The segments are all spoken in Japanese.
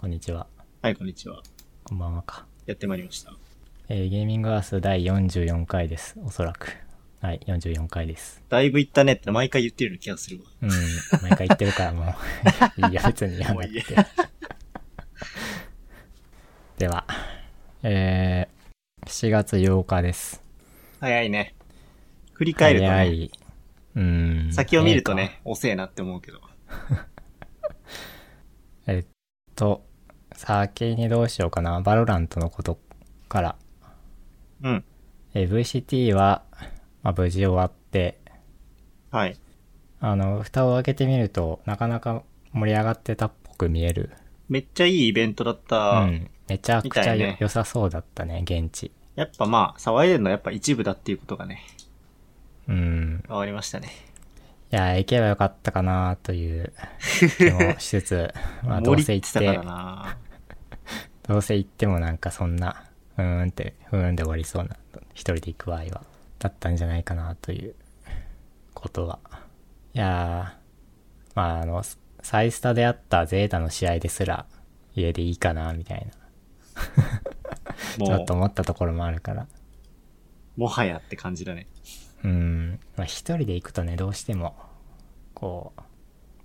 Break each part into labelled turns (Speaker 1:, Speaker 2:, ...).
Speaker 1: こんにちは。
Speaker 2: はい、こんにちは。
Speaker 1: こんばんはか。
Speaker 2: やってまいりました。
Speaker 1: えーゲーミングアース第44回です。おそらく。はい、44回です。
Speaker 2: だいぶ行ったねって毎回言ってるような気がするわ。
Speaker 1: うん、毎回言ってるからも う。いいや、別に言わなくて。では、えー、7月8日です。
Speaker 2: 早いね。振り返ると
Speaker 1: 早
Speaker 2: ね、
Speaker 1: い。うん。
Speaker 2: 先を見るとね、遅えなって思うけど。
Speaker 1: えっと、先にどうしようかな。バロラントのことから。
Speaker 2: うん。
Speaker 1: えー VCT は、まあ、無事終わって、
Speaker 2: はい。
Speaker 1: あの、蓋を開けてみると、なかなか盛り上がってたっぽく見える。
Speaker 2: めっちゃいいイベントだった。
Speaker 1: うん。めちゃくちゃ
Speaker 2: みたい
Speaker 1: よ、
Speaker 2: ね
Speaker 1: 良さそうだったね、現地。
Speaker 2: やっぱまあ、騒いでるのはやっぱ一部だっていうことがね、
Speaker 1: うん。
Speaker 2: わかりましたね。
Speaker 1: いや、行けばよかったかなと いう気もしつつ、まあ、どう
Speaker 2: 森
Speaker 1: せ
Speaker 2: って
Speaker 1: 行
Speaker 2: 言
Speaker 1: っ
Speaker 2: ってたか
Speaker 1: て
Speaker 2: ら、な。
Speaker 1: どうせ行ってもなんかそんな、うーんって、うーんで終わりそうな、一人で行く場合は、だったんじゃないかなということは。いやー、まああの、サイスタであったゼータの試合ですら、家でいいかな、みたいな、ちょ
Speaker 2: も
Speaker 1: っと思ったところもあるから。
Speaker 2: う、もはやって感じだね。
Speaker 1: うん、まあ一人で行くとね、どうしても、こう、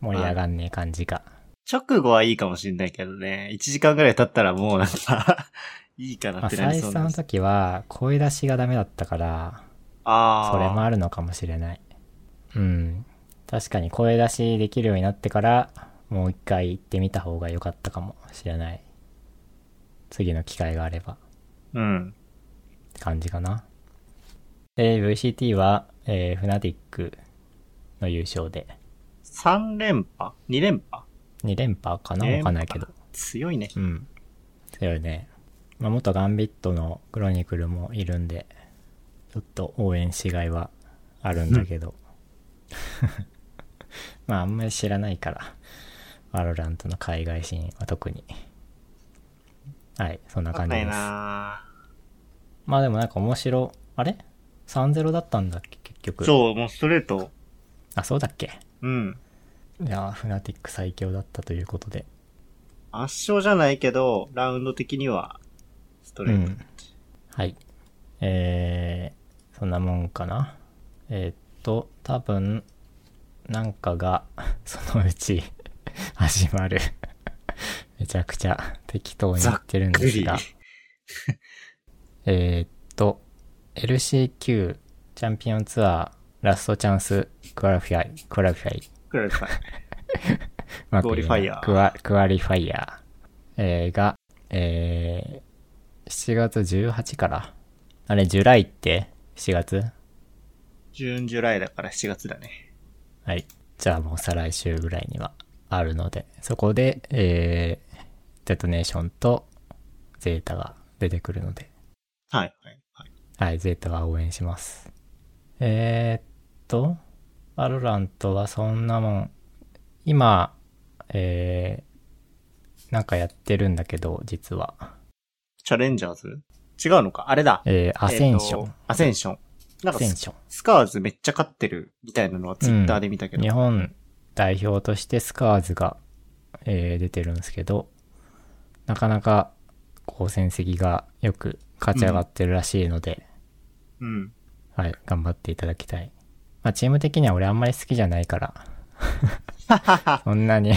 Speaker 1: 盛り上がんねえ感じが。
Speaker 2: 直後はいいかもしんないけどね、1時間ぐらい経ったらもうなんか、 いいかな
Speaker 1: ま
Speaker 2: っ
Speaker 1: あ、
Speaker 2: てな
Speaker 1: サ
Speaker 2: り
Speaker 1: イ
Speaker 2: そう
Speaker 1: スタ
Speaker 2: なん
Speaker 1: の
Speaker 2: です。
Speaker 1: 時は、声出しがダメだったから、
Speaker 2: あ
Speaker 1: それも
Speaker 2: あ、
Speaker 1: あるのかもしれない。うん。確かに声出しできるようになってから、もう一回行ってみた方が良かったかもしれない。次の機会があれば
Speaker 2: うん。
Speaker 1: って感じかな。で、VCT は、えー、フナティックの優勝で、
Speaker 2: 3連覇 ?2 連覇
Speaker 1: 2連覇かな
Speaker 2: 二
Speaker 1: わ
Speaker 2: 連覇
Speaker 1: かんないけど。
Speaker 2: 強いね。
Speaker 1: うん。強いね。まあ、元ガンビットのクロニクルもいるんで、ちょっと応援しがいはあるんだけ ど。まあ、あんまり知らないから、バロラントの海外シーンは特に。はい、そんな
Speaker 2: わか
Speaker 1: 感
Speaker 2: ん
Speaker 1: じ
Speaker 2: な
Speaker 1: で
Speaker 2: い
Speaker 1: す。
Speaker 2: な
Speaker 1: まあでもなんか面白、あれ ?3-0 だったんだっけ、結局。う。
Speaker 2: そう、もうストレート。
Speaker 1: あ、そうだっけ
Speaker 2: うん。
Speaker 1: いやー、フナティック最強だったということで。
Speaker 2: 圧勝じゃないけど、ラウンド的には、ストレート。
Speaker 1: うんはい。えー、そんなもんかな。えーっと、多分、なんかが、 そのうち、始まる。 めちゃくちゃ適当に言ってるんですが
Speaker 2: ざっく。
Speaker 1: えーっと、LCQ チャンピオンツアーラストチャンスクワリファイ、クワリファイ。
Speaker 2: クラリファイ。
Speaker 1: ま
Speaker 2: クオリファイヤー
Speaker 1: クワクワリファイヤー、えーが、えー7月18から。あれ、ジュライって7月
Speaker 2: ジューンジュライだから7月だね。
Speaker 1: はい。じゃあもう再来週ぐらいにはあるので、そこで、えーデトネーションとゼータが出てくるので、
Speaker 2: はい、はい、はい。
Speaker 1: はい、ゼータは応援します。えー、っと、アロラントはそんなもん、今、えー、なんかやってるんだけど、実は。
Speaker 2: チャレンジャーズ違うのかあれだ。
Speaker 1: えー、アセンショ
Speaker 2: えー
Speaker 1: ン
Speaker 2: と。アセンション。なん
Speaker 1: ア
Speaker 2: か
Speaker 1: セン
Speaker 2: ス、
Speaker 1: ショ
Speaker 2: スカーズめっちゃ勝ってるみたいなのはツイッターで見たけ
Speaker 1: ン。
Speaker 2: ど。
Speaker 1: 日本代表としてスカーズが、えー出てるんですけど、なかなか、こう、戦績がよく勝ち上がってるらしいので、
Speaker 2: うん。
Speaker 1: はい、頑張っていただきたい。まあ、チーム的には俺あんまり好きじゃないから、そんなに、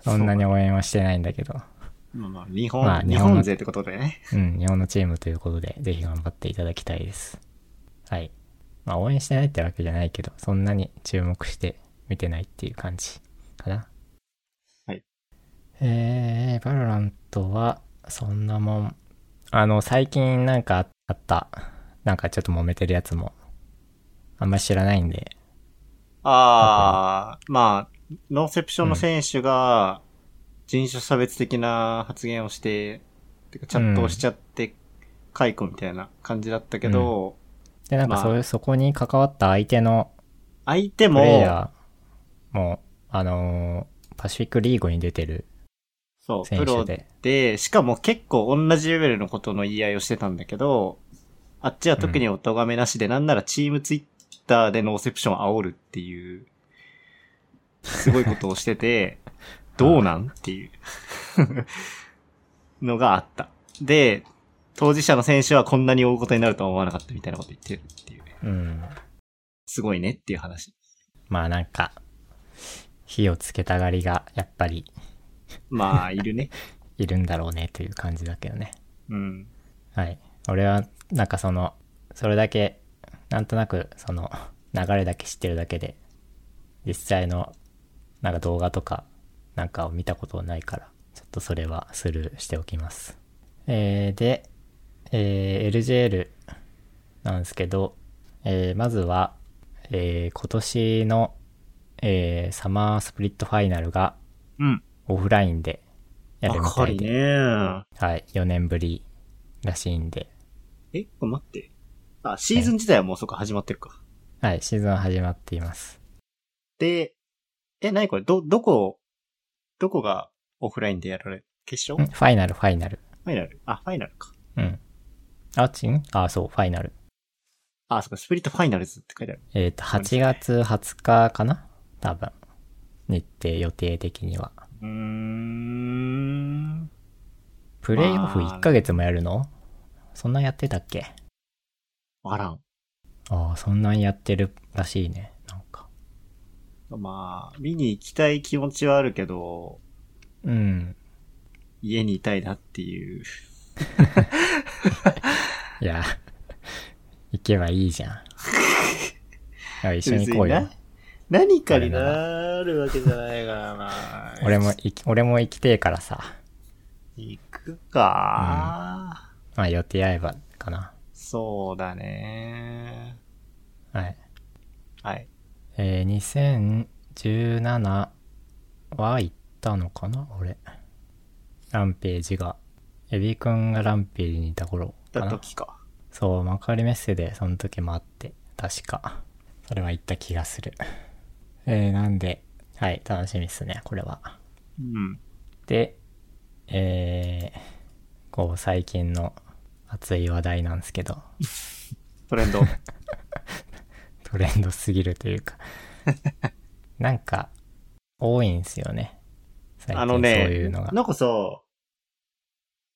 Speaker 1: そんなに応援はしてないんだけど、
Speaker 2: まあまあ、日本、
Speaker 1: まあ
Speaker 2: 日
Speaker 1: 日本
Speaker 2: 本勢ってことでね。
Speaker 1: うん、日本のチームということで、ぜひ頑張っていただきたいです。はい。まあ、応援してないってわけじゃないけど、そんなに注目して見てないっていう感じかな。
Speaker 2: はい。
Speaker 1: えー、バロラントは、そんなもん。あの、最近なんかあった、なんかちょっと揉めてるやつも、あんまり知らないんで、
Speaker 2: ああ、まあ、ノーセプションの選手が人種差別的な発言をして、てかチャットをしちゃって解雇みたいな感じだったけど、
Speaker 1: で、なんかそういう、
Speaker 2: ま
Speaker 1: そこに関わった相手の
Speaker 2: 相
Speaker 1: プレ
Speaker 2: 手
Speaker 1: イ
Speaker 2: も、
Speaker 1: ヤーも、あのーパシフィックリーグに出てる
Speaker 2: そう、
Speaker 1: 選
Speaker 2: プ
Speaker 1: 手
Speaker 2: ロ
Speaker 1: で。
Speaker 2: で、しかも結構同じレベルのことの言い合いをしてたんだけど、あっちは特にお咎めなしで、なんならチームツイッターでノーセプション煽るっ ていう、すごいことをしてて、どうなんっていう。 のがあった。で、当事者の選手はこんなに大事になるとは思わなかったみたいなこと言ってるっていう。
Speaker 1: うん。
Speaker 2: すごいねっていう話。
Speaker 1: まあなんか、火をつけたがりがやっぱり
Speaker 2: まあ、い るね。
Speaker 1: いるんだろうねという感じだけどね。
Speaker 2: うん。
Speaker 1: はい。俺は、なんかその、それだけ、なんとなく、その、流れだけ知ってるだけで、実際の、なんか動画とか、なんかを見たことないから、ちょっとそれはスルーしておきます。えー、で、えー LJL なんですけど、えーまずは、えー今年の、えーサマースプリットファイナルが
Speaker 2: うん。
Speaker 1: オフラインでやるみ
Speaker 2: わか
Speaker 1: た
Speaker 2: り
Speaker 1: いで、
Speaker 2: ねー。
Speaker 1: はい、4年ぶりらしいんで、
Speaker 2: え、これ待って。あ、シーズン自体はもうそっか始まってるか。
Speaker 1: はい、シーズン始まっています。
Speaker 2: で、え、なにこれど、どこ、どこがオフラインでやられる決
Speaker 1: ん
Speaker 2: 勝
Speaker 1: ファイナル、ファイナル。
Speaker 2: ファイナルあ、ファイナルか。
Speaker 1: うん。あ、ちんあ、そう、ファイナル。
Speaker 2: あ、そっか、スプリットファイナルズって書いてある。
Speaker 1: えっ、と、8月20日かな多分。日程予定的には。
Speaker 2: うーん。
Speaker 1: プレイオフ
Speaker 2: まあ
Speaker 1: 1ヶ月もやるのそんなんやってたっけ
Speaker 2: わからん。
Speaker 1: ああ、そんなんやってるらしいね。なんか。
Speaker 2: まあ、見に行きたい気持ちはあるけど、
Speaker 1: うん。
Speaker 2: 家にいたいなっていう。
Speaker 1: いや、 行けばいいじゃ んいや。一緒に行こう
Speaker 2: 別
Speaker 1: よ
Speaker 2: に。な何かになるわけじゃないからな
Speaker 1: 。俺も行き、俺も行きてえからさ。
Speaker 2: 行くか、
Speaker 1: まあ予定合えばかな。
Speaker 2: そうだね。
Speaker 1: はい。
Speaker 2: はい。
Speaker 1: えー、2017は行ったのかな俺。ランページが。エビくんがランページにいた頃か
Speaker 2: だ
Speaker 1: な。
Speaker 2: 時か。
Speaker 1: そう、幕張メッセでその時もあって、確か。それは行った気がする。えー、なんで、はい、楽しみっすね、これは。
Speaker 2: うん。
Speaker 1: で、えー、こう最近の熱い話題なんですけど、
Speaker 2: トレンド。
Speaker 1: トレンドすぎるという かなんか多いんすよね最近
Speaker 2: あの
Speaker 1: そういう
Speaker 2: ね、
Speaker 1: のが
Speaker 2: なんかさ、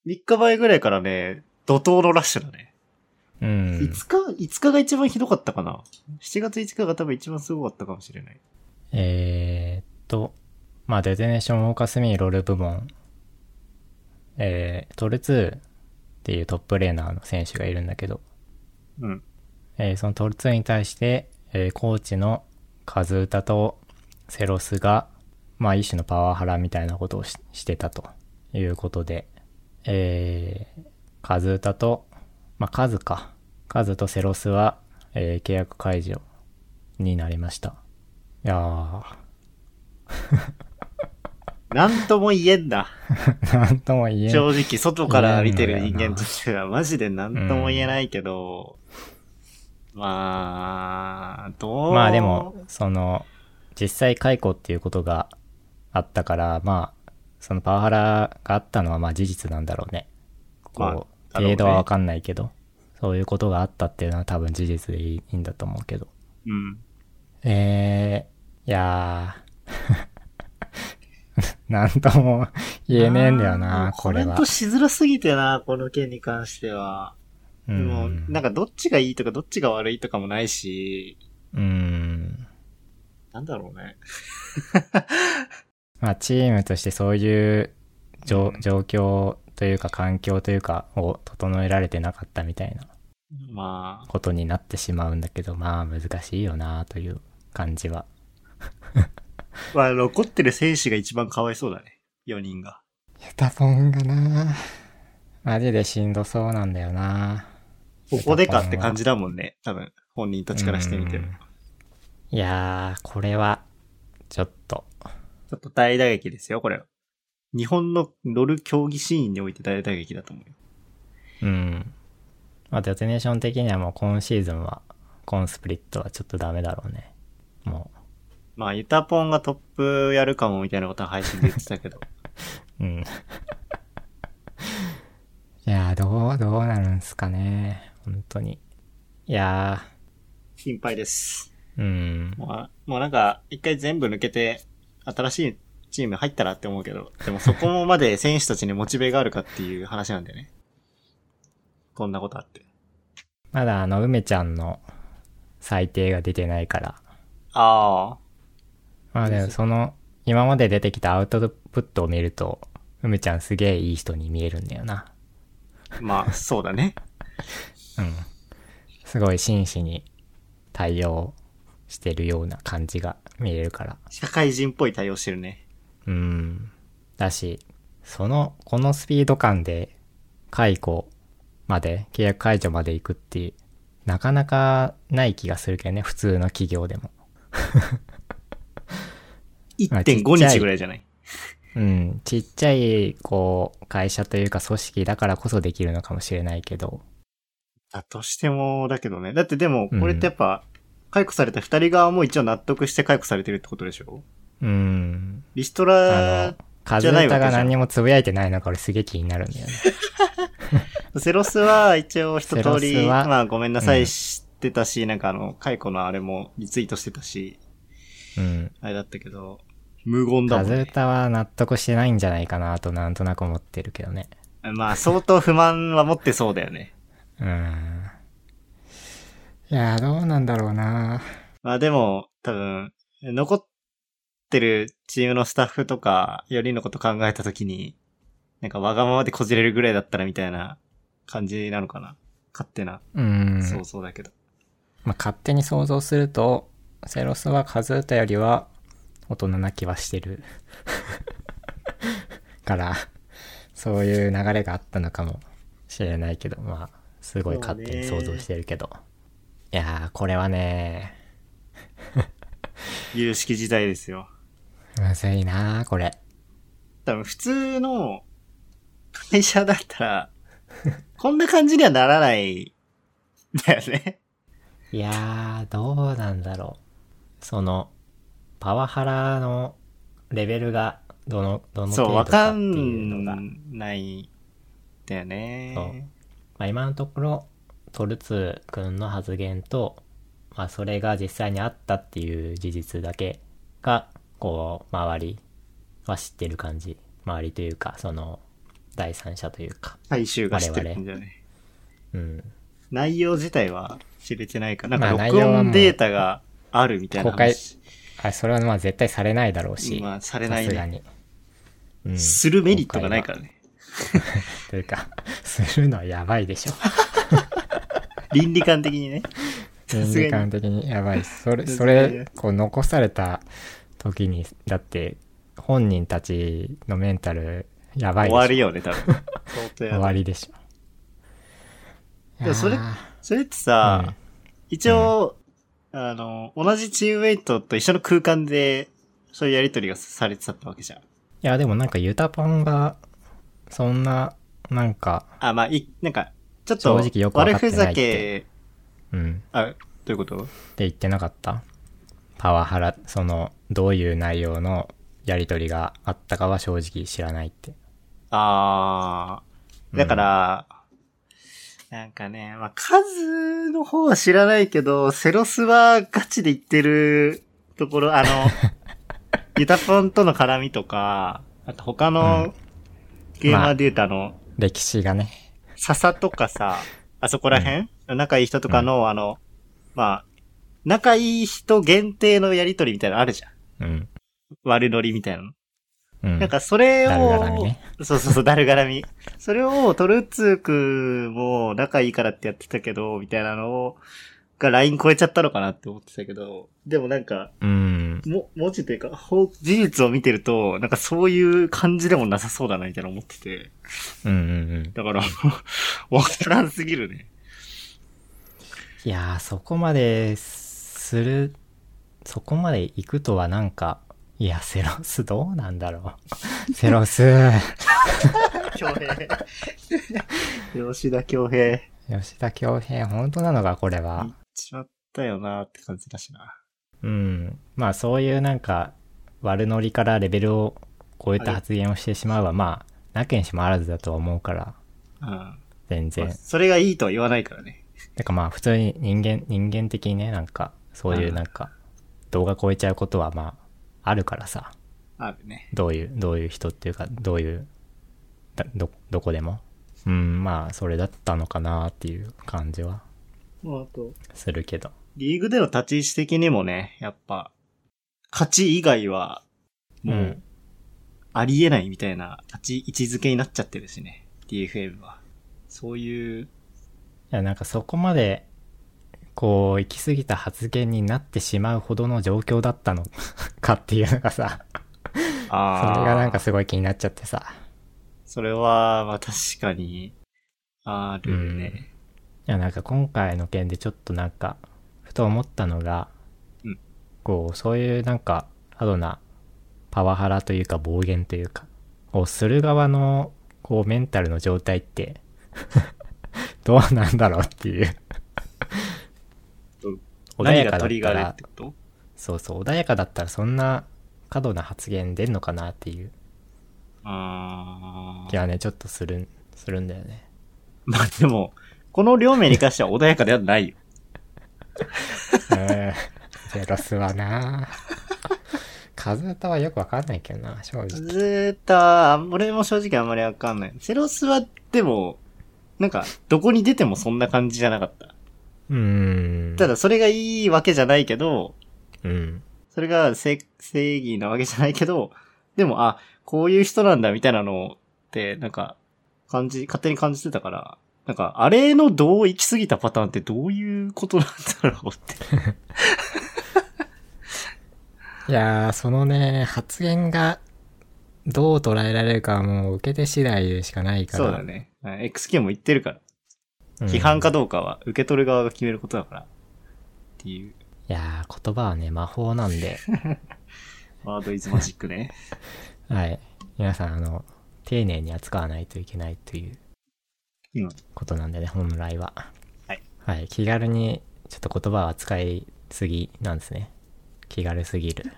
Speaker 2: 3日前ぐらいからね、怒涛のラッシュだね。
Speaker 1: うん
Speaker 2: 5日、5日が一番ひどかったかな。7月5日が多分一番すごかったかもしれない。
Speaker 1: えー、っとまあデテネーションオーカスミーロール部門えー、トル2っていうトップレーナーの選手がいるんだけど、
Speaker 2: うん。
Speaker 1: えーそのトル2に対して、えーコーチのカズータとセロスが、まあ、一種のパワハラみたいなことをししてたということで、えーカズータと、まあ、カズか。カズとセロスは、えー契約解除になりました。いやー、
Speaker 2: なんとも言えんだ。
Speaker 1: なんとも言えん。
Speaker 2: 正直、外から見てる人間としては、マジでなんとも言えないけど、まあ、どう
Speaker 1: まあでも、、その、実際解雇っていうことがあったから、まあ、そのパワハラがあったのはまあ事実なんだろうね。
Speaker 2: まあ
Speaker 1: こう、
Speaker 2: だろうね
Speaker 1: 程度はわかんないけど、そういうことがあったっていうのは多分事実でいいいいんだと思うけど。
Speaker 2: うん。
Speaker 1: えー、い やー、なんとも言えねえんだよ
Speaker 2: あ
Speaker 1: な、
Speaker 2: ー
Speaker 1: これ
Speaker 2: コメン
Speaker 1: は
Speaker 2: ト。しづらすぎてな、この件に関しては。
Speaker 1: う
Speaker 2: でも、
Speaker 1: ん
Speaker 2: なんかどっちがいいとかどっちが悪いとかもないし、
Speaker 1: うん。
Speaker 2: なんだろうね。
Speaker 1: まあ、チームとしてそういう状状況というか環境というかを整えられてなかったみたいな
Speaker 2: まあ、
Speaker 1: ことになってしまうんだけどまあ難しいよなという感じは
Speaker 2: まあ、残ってる選手が一番かわいそうだね。4人が。
Speaker 1: ヘタポンがなマジでしんどそうなんだよな
Speaker 2: ここでかって感じだもんね。多分、本人たちからしてみても。
Speaker 1: う
Speaker 2: ち
Speaker 1: んいやーこれはちょっと
Speaker 2: ょっと大打撃ですよ、これは。日本のロル競技シーンにおいて大打撃だと思うよ。
Speaker 1: うんまあデテネーション的にはもう今シーズンはコンスプリットはちょっとダメだろうねも
Speaker 2: まあ、ユタポンがトップやるかもみたいなことは配信で言ってたけ ど。
Speaker 1: う うんいやーどうどうなるんすかね本当にいや
Speaker 2: 心配です。
Speaker 1: ーうん
Speaker 2: もうあ、もうなんか、一回全部抜けて、新しいチーム入ったらって思うけど、でもそこまで選手たちにモチベがあるかっていう話なんだよね。こんなことあって。
Speaker 1: まだあの、梅ちゃんの最低が出てないから。
Speaker 2: ああ。
Speaker 1: まあでもその、今まで出てきたアウトプットを見ると、梅ちゃんすげえいい人に見えるんだよな。
Speaker 2: まあ、 そうだね。
Speaker 1: すごい真摯に対応してるような感じが見えるから。
Speaker 2: 社会人っぽい対応してるね。
Speaker 1: うん。だし、その、このスピード感で解雇まで、契約解除まで行くって、なかなかない気がするけどね、普通の企業でも。あちっ
Speaker 2: 1.5
Speaker 1: ちゃい
Speaker 2: 日ぐらいじゃない
Speaker 1: うん。ちっちゃい、こう、会社というか組織だからこそできるのかもしれないけど。
Speaker 2: だとしても、だけどね。だってでも、これってやっぱ、解雇された二人側も一応納得して解雇されてるってことでしょ
Speaker 1: うん。
Speaker 2: リスト
Speaker 1: あ
Speaker 2: ラ、
Speaker 1: の、カズータが何にもつぶやいてないのか俺すげえ気になるんだよね。
Speaker 2: セロスは一応一通
Speaker 1: セロ
Speaker 2: り、
Speaker 1: スは
Speaker 2: まあごめんなさ
Speaker 1: う
Speaker 2: い
Speaker 1: ん
Speaker 2: してたし、なんかあの、解雇のあれもリツイートしてたし、
Speaker 1: うん。
Speaker 2: あれだったけど、無言だ
Speaker 1: カ
Speaker 2: もん
Speaker 1: ズー
Speaker 2: ね。
Speaker 1: タは納得してないんじゃないかなとなんとなく思ってるけどね。
Speaker 2: まあ相当不満は持ってそうだよね。
Speaker 1: うーん。いやー、どうなんだろうな
Speaker 2: まあでも、多分、残ってるチームのスタッフとか、4人のこと考えたときに、なんかわがままでこじれるぐらいだったらみたいな感じなのかな。勝手な
Speaker 1: うーん。
Speaker 2: 想像だけど。
Speaker 1: まあ、勝手に想像すると、セロスはカズータよりは大人な気はしてる。 から、そういう流れがあったのかもしれないけど、まあ、すごい勝手に想像してるけど。いやー、これはね
Speaker 2: 有識時代ですよ。
Speaker 1: むずいなー、これ。
Speaker 2: 多分普通の会社だったら、こんな感じにはならない、だよ ね。
Speaker 1: いやー、どうなんだろう。その、パワハラのレベルがどの、どの
Speaker 2: そ
Speaker 1: 程
Speaker 2: う、
Speaker 1: 度
Speaker 2: わ
Speaker 1: か
Speaker 2: か
Speaker 1: っていうのが、ま
Speaker 2: んない、だよね。
Speaker 1: あ、今のところ、トルツー君の発言と、まあ、それが実際にあったっていう事実だけが、こう、周りは知ってる感じ。周りというか、その、第三者というか。
Speaker 2: 最終が知ってるんだよね。
Speaker 1: うん。
Speaker 2: 内容自体は知れてないか。なんか
Speaker 1: まあ
Speaker 2: 録
Speaker 1: 内容はも
Speaker 2: 音
Speaker 1: う
Speaker 2: データがあるみたいな話。
Speaker 1: あそれはまあ絶対されないだろうし。
Speaker 2: まあされないね
Speaker 1: さすがに。うん。
Speaker 2: するメリットがないからね。
Speaker 1: というか、するのはやばいでしょ。
Speaker 2: 倫理観的にね。さ
Speaker 1: 倫
Speaker 2: す
Speaker 1: 理
Speaker 2: が
Speaker 1: 観
Speaker 2: に。
Speaker 1: 的にやばいそれ
Speaker 2: さす
Speaker 1: そ
Speaker 2: がに
Speaker 1: れこう残された時にだって本人たちのメンタルやばい
Speaker 2: 終
Speaker 1: でしょ
Speaker 2: わるよね、多分。相当
Speaker 1: 終
Speaker 2: やば
Speaker 1: わ
Speaker 2: い。
Speaker 1: りでしょ
Speaker 2: でもそれ
Speaker 1: いや
Speaker 2: それって
Speaker 1: ー
Speaker 2: さ、一応、あの、同じチームメイトと一緒の空間で、そういうやりとりがされてたってわけじゃん。
Speaker 1: いやでもなんかユタパンがそんななんか
Speaker 2: あ、まあ、い、なんか、ちょっ
Speaker 1: 正直よ
Speaker 2: と、
Speaker 1: くわ
Speaker 2: 悪
Speaker 1: かって
Speaker 2: ふ
Speaker 1: な
Speaker 2: ざ
Speaker 1: いってう
Speaker 2: け、
Speaker 1: ん
Speaker 2: あ、どういうこと
Speaker 1: って言ってなかったパワハラそのどういう内容のやり取りがあったかは正直知らないって
Speaker 2: ああ、だから、なんかね、まあ、数の方は知らないけど、セロスはガチで言ってるところ、 あの、ユタポンとの絡みとか、あと他
Speaker 1: う
Speaker 2: の
Speaker 1: ん
Speaker 2: ゲーマーデュータの、
Speaker 1: 歴史がね
Speaker 2: 笹とかさ、あそこら辺、仲いい人とかの、あの、まあ、仲いい人限定のやりとりみたいなのあるじゃ
Speaker 1: う
Speaker 2: ん。
Speaker 1: ん
Speaker 2: 悪ノリみたいなの。
Speaker 1: うん
Speaker 2: なんかそれを、
Speaker 1: だるがらみね
Speaker 2: そうそうそう、だるがらみ。それを、トルツークも仲いいからってやってたけど、みたいなのを、が LINE 超えちゃったのかなって思ってたけど、でもなんか、
Speaker 1: うん
Speaker 2: も、文字というか、ほ事実を見てると、なんかそういう感じでもなさそうだな、みたいな思ってて。
Speaker 1: うんうんうん
Speaker 2: だから、 わからんすぎるね。
Speaker 1: いやー、そこまでする、そこまで行くとはなんか、いや、セロスどうなんだろう。 セロス、
Speaker 2: 京平。 吉田京平。
Speaker 1: 吉田恭平、本当なのか、これ
Speaker 2: 行
Speaker 1: は
Speaker 2: っ。ちまったよなって感じだしな。
Speaker 1: うん。まあ、そういうなんか、悪ノリからレベルを超えた発言をしてしまうは、まあ、なきにしもあらずだとは思うから、
Speaker 2: うん。
Speaker 1: 全
Speaker 2: まあ
Speaker 1: 然。
Speaker 2: それがいいとは言わないからね。
Speaker 1: てかまあ、普通に人間、人間的にね、なんか、そういうなんか、動画超えちゃうことはまあ、あるからさ。
Speaker 2: あるね。
Speaker 1: どういう、どういう人っていうか、どういう、だど、どこでも。うん、まあ、それだったのかなっていう感じは
Speaker 2: もうあと、
Speaker 1: するけど。
Speaker 2: リーグでの立ち位置的にもね、やっぱ、勝ち以外は、も
Speaker 1: う、
Speaker 2: うんありえないみたいな立ち位置づけになっちゃってるしね、DFM は。そういう、
Speaker 1: いや、なんかそこまで、こう、行き過ぎた発言になってしまうほどの状況だったのかっていうのがさ、それ
Speaker 2: あー
Speaker 1: がなんかすごい気になっちゃってさ。
Speaker 2: それは、まあ確かに、あるね。
Speaker 1: いや、なんか今回の件でちょっとなんか、ふと思ったのが、
Speaker 2: うん
Speaker 1: こう、そういうなんか、過度なパワハラというか暴言というか、をする側の、こう、メンタルの状態って、 どうなんだろうっていう。穏
Speaker 2: 何
Speaker 1: やかだ
Speaker 2: がト
Speaker 1: っ
Speaker 2: リガ
Speaker 1: た
Speaker 2: ーでっ
Speaker 1: ら
Speaker 2: て、こと
Speaker 1: そうそう、穏やかだったらそんな過度な発言出んのかなっていう
Speaker 2: あ
Speaker 1: 気
Speaker 2: ー
Speaker 1: はね、ちょっとするん、するんだよね。
Speaker 2: まあでも、この両面に関しては穏やかではないよ。
Speaker 1: うんゼロスはなカズータはよくわかんないけどな、正直。
Speaker 2: ずーっと、俺も正直あんまりわかんない。セロスは、でも、なんか、どこに出てもそんな感じじゃなかった。
Speaker 1: うーん。
Speaker 2: ただ、それがいいわけじゃないけど、
Speaker 1: うん。
Speaker 2: それが正正義なわけじゃないけど、でも、あ、こういう人なんだみたいなのって、なんか、感じ、勝手に感じてたから、なんか、あれのどう行き過ぎたパターンってどういうことなんだろうって。
Speaker 1: いやー、そのね、発言が、どう捉えられるかはもう受け手次第でしかないから。
Speaker 2: そうだね。XK も言ってるから。
Speaker 1: うん。
Speaker 2: 批判か
Speaker 1: い
Speaker 2: どうかは受け取る側が決めることだから。っていう、
Speaker 1: やー、言葉はね、魔法なんで、
Speaker 2: ワードイズマジック ね。
Speaker 1: はい。皆さん、あの、丁寧に扱わないといけないという
Speaker 2: うん
Speaker 1: ことなんでね、本来は。
Speaker 2: はい。
Speaker 1: はい。気軽に、ちょっと言葉を扱いすぎなんですね。気軽すぎる。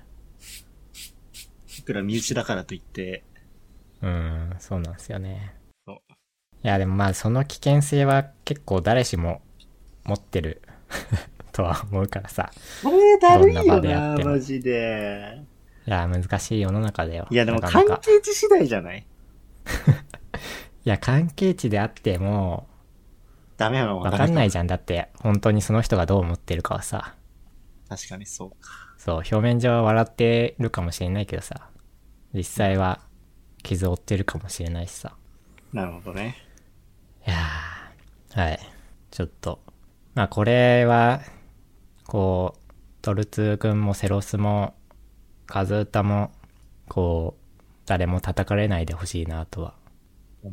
Speaker 2: いくら身内だからといって、
Speaker 1: うん、そうなんですよね。
Speaker 2: そう
Speaker 1: いや、でもまあ、その危険性は結構誰しも持ってる とは思うからさ。
Speaker 2: これだるい
Speaker 1: どんな
Speaker 2: よ
Speaker 1: 場でや
Speaker 2: な
Speaker 1: っても
Speaker 2: マジで。
Speaker 1: いや、難しい世の中だよ。
Speaker 2: いや、でも
Speaker 1: なか
Speaker 2: 関
Speaker 1: なか
Speaker 2: 係値次第じゃない
Speaker 1: いや、関係値であっても、
Speaker 2: ダメなの
Speaker 1: わ
Speaker 2: は。
Speaker 1: かんないいじゃん。だって、本当にその人がどう思ってるかはさ。
Speaker 2: 確かにそうか。
Speaker 1: そう、表面上は笑ってるかもしれないけどさ。実際は、傷を負ってるかもしれないしさ。
Speaker 2: なるほどね。
Speaker 1: いやーはい。ちょっと。まあこれは、こう、トルツー君もセロスも、カズータも、こう、誰も叩かれないでほしいなとは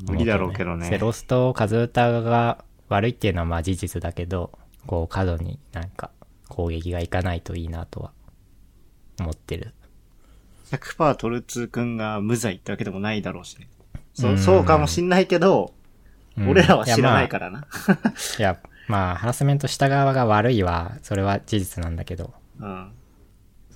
Speaker 2: 無理だろうけどね。
Speaker 1: セロスとカズータが悪いっていうのはまあ事実だけど、こう過度になんか攻撃がいかないといいなとは思ってる。
Speaker 2: 100%トルツー君が無罪ってわけでもないだろうしね。そうう、
Speaker 1: ん
Speaker 2: そうかもしんないけど、
Speaker 1: うん
Speaker 2: 俺らは知らないから
Speaker 1: いや、
Speaker 2: な。
Speaker 1: まあ、いやまあハラスメントした側が悪いは、それは事実なんだけど、
Speaker 2: うん。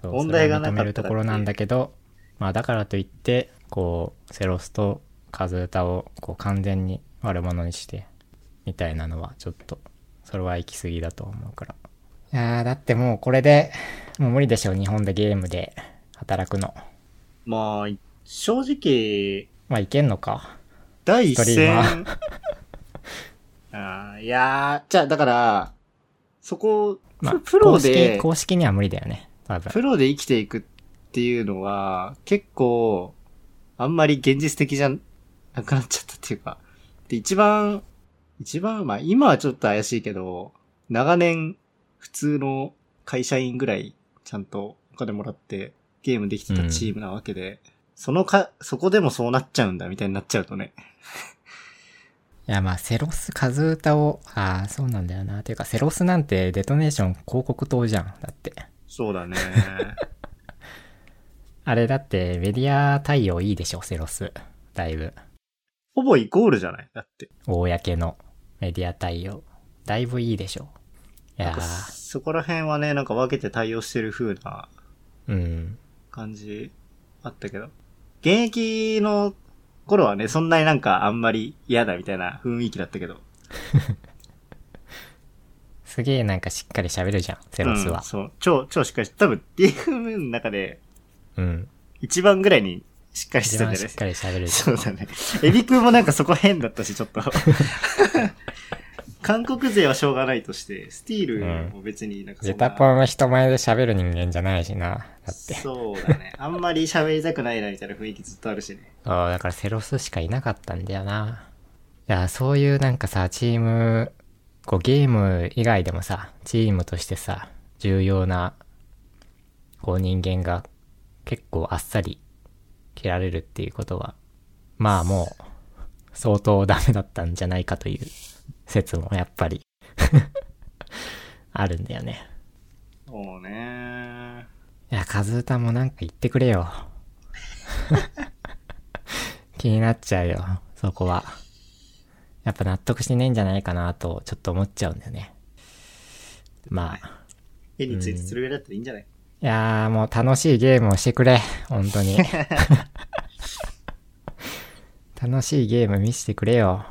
Speaker 1: そう
Speaker 2: 問題がなかった
Speaker 1: それは認めるところなんだけど、まあだからといって、こう、セロスとカズータをこう完全に悪者にして、みたいなのはちょっと、それは行き過ぎだと思うから。いやー、だってもうこれで、もう無理でしょ、日本でゲームで働くの。
Speaker 2: まあ、正直、
Speaker 1: まあいけんのか。
Speaker 2: 第
Speaker 1: ス
Speaker 2: 一
Speaker 1: トリーマ
Speaker 2: 線。あーいやー、じゃあだから、そこ、
Speaker 1: まあ
Speaker 2: ププロ
Speaker 1: 公式、
Speaker 2: で、
Speaker 1: 公式には無理だよね、多分。
Speaker 2: プロで生きていくっていうのは、結構、あんまり現実的じゃなくなっちゃったっていうか、で、一番、一番、まあ今はちょっと怪しいけど、長年、普通の会社員ぐらい、ちゃんとお金もらって、ゲームできてたチームなわけで、そのか、そこでもそうなっちゃうんだ、みたいになっちゃうとね。
Speaker 1: いやまあセロス、カズータを、ああ、そうなんだよな。ていうかセロスなんてデトネーション広告塔じゃん。だって。
Speaker 2: そうだね。
Speaker 1: あれだってメディア対応いいでしょ、セロス。だいぶ。
Speaker 2: ほぼイコールじゃないだって。
Speaker 1: 公のメディア対応。だいぶいいでしょ。いやー、
Speaker 2: そこら辺はね、なんか分けて対応してる風な
Speaker 1: うん。
Speaker 2: 感じあったけど。現役の頃はね、そんなになんかあんまり嫌だみたいな雰囲気だったけど。
Speaker 1: すげえなんかしっかり喋るじゃん、セロス
Speaker 2: うん
Speaker 1: は。
Speaker 2: そう。超、超しっかりし多分 DFM の中で
Speaker 1: うん。
Speaker 2: 一番ぐらいにしっかりして
Speaker 1: 一
Speaker 2: たん
Speaker 1: 番
Speaker 2: じゃ
Speaker 1: し
Speaker 2: ない
Speaker 1: っかり喋れる。
Speaker 2: そうだね。エビ君もなんかそこ変だったし、ちょっと。 韓国勢はしょうがないとして、スティールも別になんかそ
Speaker 1: ジ
Speaker 2: ん
Speaker 1: ェ
Speaker 2: な、
Speaker 1: タポンは人前で喋る人間じゃないしな。だって。
Speaker 2: そうだね。あんまり喋りたくないなみたいな雰囲気ずっとあるしね。
Speaker 1: そう、だからセロスしかいなかったんだよな。いや、そういうなんかさ、チーム、こうゲーム以外でもさ、チームとしてさ、重要な、こう人間が結構あっさり切られるっていうことは、まあもう、相当ダメだったんじゃないかという説もやっぱり、 あるんだよね。
Speaker 2: そうね。
Speaker 1: いや、カズータもなんか言ってくれよ。 気になっちゃうよ、そこは。やっぱ納得しねえんじゃないかなと、ちょっと思っちゃうんだよね。まあ。
Speaker 2: 絵についてそれぐらいだったらいいんじゃない、
Speaker 1: いやー、もう楽しいゲームをしてくれ、本当に。 楽しいゲーム見せてくれよ。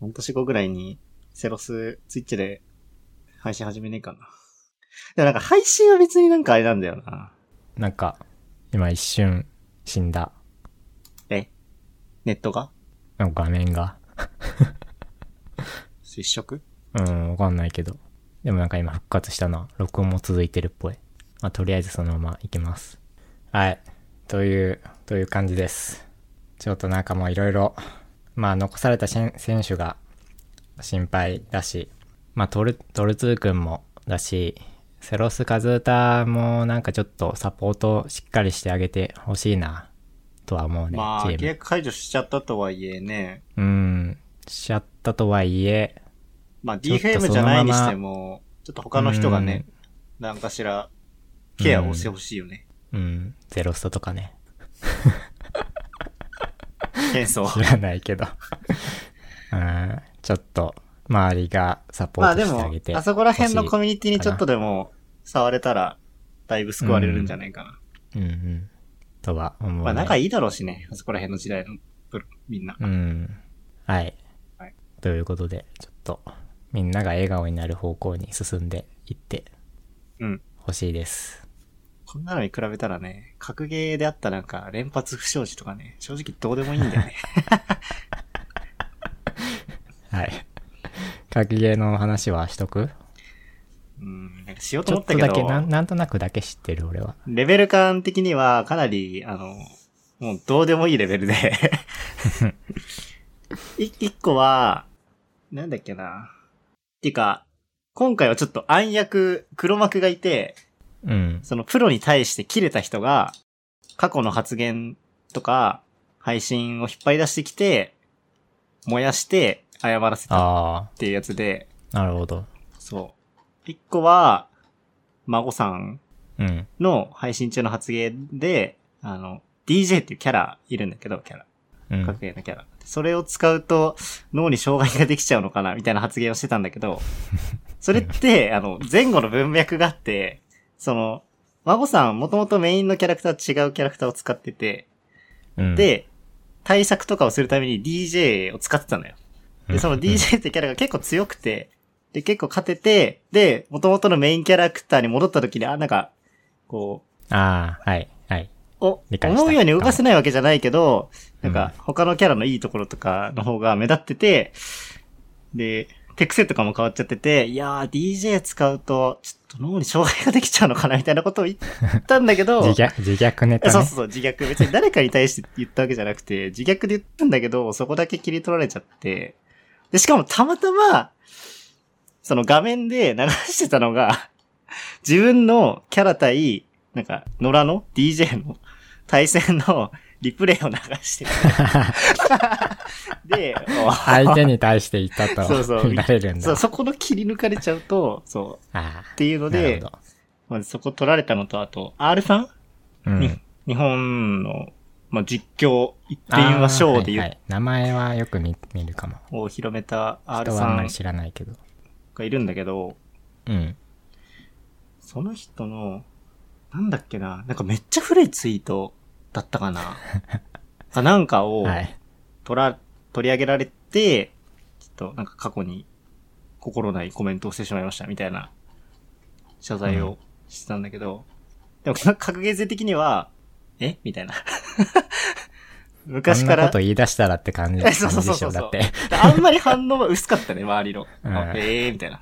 Speaker 2: 半年後ぐらいに、セロス、ツイッチで、配信始めねえかな。でもなんか配信は別になんかあれなんだよな。
Speaker 1: なんか、今一瞬、死んだ。
Speaker 2: えネットが
Speaker 1: なんか画面が。
Speaker 2: 接触
Speaker 1: うん、わかんないけど。でもなんか今復活したな。録音も続いてるっぽい。まあ、とりあえずそのまま行きます。はい。という、という感じです。ちょっとなんかもういろいろ、まあ残されたしん選手が心配だし、まあトル、トルツー君もだし、セロス・カズータもなんかちょっとサポートしっかりしてあげてほしいな、とは思うね、
Speaker 2: まあ、
Speaker 1: チーム
Speaker 2: 契約解除しちゃったとはいえね、
Speaker 1: うん、しちゃったとはいえ、
Speaker 2: まあ
Speaker 1: ちょっと
Speaker 2: DFM じゃないにしても、ちょっと他の人がね、何かしらケアをしてほしいよね。
Speaker 1: うん、ゼロストとかね。
Speaker 2: 変 装。
Speaker 1: 知らないけど。うん、ちょっと、周りがサポ
Speaker 2: ま
Speaker 1: ー
Speaker 2: あ
Speaker 1: ト
Speaker 2: で
Speaker 1: してあ
Speaker 2: も
Speaker 1: げて。、
Speaker 2: あそこら辺の
Speaker 1: 欲しい
Speaker 2: コミュニティにちょっとでも触れたら、だいぶ救われるんじゃないかな。
Speaker 1: うんうん。とは思う、ね。
Speaker 2: まあ仲いいだろうしね、あそこら辺の時代のプロみんな。
Speaker 1: うん。はい。
Speaker 2: はい
Speaker 1: ということで、ちょっと、みんなが笑顔になる方向に進んでいって
Speaker 2: うん。
Speaker 1: ほしいです。
Speaker 2: こんなのに比べたらね、格ゲーであったなんか連発不祥事とかね、正直どうでもいいんだ よね。
Speaker 1: はい。 格ゲーの話はしとく
Speaker 2: うん、なんかしよう
Speaker 1: ち
Speaker 2: と
Speaker 1: ょ
Speaker 2: 思
Speaker 1: っ
Speaker 2: った
Speaker 1: と
Speaker 2: け
Speaker 1: だけ
Speaker 2: ど、
Speaker 1: なん、なんとなくだけ知ってる俺は。
Speaker 2: レベル感的にはかなり、あの、もうどうでもいいレ ベルで。い一個は、なんだっけな。っていうか、今回はちょっと暗躍、黒幕がいて、
Speaker 1: うん。
Speaker 2: そのプロに対して切れた人が、過去の発言とか、配信を引っ張り出してきて、燃やして、謝らせたっ
Speaker 1: あ
Speaker 2: ていうやつで、
Speaker 1: あ、なるほど。
Speaker 2: そう。一個は、孫さん
Speaker 1: うん。
Speaker 2: の配信中の発言で、あの、DJ っていうキャラいるんだけど、キャラ。
Speaker 1: うん。
Speaker 2: 格ゲーのキャラ。それを使うと脳に障害ができちゃうのかなみたいな発言をしてたんだけ ど、それって、あの、前後の文脈があって、その、孫さんもともとメインのキャラクターと違うキャラクターを使ってて、
Speaker 1: うん、
Speaker 2: で、対策とかをするために DJ を使ってたのよ。で、その DJ ってキャラが結構強くて、で、結構勝てて、で、元々のメインキャラクターに戻った時に、あ、なんか、こう、
Speaker 1: ああ、はい、はい。
Speaker 2: お、
Speaker 1: 理解した
Speaker 2: 思うように動かせないわけじゃないけど、
Speaker 1: う
Speaker 2: なんんか、他のキャラのいいところとかの方が目立ってて、で、手癖とかも変わっちゃってて、いやー、DJ 使うと、ちょっと脳に障害ができちゃうのかなみたいなことを言ったんだけど、
Speaker 1: 自虐、自虐ネタね。
Speaker 2: そうそうそう、自虐。別に誰かに対して言ったわけじゃなくて、自虐で言ったんだけど、そこだけ切り取られちゃって。で、しかもたまたま、その画面で流してたのが、自分のキャラ対、なんか、野良の DJ の対戦のリプレイを流しててで、
Speaker 1: 相手に対して言ったと
Speaker 2: そうそ う
Speaker 1: 見られるんだ。
Speaker 2: そうそこの切り抜かれちゃうと、そう、
Speaker 1: あ
Speaker 2: っていう
Speaker 1: あ、
Speaker 2: の
Speaker 1: なる
Speaker 2: で
Speaker 1: ほ、ど。
Speaker 2: まあ、そこ取られたのと、あと、R さん
Speaker 1: うん。
Speaker 2: に日本の、まあ、実況、一点はショーで言
Speaker 1: あは
Speaker 2: う
Speaker 1: いはい名前はよく見見るかも。
Speaker 2: を広めた R
Speaker 1: 人はあ
Speaker 2: さ
Speaker 1: んまり
Speaker 2: ん
Speaker 1: 知らないけど。
Speaker 2: がいるんだけど、
Speaker 1: うん。
Speaker 2: その人の、なんだっけな、なんかめっちゃ古いツイートだったか な。かなんかを
Speaker 1: はい。
Speaker 2: 取ら、取り上げられて、ちょっとなんか過去に心ないコメントをしてしまいましたみたいな 謝罪をしてたんだけど、でも格ゲー勢的には、えみたいな。
Speaker 1: こ
Speaker 2: 昔
Speaker 1: ん
Speaker 2: か
Speaker 1: なこ
Speaker 2: ら
Speaker 1: と。言い出したらって感じ感
Speaker 2: え
Speaker 1: じ
Speaker 2: そう
Speaker 1: で
Speaker 2: そうそう
Speaker 1: し
Speaker 2: そ
Speaker 1: ょ。
Speaker 2: う
Speaker 1: だ
Speaker 2: そ
Speaker 1: っ
Speaker 2: う。
Speaker 1: て。
Speaker 2: あんまり反応は薄かったね、周りの。
Speaker 1: うん
Speaker 2: あへえー、みたいな。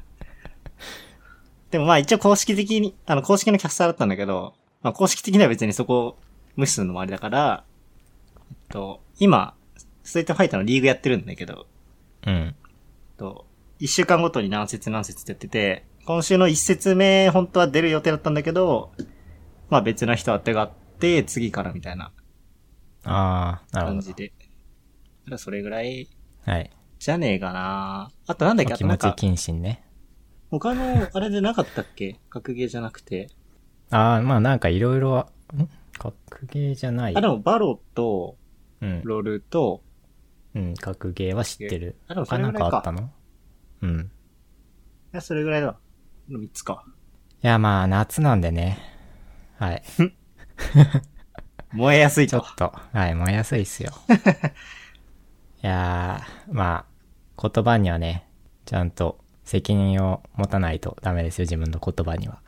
Speaker 2: でもまあ一応公式的に、あの公式のキャスターだったんだけど、まあ公式的には別にそこを無視するのもあれだから、えっと、今、ストリートファイターのリーグやってるんだけど、
Speaker 1: うん。
Speaker 2: えっと、一週間ごとに何節何節ってやってて、今週の一節目本当は出る予定だったんだけど、まあ別な人当てがあって、次からみたいな
Speaker 1: ああ、なる
Speaker 2: 感
Speaker 1: ほ
Speaker 2: じで。ただそれぐらい
Speaker 1: ど。はい。
Speaker 2: じゃねえかなあとなんだっけ
Speaker 1: お
Speaker 2: あ
Speaker 1: 気
Speaker 2: とな
Speaker 1: 持
Speaker 2: ん
Speaker 1: ち
Speaker 2: か、
Speaker 1: 謹慎ね。
Speaker 2: 他のあれでなかったっけ格ゲーじゃなくて。
Speaker 1: ああ、まあなんかいろいろは、ん格ゲーじゃない
Speaker 2: あ、。でもバロと
Speaker 1: うん。
Speaker 2: ロルと、
Speaker 1: うん、格ゲーは知ってる。
Speaker 2: あでもそ
Speaker 1: 他
Speaker 2: れ
Speaker 1: な
Speaker 2: ぐ
Speaker 1: ん
Speaker 2: ら
Speaker 1: か
Speaker 2: い
Speaker 1: あった
Speaker 2: か。
Speaker 1: のうん。
Speaker 2: いや、それぐらいだ。の3つか。
Speaker 1: いや、まあ夏なんでね。はい。
Speaker 2: 燃えやすい
Speaker 1: ちょっ
Speaker 2: と。
Speaker 1: と、はい、燃えやすいっ すよ。いやー、まあ、言葉にはね、ちゃんと責任を持たないとダメですよ、自分の言葉には。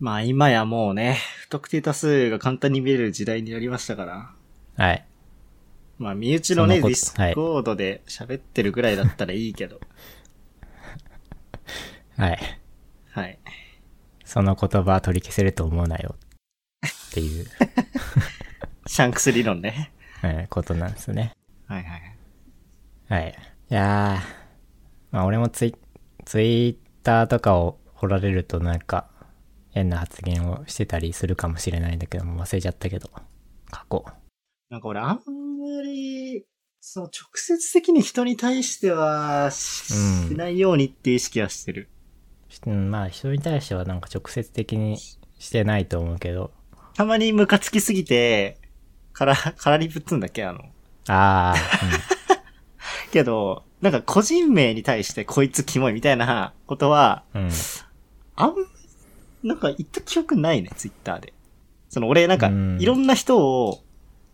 Speaker 2: まあ今やもうね、不特定多数が簡単に見れる時代になりましたから。
Speaker 1: はい。
Speaker 2: まあ身内のね、
Speaker 1: そんなこ
Speaker 2: ディ
Speaker 1: と
Speaker 2: スコードで喋ってるぐらいだったらいいけど。
Speaker 1: はい。
Speaker 2: はい。
Speaker 1: その言葉は取り消せると思うなよ。って いう、
Speaker 2: シャンクス理論ね。
Speaker 1: うん、ことなんですね。
Speaker 2: はいはい。
Speaker 1: はい。いやー、まあ俺もツイ、ツイッターとかを掘られるとなんか変な発言をしてたりするかもしれないんだけども忘れちゃったけど、過去。
Speaker 2: なんか俺あんまり、その直接的に人に対してはし,、
Speaker 1: うん
Speaker 2: ないようにって意識はしてる。
Speaker 1: うん、まあ人に対してはなんか直接的にしてないと思うけど、
Speaker 2: たまにムカつきすぎて、から、 からりぶっつんだっけあの。
Speaker 1: あ
Speaker 2: けど、なんか個人名に対してこいつキモいみたいなことは、
Speaker 1: あ、うん、うん。
Speaker 2: あん、なんか言った記憶ないね、ツイッターで。その俺なんか
Speaker 1: うん
Speaker 2: いろんな人を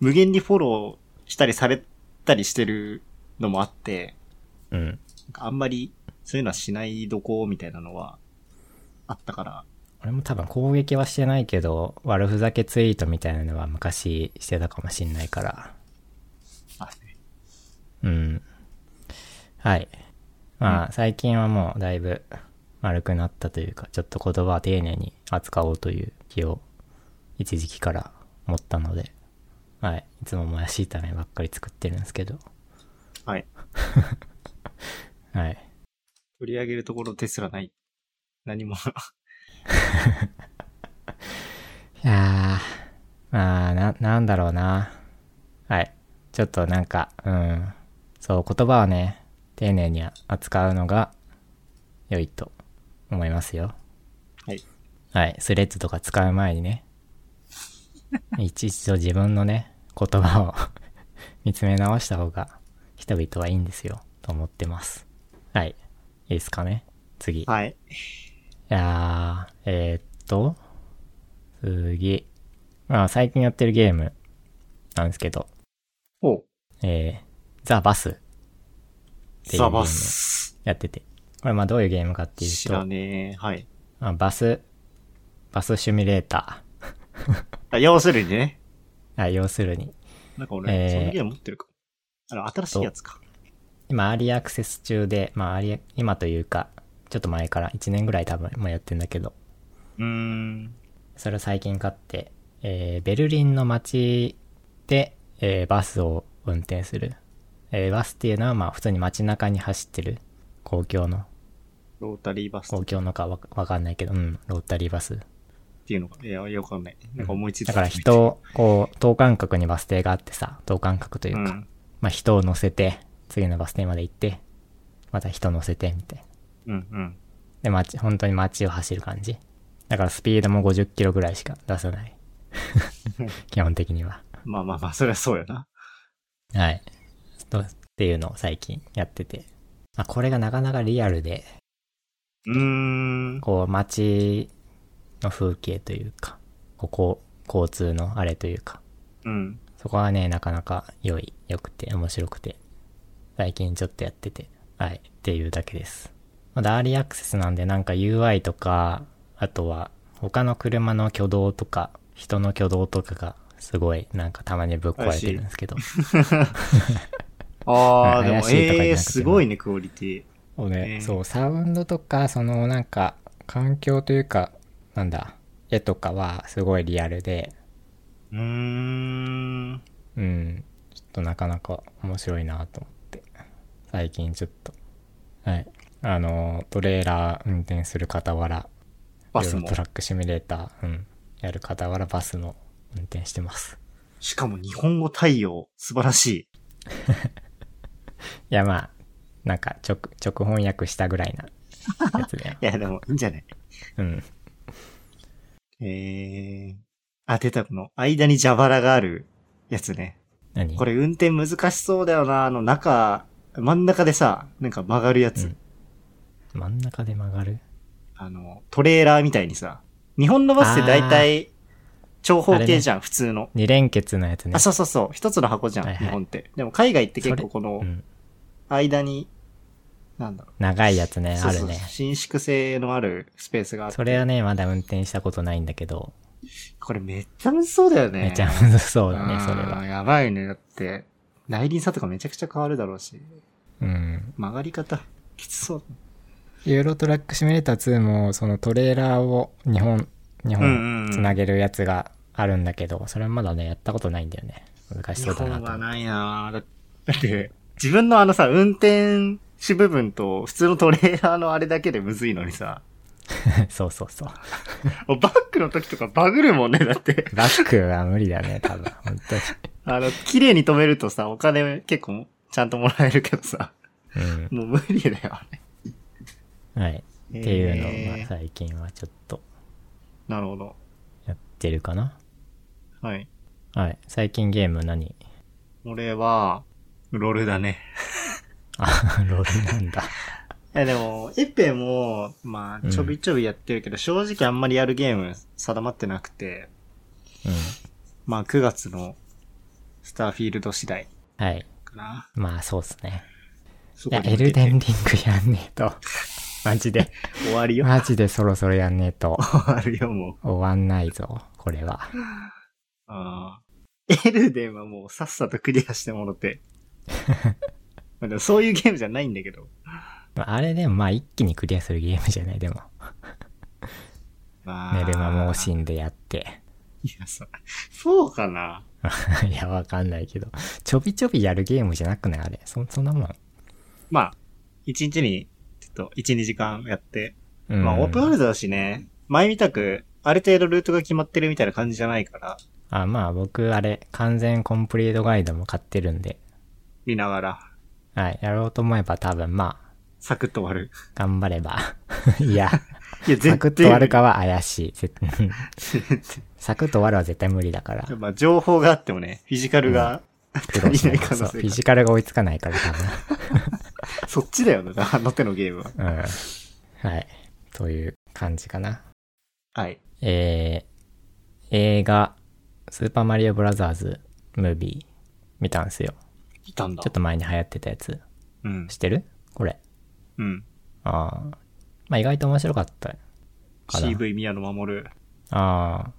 Speaker 2: 無限にフォローしたりされたりしてるのもあって、
Speaker 1: うん。
Speaker 2: なんかあんまりそういうのはしないどこうみたいなのはあったから。
Speaker 1: 俺も多分攻撃はしてないけど、悪ふざけツイートみたいなのは昔してたかもしんないから。
Speaker 2: あ
Speaker 1: うん。はい。まあ、最近はもうだいぶ丸くなったというか、ちょっと言葉を丁寧に扱おうという気を一時期から持ったので、はい。いつももやし炒めばっかり作ってるんですけど、
Speaker 2: はい。
Speaker 1: はい。
Speaker 2: 取り上げるところですらない。何も。
Speaker 1: いやー、まあ、な、なんだろうな。はい。ちょっとなんか、うん。そう、言葉はね、丁寧に扱うのが良いと思いますよ。
Speaker 2: はい。
Speaker 1: はい。スレッズとか使う前にね、 一度自分のね、言葉を 見つめ直した方が人々はいいんですよ、と思ってます。はい。いいですかね次。
Speaker 2: はい。
Speaker 1: いやー、えー、っと、次。まあ、最近やってるゲームなんですけど、
Speaker 2: おう。
Speaker 1: えー、ザ・バスっていうゲ
Speaker 2: ザ
Speaker 1: ーム
Speaker 2: バ
Speaker 1: を
Speaker 2: ス。
Speaker 1: やってて。これまあどういうゲームかっていう
Speaker 2: 知
Speaker 1: と、
Speaker 2: らねえ。はい。
Speaker 1: まあ、バス、バスシミュレータ
Speaker 2: あ、要するにね。
Speaker 1: ー。あ要するに、
Speaker 2: なんか俺、
Speaker 1: えー
Speaker 2: そのゲーム持ってるか。あの、新しいやつか。
Speaker 1: 今、アーリーアクセス中で、まあ、アーリー今というか、ちょっと前から、1年ぐらい多分もうやってんだけど、
Speaker 2: うーん。
Speaker 1: それを最近買って、えーベルリンの街で、えーバスを運転する。えーバスっていうのは、まあ、普通に街中に走ってる公共の、
Speaker 2: ロータリーバスっ
Speaker 1: 公共のかわわかんないけど、うん、ロータリーバス。
Speaker 2: ていうのか。いや、よくわかんない。なんか思いついた。
Speaker 1: だから人を、こう、等間隔にバス停があってさ、等間隔といううか、
Speaker 2: ん。
Speaker 1: まあ、人を乗せて、次のバス停まで行って、また人乗せて、みたいな。
Speaker 2: うんうん。
Speaker 1: で、街、本当に街を走る感じ。だからスピードも50キロぐらいしか出さ ない。基本的には。
Speaker 2: まあまあまあ、そりゃそうよな。
Speaker 1: はい。とっていうのを最近やってて。まあ、これがなかなかリアルで、
Speaker 2: うーん。
Speaker 1: こう街の風景というか、ここ、交通のあれというか、
Speaker 2: うん。
Speaker 1: そこはね、なかなか良い、良くて、面白くて、最近ちょっとやってて、はい、っていうだけです。まだアーリーアクセスなんで、なんか UI とか、あとは、他の車の挙動とか、人の挙動とかがすごい、なんかたまにぶっ壊れてるんですけど。
Speaker 2: あー、で
Speaker 1: 怪、しいとかじゃな
Speaker 2: も
Speaker 1: くて
Speaker 2: えー、すごいね、クオリティ。
Speaker 1: そうね、
Speaker 2: えー
Speaker 1: そう、サウンドとか、そのなんか、環境というか、なんだ、絵とかはすごいリアルで、
Speaker 2: うーん。
Speaker 1: うん、ちょっとなかなか面白いなと思って、最近ちょっと、はい、あの、トレーラー運転する傍ら、
Speaker 2: バス
Speaker 1: いろい
Speaker 2: も
Speaker 1: ろト。ラックシミュレーター、うん、やる傍らバスの運転してます。
Speaker 2: しかも日本語対応、素晴らしい。。
Speaker 1: いや、まあ、なんか直、直翻訳したぐらいなやつだよ
Speaker 2: いや、でも、いいんじゃない
Speaker 1: うん。
Speaker 2: えー。あ、出た、この、間に蛇腹があるやつね。
Speaker 1: 何
Speaker 2: これ運転難しそうだよな、あの中、真ん中でさ、なんか曲がるやつ。
Speaker 1: うん真ん中で曲がる
Speaker 2: あの、トレーラーみたいにさ。日本のバスって大体、長方形じゃん、普通の。
Speaker 1: 二連結のやつね。
Speaker 2: あ、そうそうそう。一つの箱じゃん、
Speaker 1: はいはい
Speaker 2: 日本って。でも海外って結
Speaker 1: それ
Speaker 2: 構この
Speaker 1: うん。
Speaker 2: 間に、なんだろ
Speaker 1: 長いやつね
Speaker 2: う。、
Speaker 1: あ
Speaker 2: そう
Speaker 1: る
Speaker 2: そう
Speaker 1: ね。
Speaker 2: 伸縮性のあるスペースがあって。
Speaker 1: それはね、まだ運転したことないんだけど、
Speaker 2: これめっちゃ難しそうだよね。
Speaker 1: めちゃむずそうだ
Speaker 2: う
Speaker 1: ね、
Speaker 2: ん
Speaker 1: それは。
Speaker 2: やばいね。だって、内輪差とかめちゃくちゃ変わるだろうし。
Speaker 1: うん。
Speaker 2: 曲がり方、きつそう。
Speaker 1: ユーロトラックシミュレーター2も、そのトレーラーを日本、日
Speaker 2: うんうんう
Speaker 1: 本
Speaker 2: ん
Speaker 1: つなげるやつがあるんだけど、それはまだね、やったことないんだよね。難し
Speaker 2: 日
Speaker 1: そうだな
Speaker 2: 本
Speaker 1: と
Speaker 2: は。ないなぁだだって、自分のあのさ、運転士部分と普通のトレーラーのあれだけでむずいのにさ、
Speaker 1: そうそうそう。
Speaker 2: もうバックの時とかバグるもんね、だって。
Speaker 1: バックは無理だ ね、多分。本
Speaker 2: あの、綺麗に止めるとさ、お金結構ちゃんともらえるけどさ、
Speaker 1: 当に。うん。
Speaker 2: もう無理だよ、あれ。
Speaker 1: はい。っていうのを、ま
Speaker 2: え
Speaker 1: あ、最近はちょっと
Speaker 2: ーなるほど。
Speaker 1: やってるかな。
Speaker 2: はい。
Speaker 1: はい。最近ゲーム何
Speaker 2: 俺は、ロールだね。
Speaker 1: あ、ロールなんだ。
Speaker 2: いやでも、エッペも、ま
Speaker 1: う
Speaker 2: あ、
Speaker 1: ん
Speaker 2: ちょびちょびやってるけど、正直あんまりやるゲーム定まってなくて、
Speaker 1: うん。
Speaker 2: まあ、9月のスターフィールド次第
Speaker 1: はい。
Speaker 2: かな。
Speaker 1: まあ、そうっすね。
Speaker 2: そ
Speaker 1: いや
Speaker 2: こ、
Speaker 1: エ
Speaker 2: に向け
Speaker 1: ル
Speaker 2: て
Speaker 1: デンリングやんねえ と。マジで。
Speaker 2: 終わりよ。
Speaker 1: マジでそろそろやんねえと。
Speaker 2: 終わるよ、もう。
Speaker 1: 終わんないぞ、これは。
Speaker 2: あーエルデンはもうさっさとクリアしても ろて。まあでもそういうゲームじゃないんだけど。
Speaker 1: まああれでもまあ一気にクリアするゲームじゃない、でも。
Speaker 2: ま
Speaker 1: 寝
Speaker 2: あ。
Speaker 1: る間も惜しんでやって。
Speaker 2: いや、そう。そうかな。
Speaker 1: いや、わかんないけど。ちょびちょびやるゲームじゃなくないあれ。そ、そんなもん。
Speaker 2: まあ、一日に、ちょっと、一、二時間やって。
Speaker 1: うん。
Speaker 2: まあ、オープンワールドだしね、前みたく、ある程度ルートが決まってるみたいな感じじゃないから、
Speaker 1: あ、まあ僕、あれ、完全コンプリートガイドも買ってるんで。
Speaker 2: 見ながら、
Speaker 1: はい。やろうと思えば多分まあ、
Speaker 2: サクッと終わる。
Speaker 1: 頑張れば。 いや、
Speaker 2: いや、絶対。
Speaker 1: サクッと終わるかは怪しい。ぜ サクッと終わるは絶対無理だから。
Speaker 2: まあ、情報があってもね、フィジカルが、
Speaker 1: 苦労しない
Speaker 2: 足りない可能性
Speaker 1: そう
Speaker 2: が
Speaker 1: フィジカルが追いつかないから
Speaker 2: そっちだよね、 あの手のゲーム
Speaker 1: 多
Speaker 2: は。
Speaker 1: 分。うん。はい。という感じかな。
Speaker 2: はい。
Speaker 1: えー、映画、スーパーマリオブラザーズムービー見たんすよ。
Speaker 2: いたんだ
Speaker 1: ちょっ。と前に流行ってたやつ。
Speaker 2: うん
Speaker 1: 知。ってるこれ。
Speaker 2: うん。
Speaker 1: ああ。まあ、意外と面白かった。かな
Speaker 2: CV 宮野守る。
Speaker 1: ああ。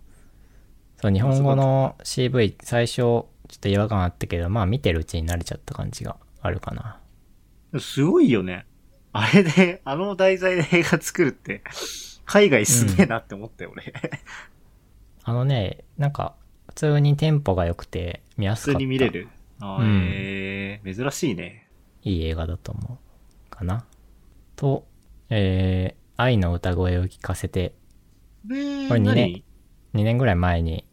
Speaker 1: そう、日本語の CV、最初、ちょっと違和感あったけど、まあ見てるうちに慣れちゃった感じがあるかな。
Speaker 2: すごいよね。あれで、 あの題材で映画作るって、海外すげえなって思ったよ、俺。
Speaker 1: あのね、なんか、普通にテンポが良くて、見や
Speaker 2: 普
Speaker 1: すか
Speaker 2: 通
Speaker 1: った。
Speaker 2: に見れる。あー
Speaker 1: うん
Speaker 2: へえ珍しいね。
Speaker 1: いい映画だと思う。かな。と、えー、愛の歌声を聞かせて、
Speaker 2: これ
Speaker 1: これ二年2
Speaker 2: 何
Speaker 1: 年ぐらい前に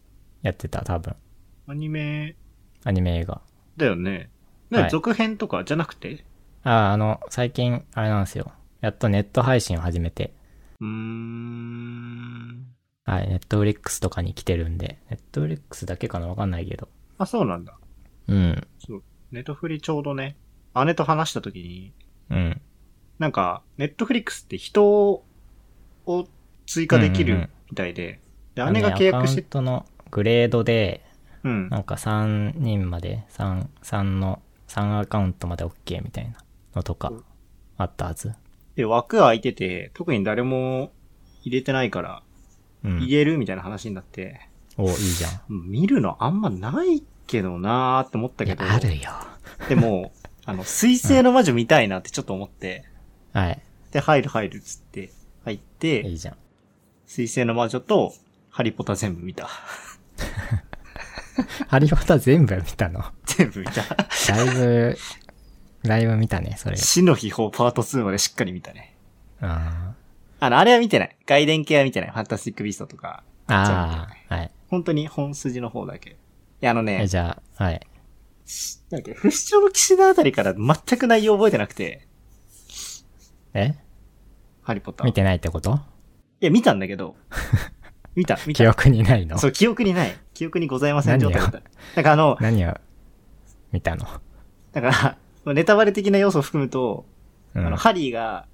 Speaker 1: やってた、多分。
Speaker 2: アニメ
Speaker 1: アニメ映画。
Speaker 2: だよね。
Speaker 1: は
Speaker 2: ね
Speaker 1: い
Speaker 2: 続編とかじゃなくて
Speaker 1: ああ、あの、最近、あれなんですよ。やっとネット配信を始めて、
Speaker 2: うーん。
Speaker 1: はい、ネットフリックスとかに来てるんで、ネットフリックスだけかなわかんないけど。
Speaker 2: あ、そうなんだ。
Speaker 1: うん。
Speaker 2: そう。ネトフリちょうどね、姉と話した時に、
Speaker 1: うん。
Speaker 2: なんか、ネットフリックスって人を追加でき
Speaker 1: うんうんう
Speaker 2: る
Speaker 1: ん
Speaker 2: みたいで、で、姉が契約し
Speaker 1: ア
Speaker 2: て、
Speaker 1: カウントのグレードで、
Speaker 2: うん。
Speaker 1: なんか3人まで、3、3の、3アカウントまで OK みたいなのとか
Speaker 2: うん、
Speaker 1: あったはず。
Speaker 2: で、枠空いてて、特に誰も入れてないから、
Speaker 1: うん。
Speaker 2: 入れるみたいな話になって、
Speaker 1: お、いいじゃん。
Speaker 2: 見るのあんまないけどなーって思った
Speaker 1: い
Speaker 2: け
Speaker 1: や
Speaker 2: ど。
Speaker 1: あるよ。
Speaker 2: でも、あの、水星の魔女見たいなってちょっと思って、
Speaker 1: はい。
Speaker 2: で、入る入るっつって、入っ
Speaker 1: い
Speaker 2: て、
Speaker 1: いじゃん。
Speaker 2: 水星の魔女と、ハリポタ全部見た。
Speaker 1: ハリポタ全部見たの。
Speaker 2: 全部見た。
Speaker 1: だい ぶ、だいぶ見たね、それ。
Speaker 2: 死の秘宝パート2までしっかり見たね。
Speaker 1: あ
Speaker 2: あの、あれは見てない。外伝系は見てない。ファンタスティックビーストとか。
Speaker 1: あ。ああ。はい。
Speaker 2: 本当に本筋の方だけ。いや、あの
Speaker 1: え
Speaker 2: ね、
Speaker 1: じゃあ、はい。
Speaker 2: なんだっけ、不死鳥の騎士団あたりから全く内容覚えてなくて、
Speaker 1: え
Speaker 2: ハリポタ。
Speaker 1: 見
Speaker 2: い
Speaker 1: てないってこと
Speaker 2: や、見たんだ けど、見た、見
Speaker 1: 記
Speaker 2: た。
Speaker 1: 憶にないの
Speaker 2: そう、記憶にない。記憶にございません状態だった。なんかあの、
Speaker 1: 何を見たの
Speaker 2: だから、ネタバレ的な要素を含むと、
Speaker 1: うん
Speaker 2: あの、ハリーが、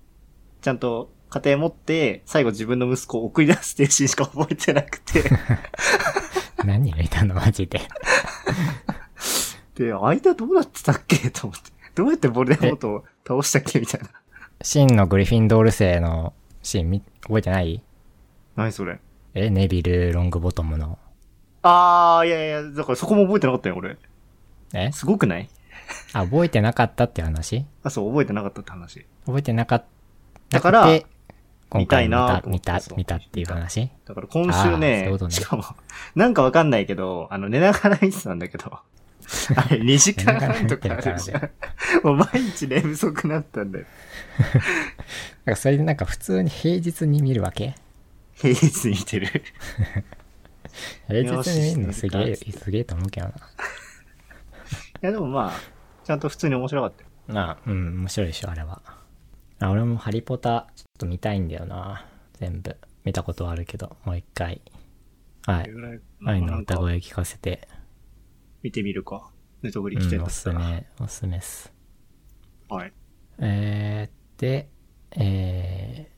Speaker 2: ちゃんと家庭持って、最後自分の息子を送り出すっていうシーンしか覚えてなく て、
Speaker 1: 何見たのマジで。
Speaker 2: で、間どうなってたっけと思って。どうやってボルデモートを倒したっけみたい な。
Speaker 1: 真のグリフィンドール生のシーン見、覚えてない
Speaker 2: 何それ。
Speaker 1: え、ネビル・ロングボトムの。
Speaker 2: あー、いやいや、だからそこも覚えてなかったよ、俺。
Speaker 1: え
Speaker 2: すごくない
Speaker 1: あ、覚えてなかったって話
Speaker 2: あ、そう、覚えてなかったって話。
Speaker 1: 覚えてなかった。
Speaker 2: だから
Speaker 1: 今回
Speaker 2: 見たい
Speaker 1: 見
Speaker 2: な
Speaker 1: た、
Speaker 2: と思っ
Speaker 1: 見
Speaker 2: て
Speaker 1: た
Speaker 2: そ、う
Speaker 1: 見たっていう話
Speaker 2: だから今週
Speaker 1: あー
Speaker 2: ね、
Speaker 1: そういうことね
Speaker 2: しかも、 なんかわかんないけど、あの、寝ながら見てたんだけど、あ れ、2時間半とかあるじゃん。もう毎日寝不足になったんだよ。
Speaker 1: だからそれでなんか普通に平日に見るわけ
Speaker 2: 平日に 見てる。
Speaker 1: 平日に見るの
Speaker 2: よ
Speaker 1: す
Speaker 2: し
Speaker 1: げえ、
Speaker 2: してる
Speaker 1: すげえと思うけどな。
Speaker 2: いや、でもまあ、ちゃんと普通に面白かったよ。
Speaker 1: なあ、うん、面白いでしょ、あれは。あ、俺もハリポタ、ちょっと見たいんだよな。全部。見たことはあるけど、もう一回。はい。
Speaker 2: ぐらい
Speaker 1: 愛の
Speaker 2: なん
Speaker 1: 歌
Speaker 2: か、
Speaker 1: 声聞かせて、
Speaker 2: 見てみるか。ネトフリ来
Speaker 1: う
Speaker 2: て
Speaker 1: ん、
Speaker 2: んだ
Speaker 1: お
Speaker 2: っ
Speaker 1: す
Speaker 2: た
Speaker 1: す
Speaker 2: ら。
Speaker 1: め、おすすめっす。
Speaker 2: はい。
Speaker 1: えー、で、え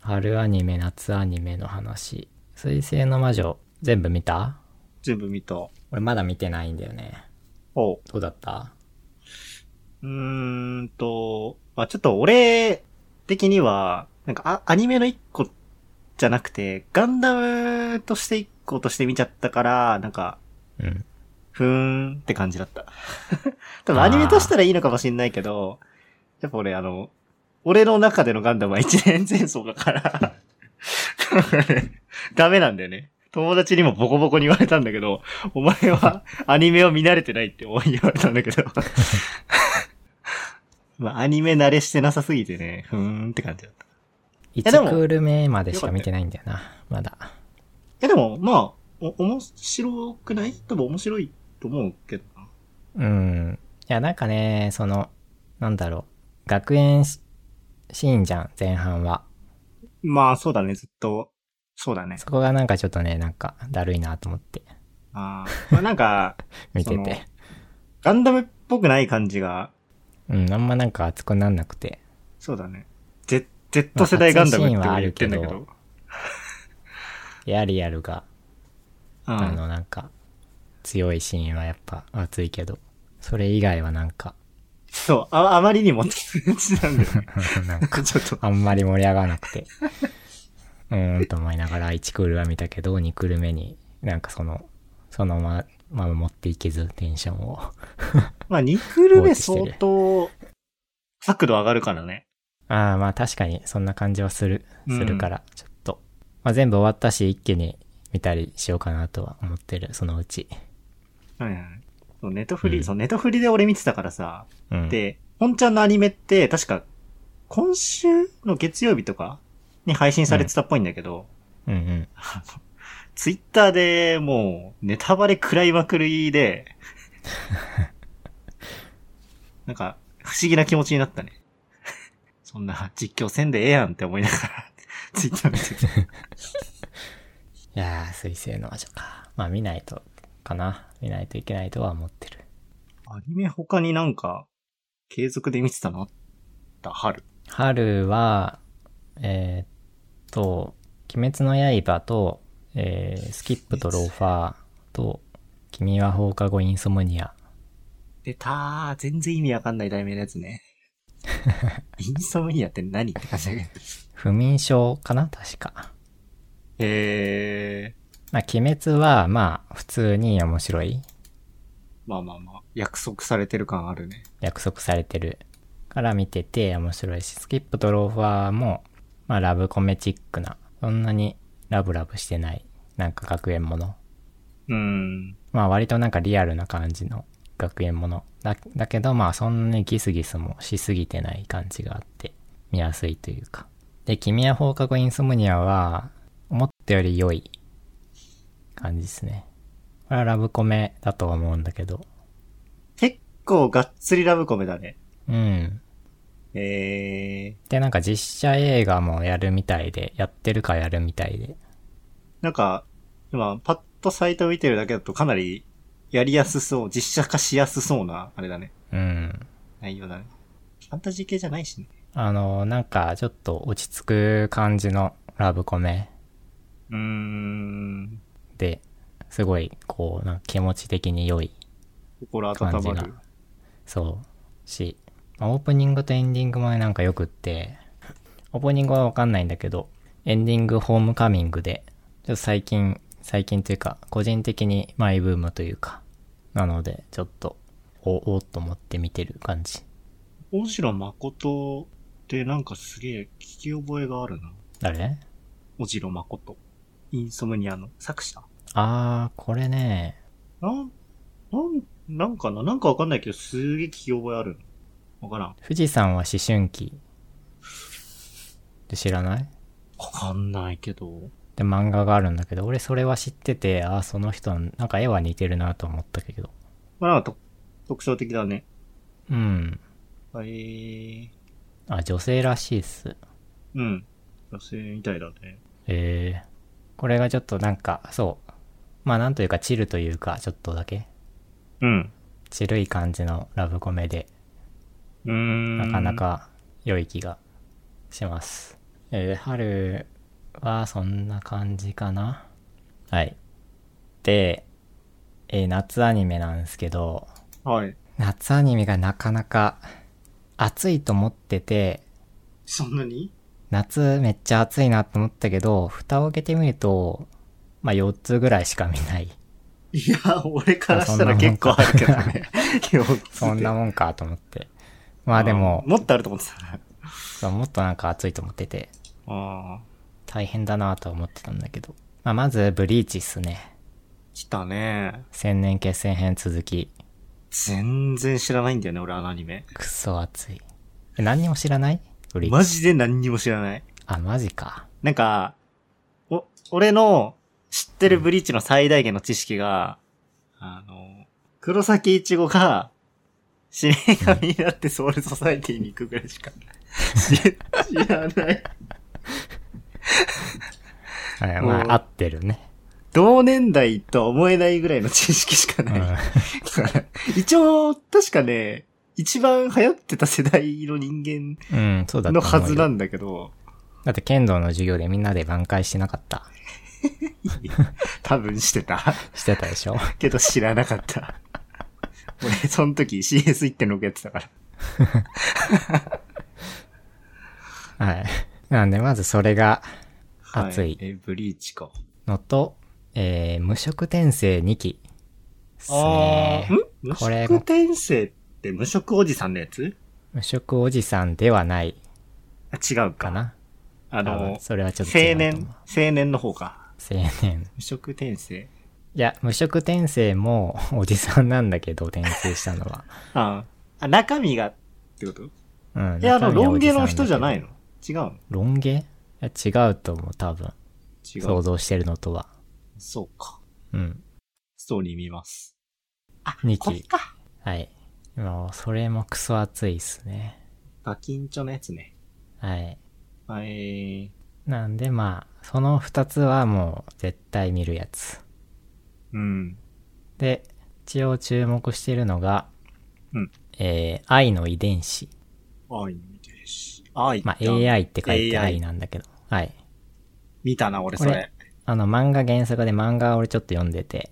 Speaker 1: ー、春アニメ、夏アニメの話。水星の魔女、全部見た
Speaker 2: 全部見た。
Speaker 1: 俺まだ見てないんだよね。
Speaker 2: おう。
Speaker 1: どうだった
Speaker 2: うーんと、まあちょっと俺的には、なんかあアニメの一個じゃなくて、ガンダムとして一個として見ちゃったから、なんか、
Speaker 1: うん。
Speaker 2: ふーんって感じだった。 多分アニメとしたらいいのかもしんないけど、やっぱ俺あの、俺の中でのガンダムは一年前奏だから、 ダメなんだよね。友達にもボコボコに言われたんだけど、お前はアニメを見慣れてないって言われたんだけど。 まあ、アニメ慣れしてなさすぎてね、ふーんって感じだった。い
Speaker 1: 1
Speaker 2: やでも
Speaker 1: クール目までしか見てないんだよな。まだ。
Speaker 2: やでも、まあ、お、面白くない多分面白いと思うけどな。
Speaker 1: うん。いや、なんかね、その、なんだろう。学園シシーンじゃん、前半は。
Speaker 2: まあ、そうだね、ずっと。そうだね。
Speaker 1: そこがなんかちょっとね、なんか、だるいなと思って、
Speaker 2: あーまあ、な んか、
Speaker 1: 見て
Speaker 2: その
Speaker 1: て。
Speaker 2: ガンダムっぽくない感じが、
Speaker 1: うん、あんまなんか熱くなんなくて。
Speaker 2: そうだね。Z、Z 世代ガンダムって俺言ってんだけ
Speaker 1: まあ熱い
Speaker 2: ど。
Speaker 1: エアリアルが、
Speaker 2: うん
Speaker 1: あの、なんか、強いシーンはやっぱ熱いけど、それ以外はなんか、
Speaker 2: そう、あ、あまりにもって感じなんだよね。
Speaker 1: なんか、
Speaker 2: ちょっと。
Speaker 1: あんまり盛り上がらなくて、 うーんと思いながら1クールは見たけど、2クール目になんかその、そのまま持っていけず、テンションを。
Speaker 2: まあ、2クール
Speaker 1: 放
Speaker 2: 目
Speaker 1: 置してる
Speaker 2: 相当、角度上がるからね。
Speaker 1: ああ、まあ確かにそんな感じはする、
Speaker 2: うん
Speaker 1: するから、ちょっと。まあ全部終わったし、一気に見たりしようかなとは思ってる、そのうち。
Speaker 2: はいはい。そうネトフリ、
Speaker 1: うん
Speaker 2: そう、ネトフリで俺見てたからさ。
Speaker 1: うん。
Speaker 2: で、本ちゃんのアニメって、確か、今週の月曜日とかに配信されてたっぽいんだけど、
Speaker 1: うんうん。
Speaker 2: あの、ツイッターでもう、ネタバレ食らいまくりで、なんか、不思議な気持ちになったね。そんな実況せんでええやんって思いながら、ツイッター見てて。
Speaker 1: いやー、水星の魔女か。まあ見ないと、かな。見ないといけないとは思ってる。
Speaker 2: アニメ他になんか、継続で見てたのあった春。
Speaker 1: 春は、えーっと、鬼滅の刃と、えー、スキップとローファーと、君は放課後インソムニア。
Speaker 2: 出たー。全然意味わかんない題名のやつね。インソムニアって何って感じだけど。
Speaker 1: 不眠症かな確か。
Speaker 2: えー。
Speaker 1: まあ、鬼滅は、まあ、普通に面白い。
Speaker 2: まあまあまあ、約束されてる感あるね。
Speaker 1: 約束されてるから見てて面白いし、スキップとローファーも、まあ、ラブコメチックな、そんなにラブラブしてない、なんか学園もの。
Speaker 2: うん。
Speaker 1: まあ、割となんかリアルな感じの学園もの。だ、だけど、まあ、そんなにギスギスもしすぎてない感じがあって、見やすいというか。で、君は放課後インソムニアは、思ったより良い感じですね。これはラブコメだとは思うんだけど。
Speaker 2: 結構がっつりラブコメだね。
Speaker 1: うん。
Speaker 2: えー、
Speaker 1: で、なんか実写映画もやるみたいで、やってるかやるみたいで。
Speaker 2: なんか、今、パッとサイト見てるだけだとかなりやりやすそう、実写化しやすそうな、あれだね。
Speaker 1: うん。
Speaker 2: 内容だね。ファンタジー系じゃないしね。
Speaker 1: あの、なんかちょっと落ち着く感じのラブコメ
Speaker 2: うーん。
Speaker 1: で、すごい、こう、なんか気持ち的に良い、
Speaker 2: 心温ま
Speaker 1: 感じ
Speaker 2: る
Speaker 1: が。そう、し、まあオープニングとエンディングもねなんか良くって、オープニングはわかんないんだけど、エンディングホームカミングで、ちょっと最近、最近というか、個人的にマイブームというか、なので、ちょっと、お、おっと思って見てる感じ。
Speaker 2: 大城誠ってなんかすげえ聞き覚えがあるな。
Speaker 1: 誰
Speaker 2: 大城誠。インソムニアの作者。
Speaker 1: あー、これね、
Speaker 2: なん、なん、なんかななんかわかんないけど、すげえ聞き覚えある。わからん。わ
Speaker 1: 富士山は思春期。って知らない
Speaker 2: かんないけど。
Speaker 1: で、漫画があるんだけど、俺それは知ってて、あー、その人、なんか絵は似てるなと思ったけど。
Speaker 2: まあなんかと特徴的だね。
Speaker 1: うん。
Speaker 2: えー、
Speaker 1: あ、女性らしいっす。
Speaker 2: うん。女性みたいだね。
Speaker 1: えー。これがちょっとなんか、そう。まあなんというか、チルというか、ちょっとだけ。
Speaker 2: うん。
Speaker 1: チルい感じのラブコメで、
Speaker 2: うーん。
Speaker 1: なかな。か良い気がします。えー春はそんな感じかな。はい。で、えー夏アニメなんですけど、
Speaker 2: はい。
Speaker 1: 夏アニメがなかなか暑いと思ってて、
Speaker 2: そんなに
Speaker 1: 夏めっちゃ暑いなと思ったけど、蓋を開けてみると、まあ4つぐらいしか見ない。
Speaker 2: いや、俺からしたら結構あるけどね。
Speaker 1: そんな
Speaker 2: もん
Speaker 1: もんかと思って。まあでも、
Speaker 2: もっとあると思ってた。
Speaker 1: そうもっとなんか暑いと思ってて、
Speaker 2: ああ。
Speaker 1: 大変だなとは思ってたんだけど。まあまず、ブリーチっすね。
Speaker 2: 来たね。
Speaker 1: 千年決戦編続き。
Speaker 2: 全然知らないんだよね、俺あのアニメ。
Speaker 1: くそ暑い。え何にも知らないブリーチ。
Speaker 2: マジで何にも知らない。
Speaker 1: あ、マジか。
Speaker 2: なんか、お、俺の知ってるブリーチの最大限の知識が、あの、黒崎一護が死神になってソウルソサイティに行くぐらいしか知知らない。
Speaker 1: え
Speaker 2: もう
Speaker 1: まあ、合ってるね。
Speaker 2: 同年代とは思えないぐらいの知識しか
Speaker 1: う
Speaker 2: ない。
Speaker 1: ん。
Speaker 2: 一応、確かね、一番流行ってた世代の人間
Speaker 1: うん、そうだと
Speaker 2: の
Speaker 1: 思うよ
Speaker 2: はずなんだけど、
Speaker 1: だって剣道の授業でみんなで挽回してなかった。
Speaker 2: 多分してた。
Speaker 1: してたで しょ
Speaker 2: けど知らなかった。俺、その時 CS1.6 やってたから。
Speaker 1: はい。なんで、まずそれが
Speaker 2: は
Speaker 1: 熱い
Speaker 2: え、ブリーチか。
Speaker 1: のと、えー、無色転生2期。っすね
Speaker 2: ーん無
Speaker 1: これ
Speaker 2: 色転生って無色おじさんのやつ
Speaker 1: 無色おじさんではない
Speaker 2: あ、違うか。
Speaker 1: かな。多
Speaker 2: あの
Speaker 1: 分、それはちょっと違
Speaker 2: 青
Speaker 1: うと思
Speaker 2: 年、青年の方か。
Speaker 1: う。青年。
Speaker 2: 無色転生。
Speaker 1: いや、無色転生もおじさんなんだけど、転生したの は。
Speaker 2: あ、あ中身が、ってこと
Speaker 1: うん。
Speaker 2: いや、あの、
Speaker 1: 中身は
Speaker 2: ロ
Speaker 1: お
Speaker 2: ン
Speaker 1: じ
Speaker 2: 毛
Speaker 1: さん
Speaker 2: の
Speaker 1: だけど
Speaker 2: 人じゃないの違うの
Speaker 1: ロン毛いや違うと思う、多分。
Speaker 2: 違う。そ
Speaker 1: 想
Speaker 2: う
Speaker 1: 像してるのとは。
Speaker 2: か。
Speaker 1: うん。
Speaker 2: ストーリー見ます。
Speaker 1: 2
Speaker 2: これ
Speaker 1: 期。
Speaker 2: か。
Speaker 1: はい。もう、それもクソ熱いっすね。
Speaker 2: ガキンチョのやつね。
Speaker 1: はい。
Speaker 2: はい。え
Speaker 1: なんでまあ、その二つはもう絶対見るやつ。
Speaker 2: ー、うん。
Speaker 1: で、一応注目してるのが、
Speaker 2: うん
Speaker 1: えー、愛の遺伝子。
Speaker 2: 愛見てるし。愛
Speaker 1: まあ、AI って書いて
Speaker 2: AI
Speaker 1: 愛なんだけど。はい。
Speaker 2: 見たな、俺それ。
Speaker 1: これあの、漫画原作で漫画俺ちょっと読んでて、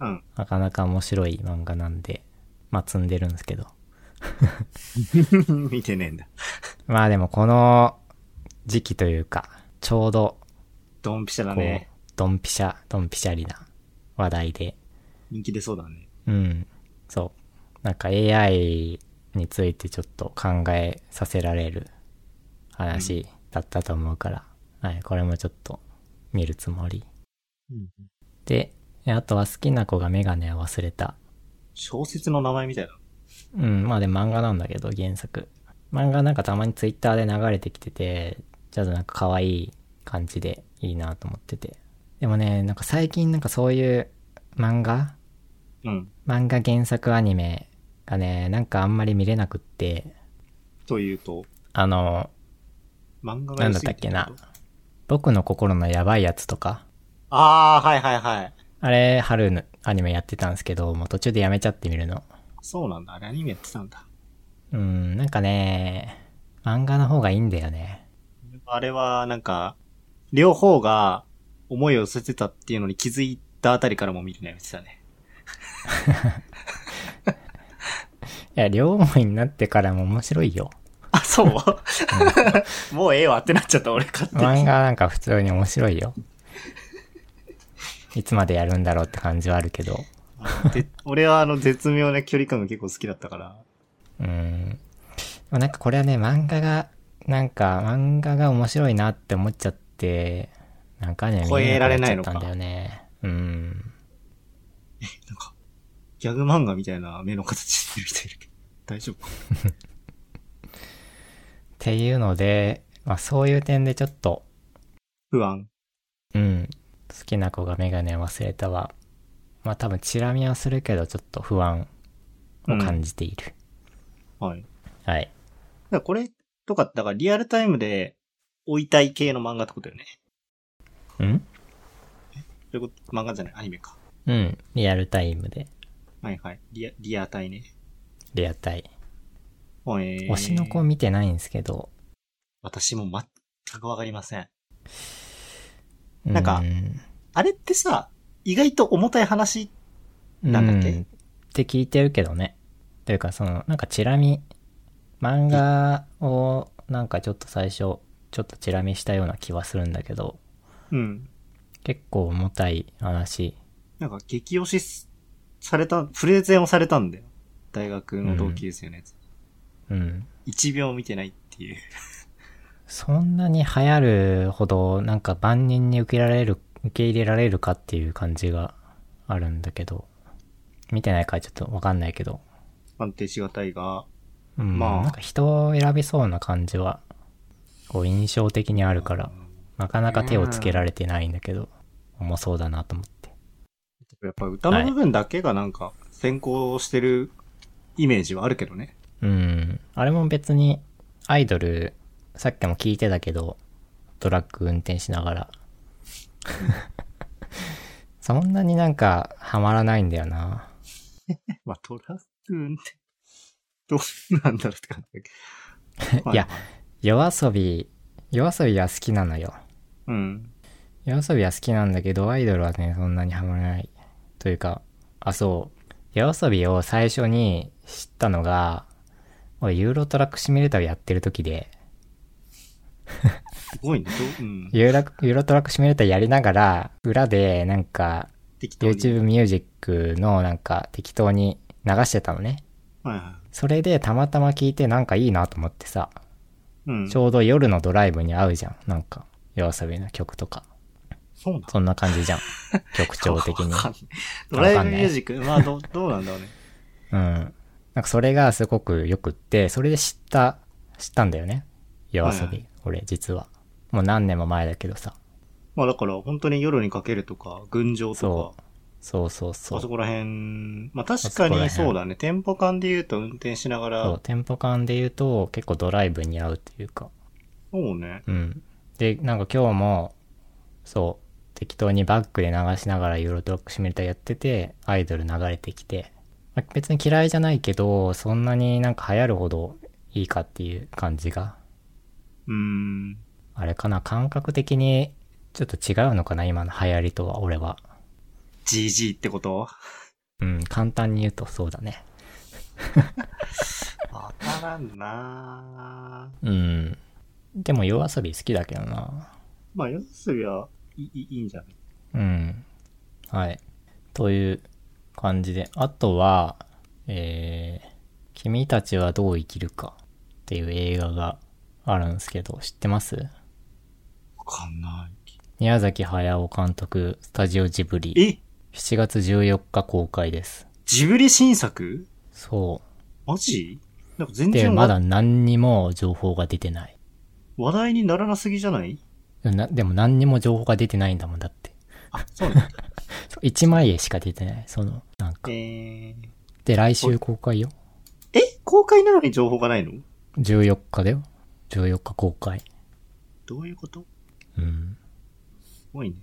Speaker 2: うん。
Speaker 1: なかなか面白い漫画なんで、まあ、積んでるんですけど。
Speaker 2: 見てねえん だ。
Speaker 1: まあでもこの時期というか、ちょうど、
Speaker 2: ドンピシャだ
Speaker 1: こう
Speaker 2: ね。、
Speaker 1: ドンピシャ、ドンピシャリな話題で。
Speaker 2: 人気出そうだね。
Speaker 1: うん。そう。なんか AI についてちょっと考えさせられる話だったと思うから、はい、これもちょっと見るつもり。
Speaker 2: うん。
Speaker 1: で、えあとは好きな子がメガネを忘れた。
Speaker 2: 小説の名前みたいだ。
Speaker 1: うん、まあでも漫画なんだけど、原作。漫画なんかたまにツイッターで流れてきてて、ちょっとなんか可愛い感じでいいなと思ってて。でもね、なんか最近なんかそういう漫画
Speaker 2: うん。
Speaker 1: 漫画原作アニメがね、なんかあんまり見れなくって、
Speaker 2: というと、
Speaker 1: あの、
Speaker 2: 漫画が
Speaker 1: なん
Speaker 2: 良
Speaker 1: だっ
Speaker 2: すぎ
Speaker 1: た
Speaker 2: て
Speaker 1: っけな
Speaker 2: こと。
Speaker 1: 僕の心のやばいやつとか、
Speaker 2: ああ、はいはいはい。
Speaker 1: あれ、春のアニメやってたんですけど、もう途中でやめちゃってみるの。
Speaker 2: そうなんだ。あれアニメやってたんだ。
Speaker 1: うん、なんかね、漫画の方がいいんだよね。
Speaker 2: あれは、なんか、両方が思いを寄せてたっていうのに気づいたあたりからも見るのやめてたね。
Speaker 1: いや、両思いになってからも面白いよ。
Speaker 2: あ、そうもうええわってなっちゃった、俺勝手に。
Speaker 1: 漫画なんか普通に面白いよ。いつまでやるんだろうって感じはあるけど。
Speaker 2: で俺はあの絶妙な距離感が結構好きだったから。
Speaker 1: うん。でもなんかこれはね、漫画が、なんか漫画が面白いなって思っちゃって、なんかね、
Speaker 2: 超えられないの
Speaker 1: 見
Speaker 2: か
Speaker 1: なくなっちゃったんだよね。うん。
Speaker 2: なんか、ギャグ漫画みたいな目の形してる人いるけど。大丈夫か
Speaker 1: っていうので、まあそういう点でちょっと、
Speaker 2: 不安。
Speaker 1: うん。好きな子がメガネを忘れたは、まあ多分チラ見はするけど、ちょっと不安を感じている。
Speaker 2: はい。だか
Speaker 1: はい。
Speaker 2: らこれとか、だからリアルタイムで追いたい系の漫画ってことよね。
Speaker 1: うん
Speaker 2: そういうこと、漫画じゃない、アニメか。
Speaker 1: うん。リアルタイムで、
Speaker 2: はいはい。リア、リアタイね。
Speaker 1: リアタイ。
Speaker 2: はいえー
Speaker 1: 推しの子見てないんですけど。
Speaker 2: 私も全くわかりません。なんか
Speaker 1: うん、
Speaker 2: あれってさ、意外と重たい話、なんだっけ
Speaker 1: うって聞いてるけどね。というか、その、なんかチラ見、漫画を、なんかちょっと最初、ちょっとチラ見したような気はするんだけど、
Speaker 2: うん。
Speaker 1: 結構重たい話。
Speaker 2: なんか激推しされた、プレゼンをされたんだよ。大学の同級生のやつ。
Speaker 1: うん。
Speaker 2: 一、秒見てないっていう。
Speaker 1: そんなに流行るほど、なんか万人に受けられる、受け入れられるかっていう感じがあるんだけど、見てないからちょっとわかんないけど、
Speaker 2: 判定しがたいが、
Speaker 1: うん、
Speaker 2: まあ
Speaker 1: なんか人を選びそうな感じは、こう印象的にあるから、なかなか手をつけられてないんだけど、重そうだなと思って。
Speaker 2: やっぱ歌の部分だけがなんか先行してるイメージはあるけどね。
Speaker 1: うん。あれも別に、アイドル、さっきも聞いてたけど、トラック運転しながら。 そんなになんか、ハマらないんだよな。
Speaker 2: まあトラックンって、どうなんだろうって感じだけど。
Speaker 1: いや、夜遊び、夜遊びは好きなのよ。
Speaker 2: うん。
Speaker 1: 夜遊びは好きなんだけど、アイドルはね、そんなにハマらない。というか、あ、そう。夜遊びを最初に知ったのが、俺、ユーロトラックシミュレーターをやってる時で、
Speaker 2: すごいね。どううん。
Speaker 1: ユーラユーロトラックシミュレーターやりながら、裏で、なんか、
Speaker 2: 適当に。
Speaker 1: YouTube ミュージックのなんか適当に流してたのね。
Speaker 2: はいは
Speaker 1: それでたまたま聞いてなんかいいなと思ってさ、
Speaker 2: い。うん。
Speaker 1: ちょうど夜のドライブに合うじゃん。なんか、夜遊びの曲とか。
Speaker 2: そうなんだ
Speaker 1: そんな感じじゃん。曲調的に
Speaker 2: わ。かんないド
Speaker 1: わかんない
Speaker 2: ライブミュージック、まあどう、どうなんだろうね。
Speaker 1: うん。なんかそれがすごくよくって、それで知った、知ったんだよね。夜遊
Speaker 2: はいは
Speaker 1: び。俺、実は。もう何年も前だけどさ。
Speaker 2: まあだから、本当に夜にかけるとか、群青と
Speaker 1: そ
Speaker 2: か、
Speaker 1: そうそうそ
Speaker 2: あ
Speaker 1: う。
Speaker 2: そ
Speaker 1: そ
Speaker 2: こら辺、まあ確かにそうだね。店舗間で言うと運転しながら
Speaker 1: う、、テンポ感で言うと結構ドライブに合うというか。
Speaker 2: そうね。
Speaker 1: うん。で、なんか今日も、そう、適当にバックで流しながらユーロトラックシミュレーターやってて、アイドル流れてきて、まあ別に嫌いじゃないけど、そんなになんか流行るほどいいかっていう感じが、
Speaker 2: うーん。
Speaker 1: あれかな、感覚的にちょっと違うのかな、今の流行りとは、俺は。
Speaker 2: GG ってこと
Speaker 1: うん、簡単に言うとそうだね。
Speaker 2: わからんなぁ
Speaker 1: うん。でも夜遊び好きだけどな。
Speaker 2: まあ、夜遊びはいいいいいんじゃない
Speaker 1: うん。はい。という感じで。あとは、えー、君たちはどう生きるかっていう映画があるんですけど、知ってます
Speaker 2: わかんない。
Speaker 1: 宮崎駿監督、スタジオジブリ。
Speaker 2: え
Speaker 1: 7月14日公開です。
Speaker 2: ジブリ新作
Speaker 1: そ
Speaker 2: マジなんか全
Speaker 1: う。で、
Speaker 2: 然
Speaker 1: ま
Speaker 2: わ
Speaker 1: だ何にも情報が出てない。
Speaker 2: 話題にならなすぎじゃない
Speaker 1: なでも何にも情報が出てないんだもんだって。
Speaker 2: あ、そうなんだ。
Speaker 1: そう一枚絵しか出てない。その、なん
Speaker 2: え
Speaker 1: か。
Speaker 2: ー、
Speaker 1: で、来週公開よ。
Speaker 2: え公開なのに情報がないの
Speaker 1: 14日だよ。14日公開。
Speaker 2: どういうこと
Speaker 1: うん。
Speaker 2: すごいね。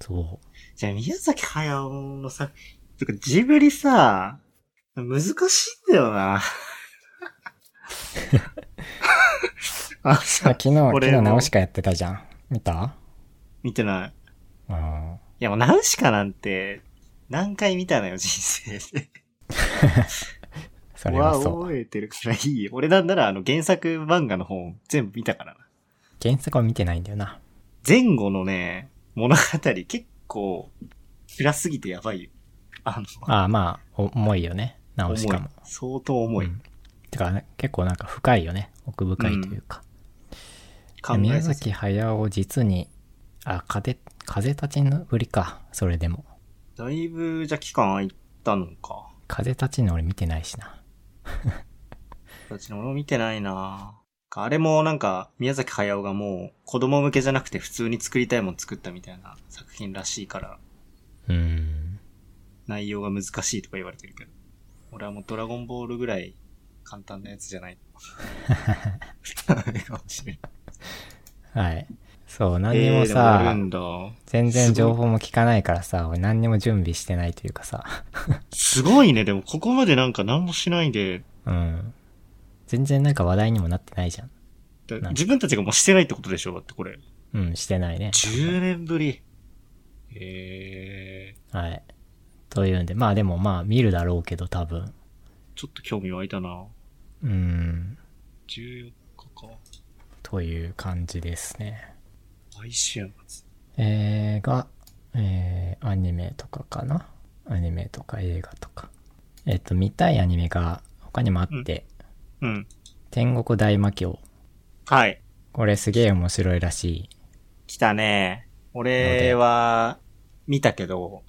Speaker 1: そう。
Speaker 2: じゃあ宮崎駿のさ、てかジブリさ、難しいんだ よな。あ、
Speaker 1: あ
Speaker 2: さ、
Speaker 1: 昨日、昨
Speaker 2: 俺
Speaker 1: 日
Speaker 2: も
Speaker 1: ナウシカやってたじゃん。見た
Speaker 2: 見てない。
Speaker 1: うん。
Speaker 2: いやもうナウシカなんて、何回見たのよ、人生で。
Speaker 1: それ
Speaker 2: 俺は
Speaker 1: はそう。
Speaker 2: 覚えてるからいいよ。俺なんならあの原作漫画の本全部見たからな。
Speaker 1: 原作は見てないんだよな。
Speaker 2: 前後のね、物語結構、暗すぎてやばいよ。あの、
Speaker 1: ああ、まあ、お重いよね。ナウシカも。
Speaker 2: 相当重い。
Speaker 1: うんてか、ね、結構なんか深いよね。奥深いというか。
Speaker 2: 考え
Speaker 1: 宮
Speaker 2: させ
Speaker 1: 崎駿実に、あ、風、風立ちのぶりか。それでも。
Speaker 2: だいぶ、じゃあ期間空いたのか。
Speaker 1: 風立ちの俺見てないしな。
Speaker 2: 私の俺も見てないなあれもなんか、宮崎駿がもう、子供向けじゃなくて普通に作りたいもん作ったみたいな作品らしいから、
Speaker 1: うん。
Speaker 2: 内容が難しいとか言われてるけど。俺はもうドラゴンボールぐらい簡単なやつじゃ ない。 ダメかもしれない。
Speaker 1: はい。そう、何に
Speaker 2: え
Speaker 1: も
Speaker 2: ーでも
Speaker 1: さ、
Speaker 2: あるんだ。
Speaker 1: 全
Speaker 2: すご
Speaker 1: 然
Speaker 2: い
Speaker 1: 情報も聞かないからさ、俺何にも準備してないというかさ、
Speaker 2: すごいね。でもここまでなんか何もしないで、
Speaker 1: うん。全然なんか話題にもなってないじゃん。
Speaker 2: だ
Speaker 1: なんか
Speaker 2: 自分たちがもうしてないってことでしょだってこれ。
Speaker 1: うん、してないね。
Speaker 2: 10年ぶり。えー、
Speaker 1: はい。というんで、まあでもまあ見るだろうけど多分。
Speaker 2: ちょっと興味湧いたな
Speaker 1: うん、
Speaker 2: 14日か。
Speaker 1: という感じですね。
Speaker 2: 来週末。
Speaker 1: えー、が、えー、アニメとかかなアニメとか映画とか。えっ、と、見たいアニメが他にもあって、
Speaker 2: うん。
Speaker 1: 天国大魔教。
Speaker 2: はい。
Speaker 1: これすげえ面白いらしい。
Speaker 2: 来たね。俺は、見たけど、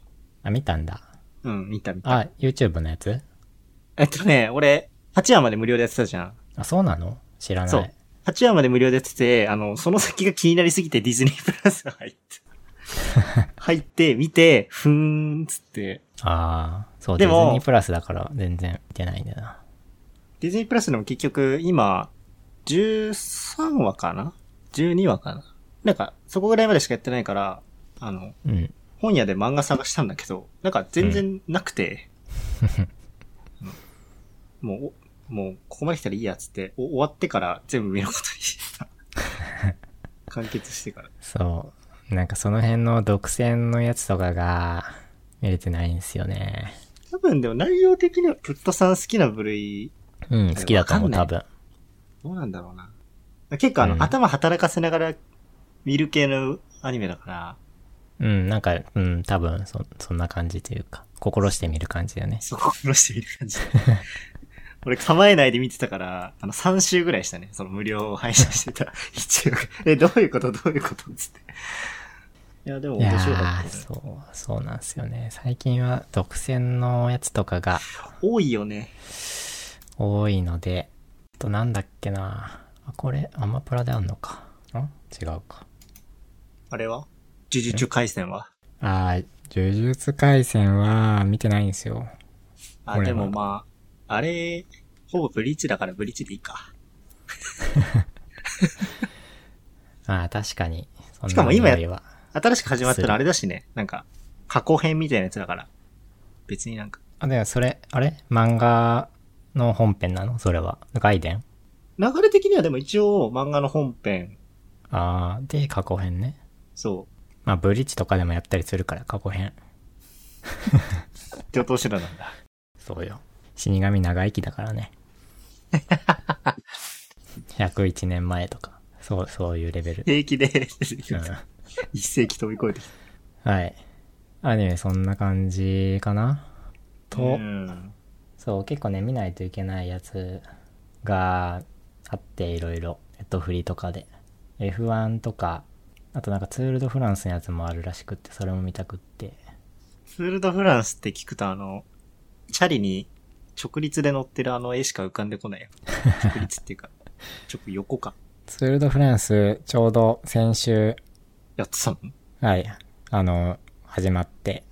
Speaker 1: あ、見たんだ。
Speaker 2: うん、見た見た。
Speaker 1: あ、YouTube のやつ
Speaker 2: えっとね、俺、8話まで無料でやってたじゃん。
Speaker 1: あ、そうなの知らない。
Speaker 2: そう8話まで無料でやってて、あの、その先が気になりすぎてディズニープラス入 った。入って、見て、ふーんっつって。
Speaker 1: ああ、そう、
Speaker 2: で
Speaker 1: デ
Speaker 2: も
Speaker 1: ィズニープラスだから全然見てないんだよな。
Speaker 2: ディズニープラスでも結局、今、13話かな ?12 話かななんか、そこぐらいまでしかやってないから、あの、
Speaker 1: うん。
Speaker 2: 本屋で漫画探したんだけど、なんか全然なくて、うんもう、おもう、ここまで来たらいいやっつって、お終わってから全部見ることに した。完結してから。
Speaker 1: そう。なんかその辺の独占のやつとかが見れてないんですよね。
Speaker 2: 多分でも内容的には、プットさん好きな部類、
Speaker 1: うん、好きだと思う、多
Speaker 2: わかんな
Speaker 1: 分。
Speaker 2: どうなんだろうな。結構あの、
Speaker 1: うん
Speaker 2: 頭働かせながら見る系のアニメだから、
Speaker 1: うん、なんか、うん、多分、そ、そんな感じというか、心して見る感じだよね。
Speaker 2: そこを下ろしてみる感じ。俺構えないで見てたから、あの、3週ぐらいしたね。その無料配信してた。 一応。え、どういうことどういうことつって。いや、でも
Speaker 1: いや
Speaker 2: 面白か
Speaker 1: ー、
Speaker 2: った、ね。
Speaker 1: そう、そうなんですよね。最近は独占のやつとかが
Speaker 2: 多いよね。
Speaker 1: 多いので、あとなんだっけなあ、これ、アマプラであんのか。ん違うか。
Speaker 2: あれは呪術回戦は。
Speaker 1: あー、呪術回戦は見てないんですよ。
Speaker 2: あ、
Speaker 1: これ
Speaker 2: で
Speaker 1: は
Speaker 2: もまあ、あれ、ほぼブリーチだからブリーチでいいか。
Speaker 1: ああ、確かに。そんな
Speaker 2: しかも今や
Speaker 1: 匂いは
Speaker 2: 新しく始まったのあれだしね。なんか、過去編みたいなやつだから。別になんか。
Speaker 1: あ、でもそれ、あれ漫画の本編なのそれは。外伝
Speaker 2: 流れ的にはでも一応漫画の本編、
Speaker 1: ああ、で、過去編ね。
Speaker 2: そ
Speaker 1: まあ、ブリッジとかでもやったりするから、過去編。
Speaker 2: う、手落としらなんだ。
Speaker 1: そうよ。死神長生きだからね。101年前とか。そう、そういうレベル。
Speaker 2: 平気で、
Speaker 1: うん、
Speaker 2: 一世紀飛び越えてきた。
Speaker 1: はい。アニメそんな感じかなと、
Speaker 2: うん。
Speaker 1: そう、結構ね、見ないといけないやつがあって、いろいろ、ネットフリとかで。F1 とか、あとなんかツール・ド・フランスのやつもあるらしくって、それも見たくって。
Speaker 2: ツール・ド・フランスって聞くとあの、チャリに直立で乗ってるあの絵しか浮かんでこない よ。直立っていうか、直横か。
Speaker 1: ツール・ド・フランス、ちょうど先週、
Speaker 2: やってたの
Speaker 1: はい、あの、始まって、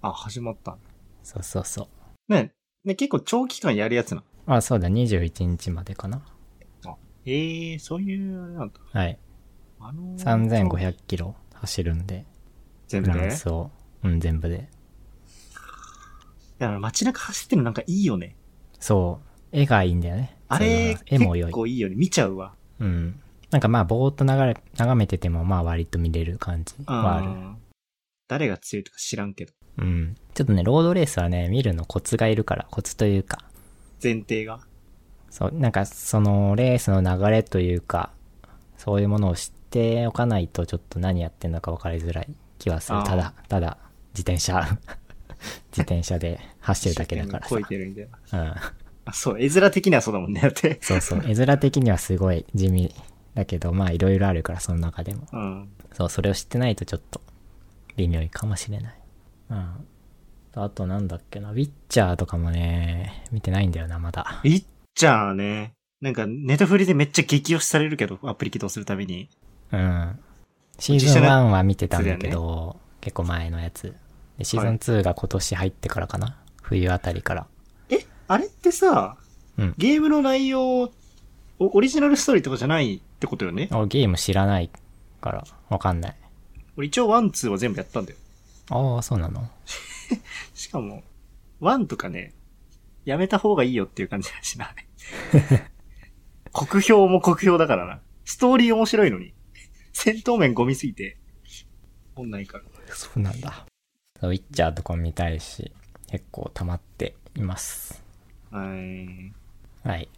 Speaker 2: あ、始まった。
Speaker 1: そうそうそう。
Speaker 2: ね、ね、結構長期間やるやつなの。
Speaker 1: あ、そうだ、21日までかな。
Speaker 2: ええー、そういう、あれなんだ。
Speaker 1: はい。
Speaker 2: あのー
Speaker 1: 3500キロ走るんで、
Speaker 2: 全
Speaker 1: フ
Speaker 2: 部
Speaker 1: ラン
Speaker 2: ね。
Speaker 1: スを、うん、全部で。
Speaker 2: だから街中走ってるのなんかいいよね。
Speaker 1: そう、絵がいいんだよね。
Speaker 2: あ
Speaker 1: ツールドフラ
Speaker 2: れ、
Speaker 1: ンス絵も良
Speaker 2: 結
Speaker 1: い。
Speaker 2: 構いいよね。見ちゃうわ。
Speaker 1: うん。なんかまあ、ぼーっと流れ、眺めてても、まあ割と見れる感じはあ
Speaker 2: う
Speaker 1: る。
Speaker 2: ん誰が強いとか知らんけど。
Speaker 1: うん。ちょっとね、ロードレースはね、見るのコツがいるから、コツというか、
Speaker 2: 前提が。
Speaker 1: そう、なんかそのレースの流れというか、そういうものを知っておかないと、ちょっと何やってんのか分かりづらい気はする
Speaker 2: あ。ー
Speaker 1: ただ、ただ、自転車、 自転車で走ってるだけだから
Speaker 2: 一生
Speaker 1: さ
Speaker 2: 懸命。こいてるみたいな。
Speaker 1: うん。
Speaker 2: あ、そう、絵面的にはそうだもんね。だって。
Speaker 1: そうそう。絵面的にはすごい地味だけど、まあいろいろあるから、その中でも。
Speaker 2: うん。
Speaker 1: そう、それを知ってないとちょっと微妙かもしれない。うん。あとなんだっけな、ウィッチャーとかもね、見てないんだよな、まだ。
Speaker 2: いっちゃんね。なんか、ネタフリでめっちゃ激推しされるけど、アプリ起動するたびに。
Speaker 1: うん。シーズン
Speaker 2: 実写
Speaker 1: 1
Speaker 2: の
Speaker 1: は見てたんだけど、結構前のやつ。で、シーズン2が今年入ってからかな。冬あたりから。
Speaker 2: え、あれってさ、
Speaker 1: うん
Speaker 2: ゲームの内容、おオリジナルストーリーとかじゃないってことよね。
Speaker 1: あゲーム知らないから、わかんない。
Speaker 2: 俺一応ワン、ツーは全部やったんだよ。
Speaker 1: ああ、そうなの。
Speaker 2: しかも、ワンとかね、やめた方がいいよっていう感じだしな。 国評も国評だからな。ストーリー面白いのに。戦闘面ゴミすぎて。本ないから。
Speaker 1: そうなんだ。ウィッチャーとかも見たいし、結構溜まっています。
Speaker 2: はい。
Speaker 1: はい。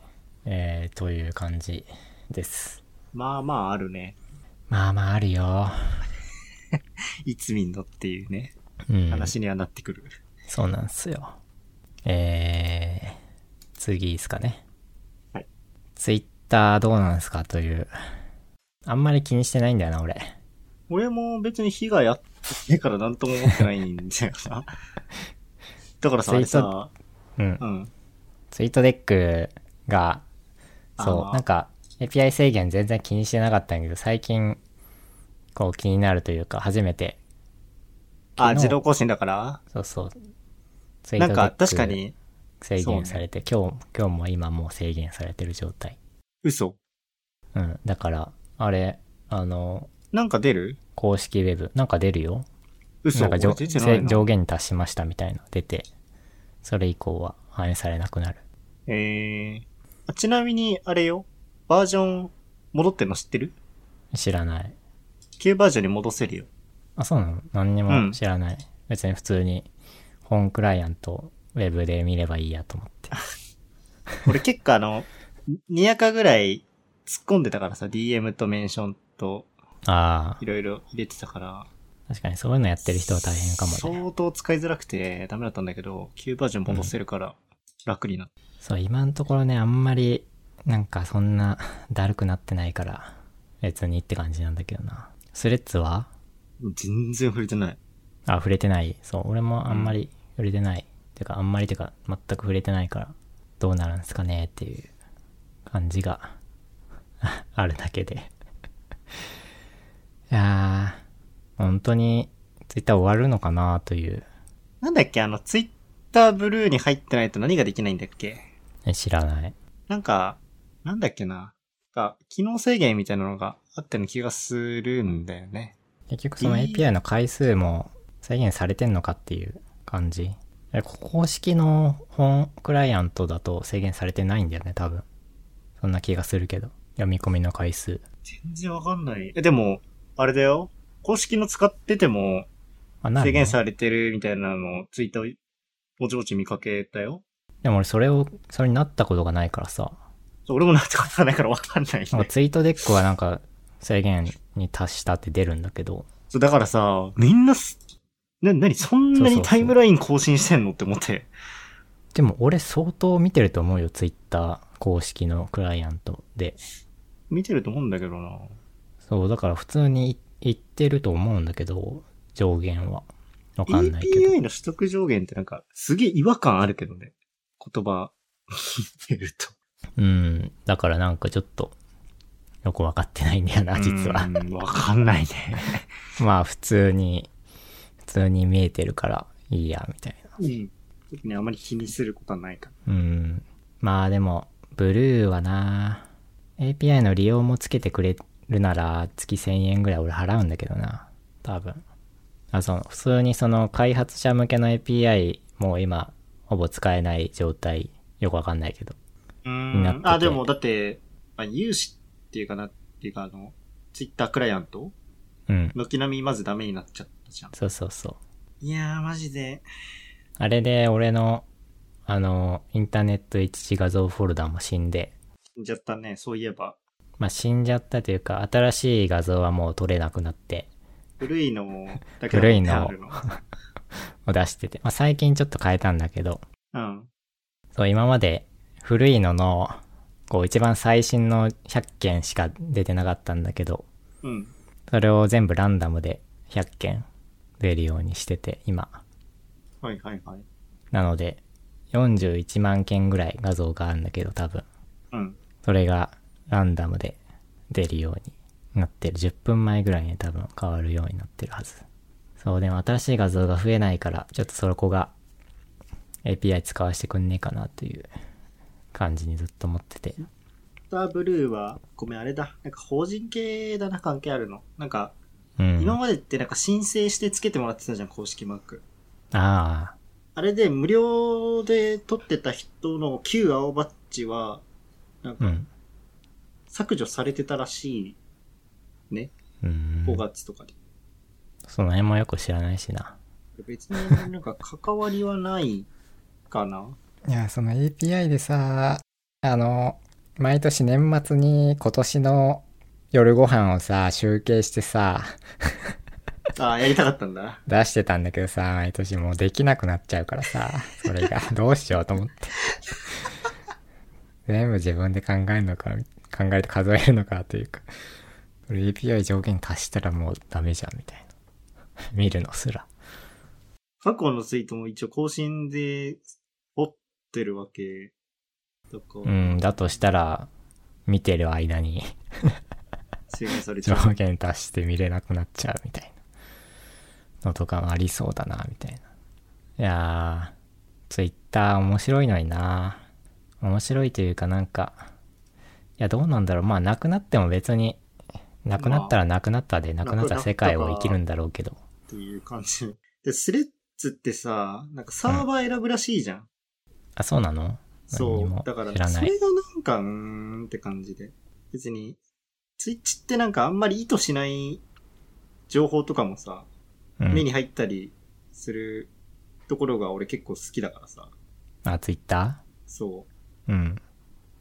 Speaker 1: えー、という感じです。
Speaker 2: まあまああるね。
Speaker 1: まあまああるよ。
Speaker 2: いつ見んのっていうね、
Speaker 1: うん。
Speaker 2: 話にはなってくる。
Speaker 1: そうなんすよ。えー、次ですかね。
Speaker 2: はい。
Speaker 1: ツイッターどうなんすかという。あんまり気にしてないんだよな、俺。
Speaker 2: 俺も別に被害あってないから何とも思ってないんだよ な。だからさ、あれさ、
Speaker 1: うん
Speaker 2: う。ん。
Speaker 1: ツイートデックが、そ
Speaker 2: あ
Speaker 1: う、
Speaker 2: ー
Speaker 1: なんか API 制限全然気にしてなかったんだけど、最近、こう気になるというか、初めて、
Speaker 2: あ、
Speaker 1: 昨日
Speaker 2: 自動更新だから
Speaker 1: そうそう、ツ
Speaker 2: なんか確かに、
Speaker 1: 制
Speaker 2: そうね
Speaker 1: 限されて、今日、今日も今もう制限されてる状態。
Speaker 2: 嘘。
Speaker 1: うん。だから、あれ、あの、
Speaker 2: なんか出る
Speaker 1: 公式ウェブ、なんか出るよ。
Speaker 2: 嘘。
Speaker 1: なんか上
Speaker 2: 俺出てない
Speaker 1: せ
Speaker 2: な
Speaker 1: 上限に達しましたみたいな出て、それ以降は反映されなくなる。
Speaker 2: えー、あちなみに、あれよ。バージョン、戻ってんの知ってる
Speaker 1: 知らない。
Speaker 2: 旧バージョンに戻せるよ。
Speaker 1: あ、そうなの何にも知らない。別に普通に、本クライアント、ウェブで見ればいいやと思 って。
Speaker 2: 俺結構あの、 にやかぐらい突っ込んでたからさ、DM とメンションと
Speaker 1: ああ
Speaker 2: い、ろいろ入れてたから。
Speaker 1: 確かにそういうのやってる人は大変かもね。そう、
Speaker 2: 相当使いづらくてダメだったんだけど、旧バージョン戻せるから楽になった。
Speaker 1: 今のところね、あんまり、なんかそんな、 だるくなってないから、別にって感じなんだけどな。スレッズは
Speaker 2: 全然触れてない。
Speaker 1: あ、触れてない。そう、俺もあんまり触れてない。てか、あんまりてか、全く触れてないから、どうなるんですかねっていう感じが あるだけで。 いやー、本当に、ツイッター終わるのかなという、
Speaker 2: なんだっけ、あの、ツイッターブルーに入ってないと何ができないんだっけ
Speaker 1: え知らない。
Speaker 2: なんか、なんだっけな。なんか機能制限みたいなのがあったような気がするんだよね。
Speaker 1: 結局その
Speaker 2: えー
Speaker 1: API の回数も制限されてんのかっていう感じ。え公式の本クライアントだと制限されてないんだよね、多分。そんな気がするけど。読み込みの回数。
Speaker 2: 全然わかんない。え、でも、あれだよ。公式の使ってても
Speaker 1: あなる
Speaker 2: 制
Speaker 1: ね
Speaker 2: 限されてるみたいなのをツイッターぼちぼち見かけたよ。
Speaker 1: でも俺それを、それになったことがないからさ。
Speaker 2: そう俺もなんてことがないからわかんない、
Speaker 1: なんか
Speaker 2: ね。
Speaker 1: ツイートデックはなんか制限に達したって出るんだけど。
Speaker 2: そう、だからさ、みんなすな、なに、そんなにタイムライン更新してんのって思って。
Speaker 1: でも俺相当見てると思うよ、ツイッター公式のクライアントで。
Speaker 2: 見てると思うんだけどな。
Speaker 1: そう、だから普通に言ってると思うんだけど、上限は。わかんないけど。
Speaker 2: API の取得上限ってなんか、すげえ違和感あるけどね。言 葉、聞いてると。
Speaker 1: うん。だからなんかちょっと、よくわかってないんだよな、実は
Speaker 2: う。ん。わかんないね。
Speaker 1: まあ普通に、普通に見えてるからいいや、みたいな。
Speaker 2: うん。特にあまり気にすることはないか
Speaker 1: うん。まあでも、ブルーはな、API の利用もつけてくれるなら、月1000円ぐらい俺払うんだけどな。多分。あ、その、普通にその開発者向けの API もう今、ほぼ使えない状態、よくわかんないけど。
Speaker 2: う
Speaker 1: なって
Speaker 2: ん。
Speaker 1: て
Speaker 2: あ、でもだって、まあ、有志っていうかな、っていうかあの、ツイッタークライアント
Speaker 1: うん。
Speaker 2: 軒並みまずダメになっちゃったじゃん。
Speaker 1: そうそうそう。
Speaker 2: いやー、マジで。
Speaker 1: あれで俺の、あの、インターネット一致画像フォルダも死んで、
Speaker 2: 死んじゃったね、そういえば。
Speaker 1: まあ、死んじゃったというか、新しい画像はもう撮れなくなって、
Speaker 2: 古いのを、だ
Speaker 1: 古いの
Speaker 2: 持ってあるの
Speaker 1: を出してて、まあ、最近ちょっと変えたんだけど、
Speaker 2: うん。
Speaker 1: そう、今まで古いのの、こう一番最新の100件しか出てなかったんだけど、
Speaker 2: うん。
Speaker 1: それを全部ランダムで100件出るようにしてて、今。
Speaker 2: はいはいはい。
Speaker 1: なので、41万件ぐらい画像があるんだけど、多分。
Speaker 2: うん。
Speaker 1: それがランダムで出るようになってる。10分前ぐらいに多分変わるようになってるはず。そう、でも新しい画像が増えないから、ちょっとそこが API 使わせてくんねえかなという感じにずっと思ってて。
Speaker 2: スターブルーは、ごめん、あれだ。なんか法人系だな、関係あるの。なんか、
Speaker 1: うん。
Speaker 2: 今
Speaker 1: あ
Speaker 2: までってなんか申請してつけてもらってたじゃん、公式マーク。
Speaker 1: あ
Speaker 2: あれで無料で取ってた人の旧青バッジは、なん
Speaker 1: ー、う
Speaker 2: か
Speaker 1: ん。
Speaker 2: 削除されてたらしいね、
Speaker 1: うん。
Speaker 2: 5月とかで。
Speaker 1: その辺もよく知らないしな。
Speaker 2: 別になんか関わりはないかな。
Speaker 1: いや、その API でさ、あの、毎年年末に今年の夜ご飯をさ、集計してさ、
Speaker 2: ああ、やりたかったんだ。
Speaker 1: 出してたんだけどさ、毎年もうできなくなっちゃうからさ、それ が、どうしようと思って。全部自分で考えるのか、考えて数えるのかというか、これ API 上限足したらもうダメじゃんみたいな。見るのすら。
Speaker 2: 過去のツイートも一応更新で追ってるわけだから、
Speaker 1: うん、だとしたら、見てる間 に
Speaker 2: 制限されち
Speaker 1: 上
Speaker 2: ゃう。
Speaker 1: 限足して見れなくなっちゃうみたいなのとかもありそうだな、みたいな。いやー、ツイッター面白いのにな面白いというかなんか、いや、どうなんだろう。まあ、なくなっても別に、なくなったらなくなったで、なくなったら世界を生きるんだろうけど。
Speaker 2: っていう感じ。 で、スレッズってさ、なんかサーバー選ぶらしいじゃん。
Speaker 1: あ、そうなの何
Speaker 2: そ
Speaker 1: にも
Speaker 2: う。だから、
Speaker 1: 知ら
Speaker 2: そ
Speaker 1: ない
Speaker 2: れがなんか、うーんって感じで。別に、ツイッチってなんかあんまり意図しない情報とかもさ、
Speaker 1: う
Speaker 2: 目に
Speaker 1: ん。
Speaker 2: 入ったりするところが俺結構好きだからさ。
Speaker 1: あ、ツイッタ
Speaker 2: そう。
Speaker 1: ーうん。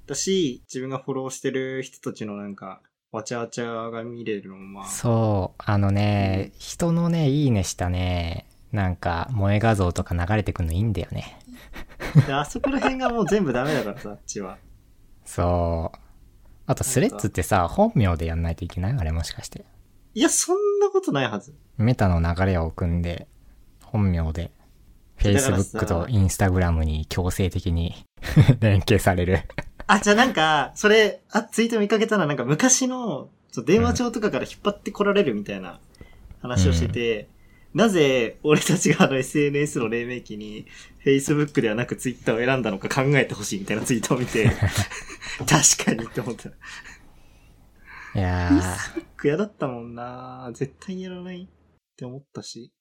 Speaker 2: だし、自分がフォローしてる人たちのなんか、わちゃわちゃが見れるのもまあ、
Speaker 1: そう、あのね、人のね、いいねしたね、なんか、萌え画像とか流れてくるのいいんだよね。
Speaker 2: であそこら辺がもう全部ダメだからさ、あっちは。
Speaker 1: そう。あと、スレッズってさ、本名でやんないといけないあれもしかして。
Speaker 2: いや、そんなことないはず。
Speaker 1: メタの流れを組んで、本名で、
Speaker 2: だからさ
Speaker 1: Facebook と Instagram に強制的に 連携される。
Speaker 2: あ、じゃあなんか、それ、あ、ツイート見かけたらなんか昔の、そう電話帳とかから引っ張ってこられるみたいな話をしてて、なぜ俺たちがあの SNS の黎明期に Facebook ではなく Twitter を選んだのか考えてほしいみたいなツイートを見 て、確かにって思った。
Speaker 1: いや
Speaker 2: 悔やだったもんな絶対やらないって思ったし。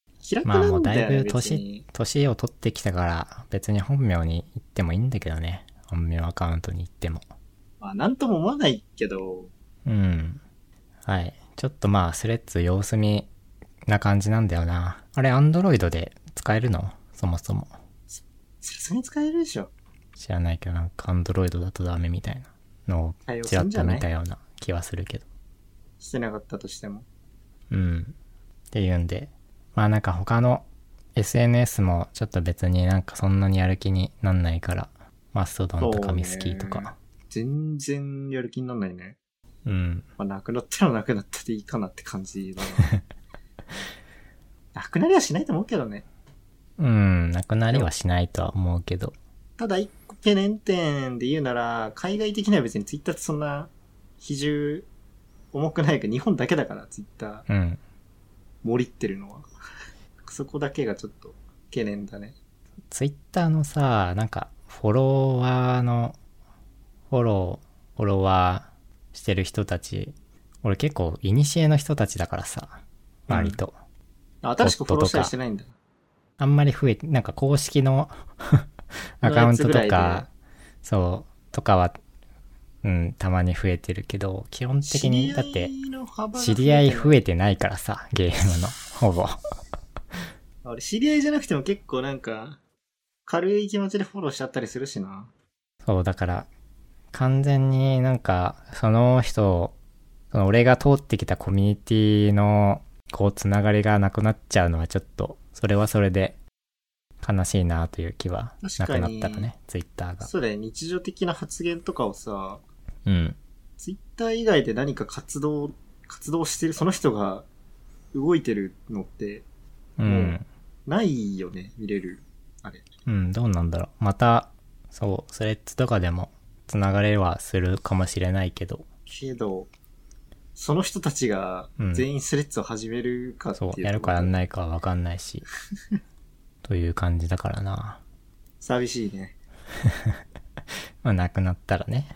Speaker 1: ー、
Speaker 2: 開く
Speaker 1: ま
Speaker 2: な
Speaker 1: あも
Speaker 2: ん
Speaker 1: うだ
Speaker 2: だ
Speaker 1: い
Speaker 2: よね、
Speaker 1: ぶ
Speaker 2: 別に
Speaker 1: 年。、年を取ってきたから、別に本名に行ってもいいんだけどね。本名アカウントに行っても。
Speaker 2: まあなんとも思わないけど、
Speaker 1: うん。はい。ちょっとまあ、スレッズ様子見な感じなんだよな。あれ、Android で使えるのそもそも。
Speaker 2: さすがに使えるでしょ。
Speaker 1: 知らないけどなんかアンドロイドだとダメみたいなの
Speaker 2: 対
Speaker 1: を
Speaker 2: 応
Speaker 1: ち
Speaker 2: す
Speaker 1: ら
Speaker 2: る
Speaker 1: っ
Speaker 2: んじ
Speaker 1: と
Speaker 2: ゃな
Speaker 1: 見
Speaker 2: い
Speaker 1: たような気はするけど
Speaker 2: してなかったとしても。
Speaker 1: うんっていうんでまあなんか他の SNS もちょっと別になんかそんなにやる気になんないから、マストドンとかミスキーと
Speaker 2: そうね
Speaker 1: か。
Speaker 2: 全然やる気にならないね。
Speaker 1: うん。
Speaker 2: まあ、なくなったらなくなったでいいかなって感じ だな。なくなりはしないと思うけどね。
Speaker 1: うん、なくなりはしないとは思うけど。
Speaker 2: ただ一個懸念点で言うなら、海外的には別にツイッターってそんな比重重くないけど、日本だけだからツイッター
Speaker 1: うん。
Speaker 2: 盛りってるのは。そこだけがちょっと懸念だね。
Speaker 1: ツイッターのさ、なんか、フォロワーの、フォロー、フォロワーしてる人たち、俺結構、古の人たちだからさ、
Speaker 2: うん
Speaker 1: 割と。
Speaker 2: あ新しくフォローしたりしてないんだ。
Speaker 1: あんまり増えて、なんか公式のアカウントと
Speaker 2: のやつぐらい
Speaker 1: か、そう、とかは、うん、たまに増えてるけど、基本的に、だって、知り合い増
Speaker 2: え
Speaker 1: えてないからさ、ゲームの、ほぼ。
Speaker 2: あ俺知り合いじゃなくても結構なんか、軽い気持ちでフォローしちゃったりするしな。
Speaker 1: そう、だから、完全になんか、その人を、その俺が通ってきたコミュニティの、こう、つながりがなくなっちゃうのはちょっと、それはそれで、悲しいなという気は、な
Speaker 2: 確か
Speaker 1: く
Speaker 2: に
Speaker 1: なったらね、ツイッターが。
Speaker 2: そうだよ、日常的な発言とかをさ、
Speaker 1: うん。
Speaker 2: ツイッター以外で何か活動、活動してる、その人が動いてるのって、
Speaker 1: う
Speaker 2: も
Speaker 1: ん。
Speaker 2: ないよね、見れる。あれ。
Speaker 1: うん、どうなんだろう。また、そう、スレッズとかでも、つながれはするかもしれないけど、
Speaker 2: けど、その人たちが
Speaker 1: うん
Speaker 2: 全員スレッズを始めるかっていう
Speaker 1: そ
Speaker 2: と、
Speaker 1: う、やるかやんないかはわかんない し、という感じだからな。
Speaker 2: 寂しいね。
Speaker 1: まあ、なくなったらね。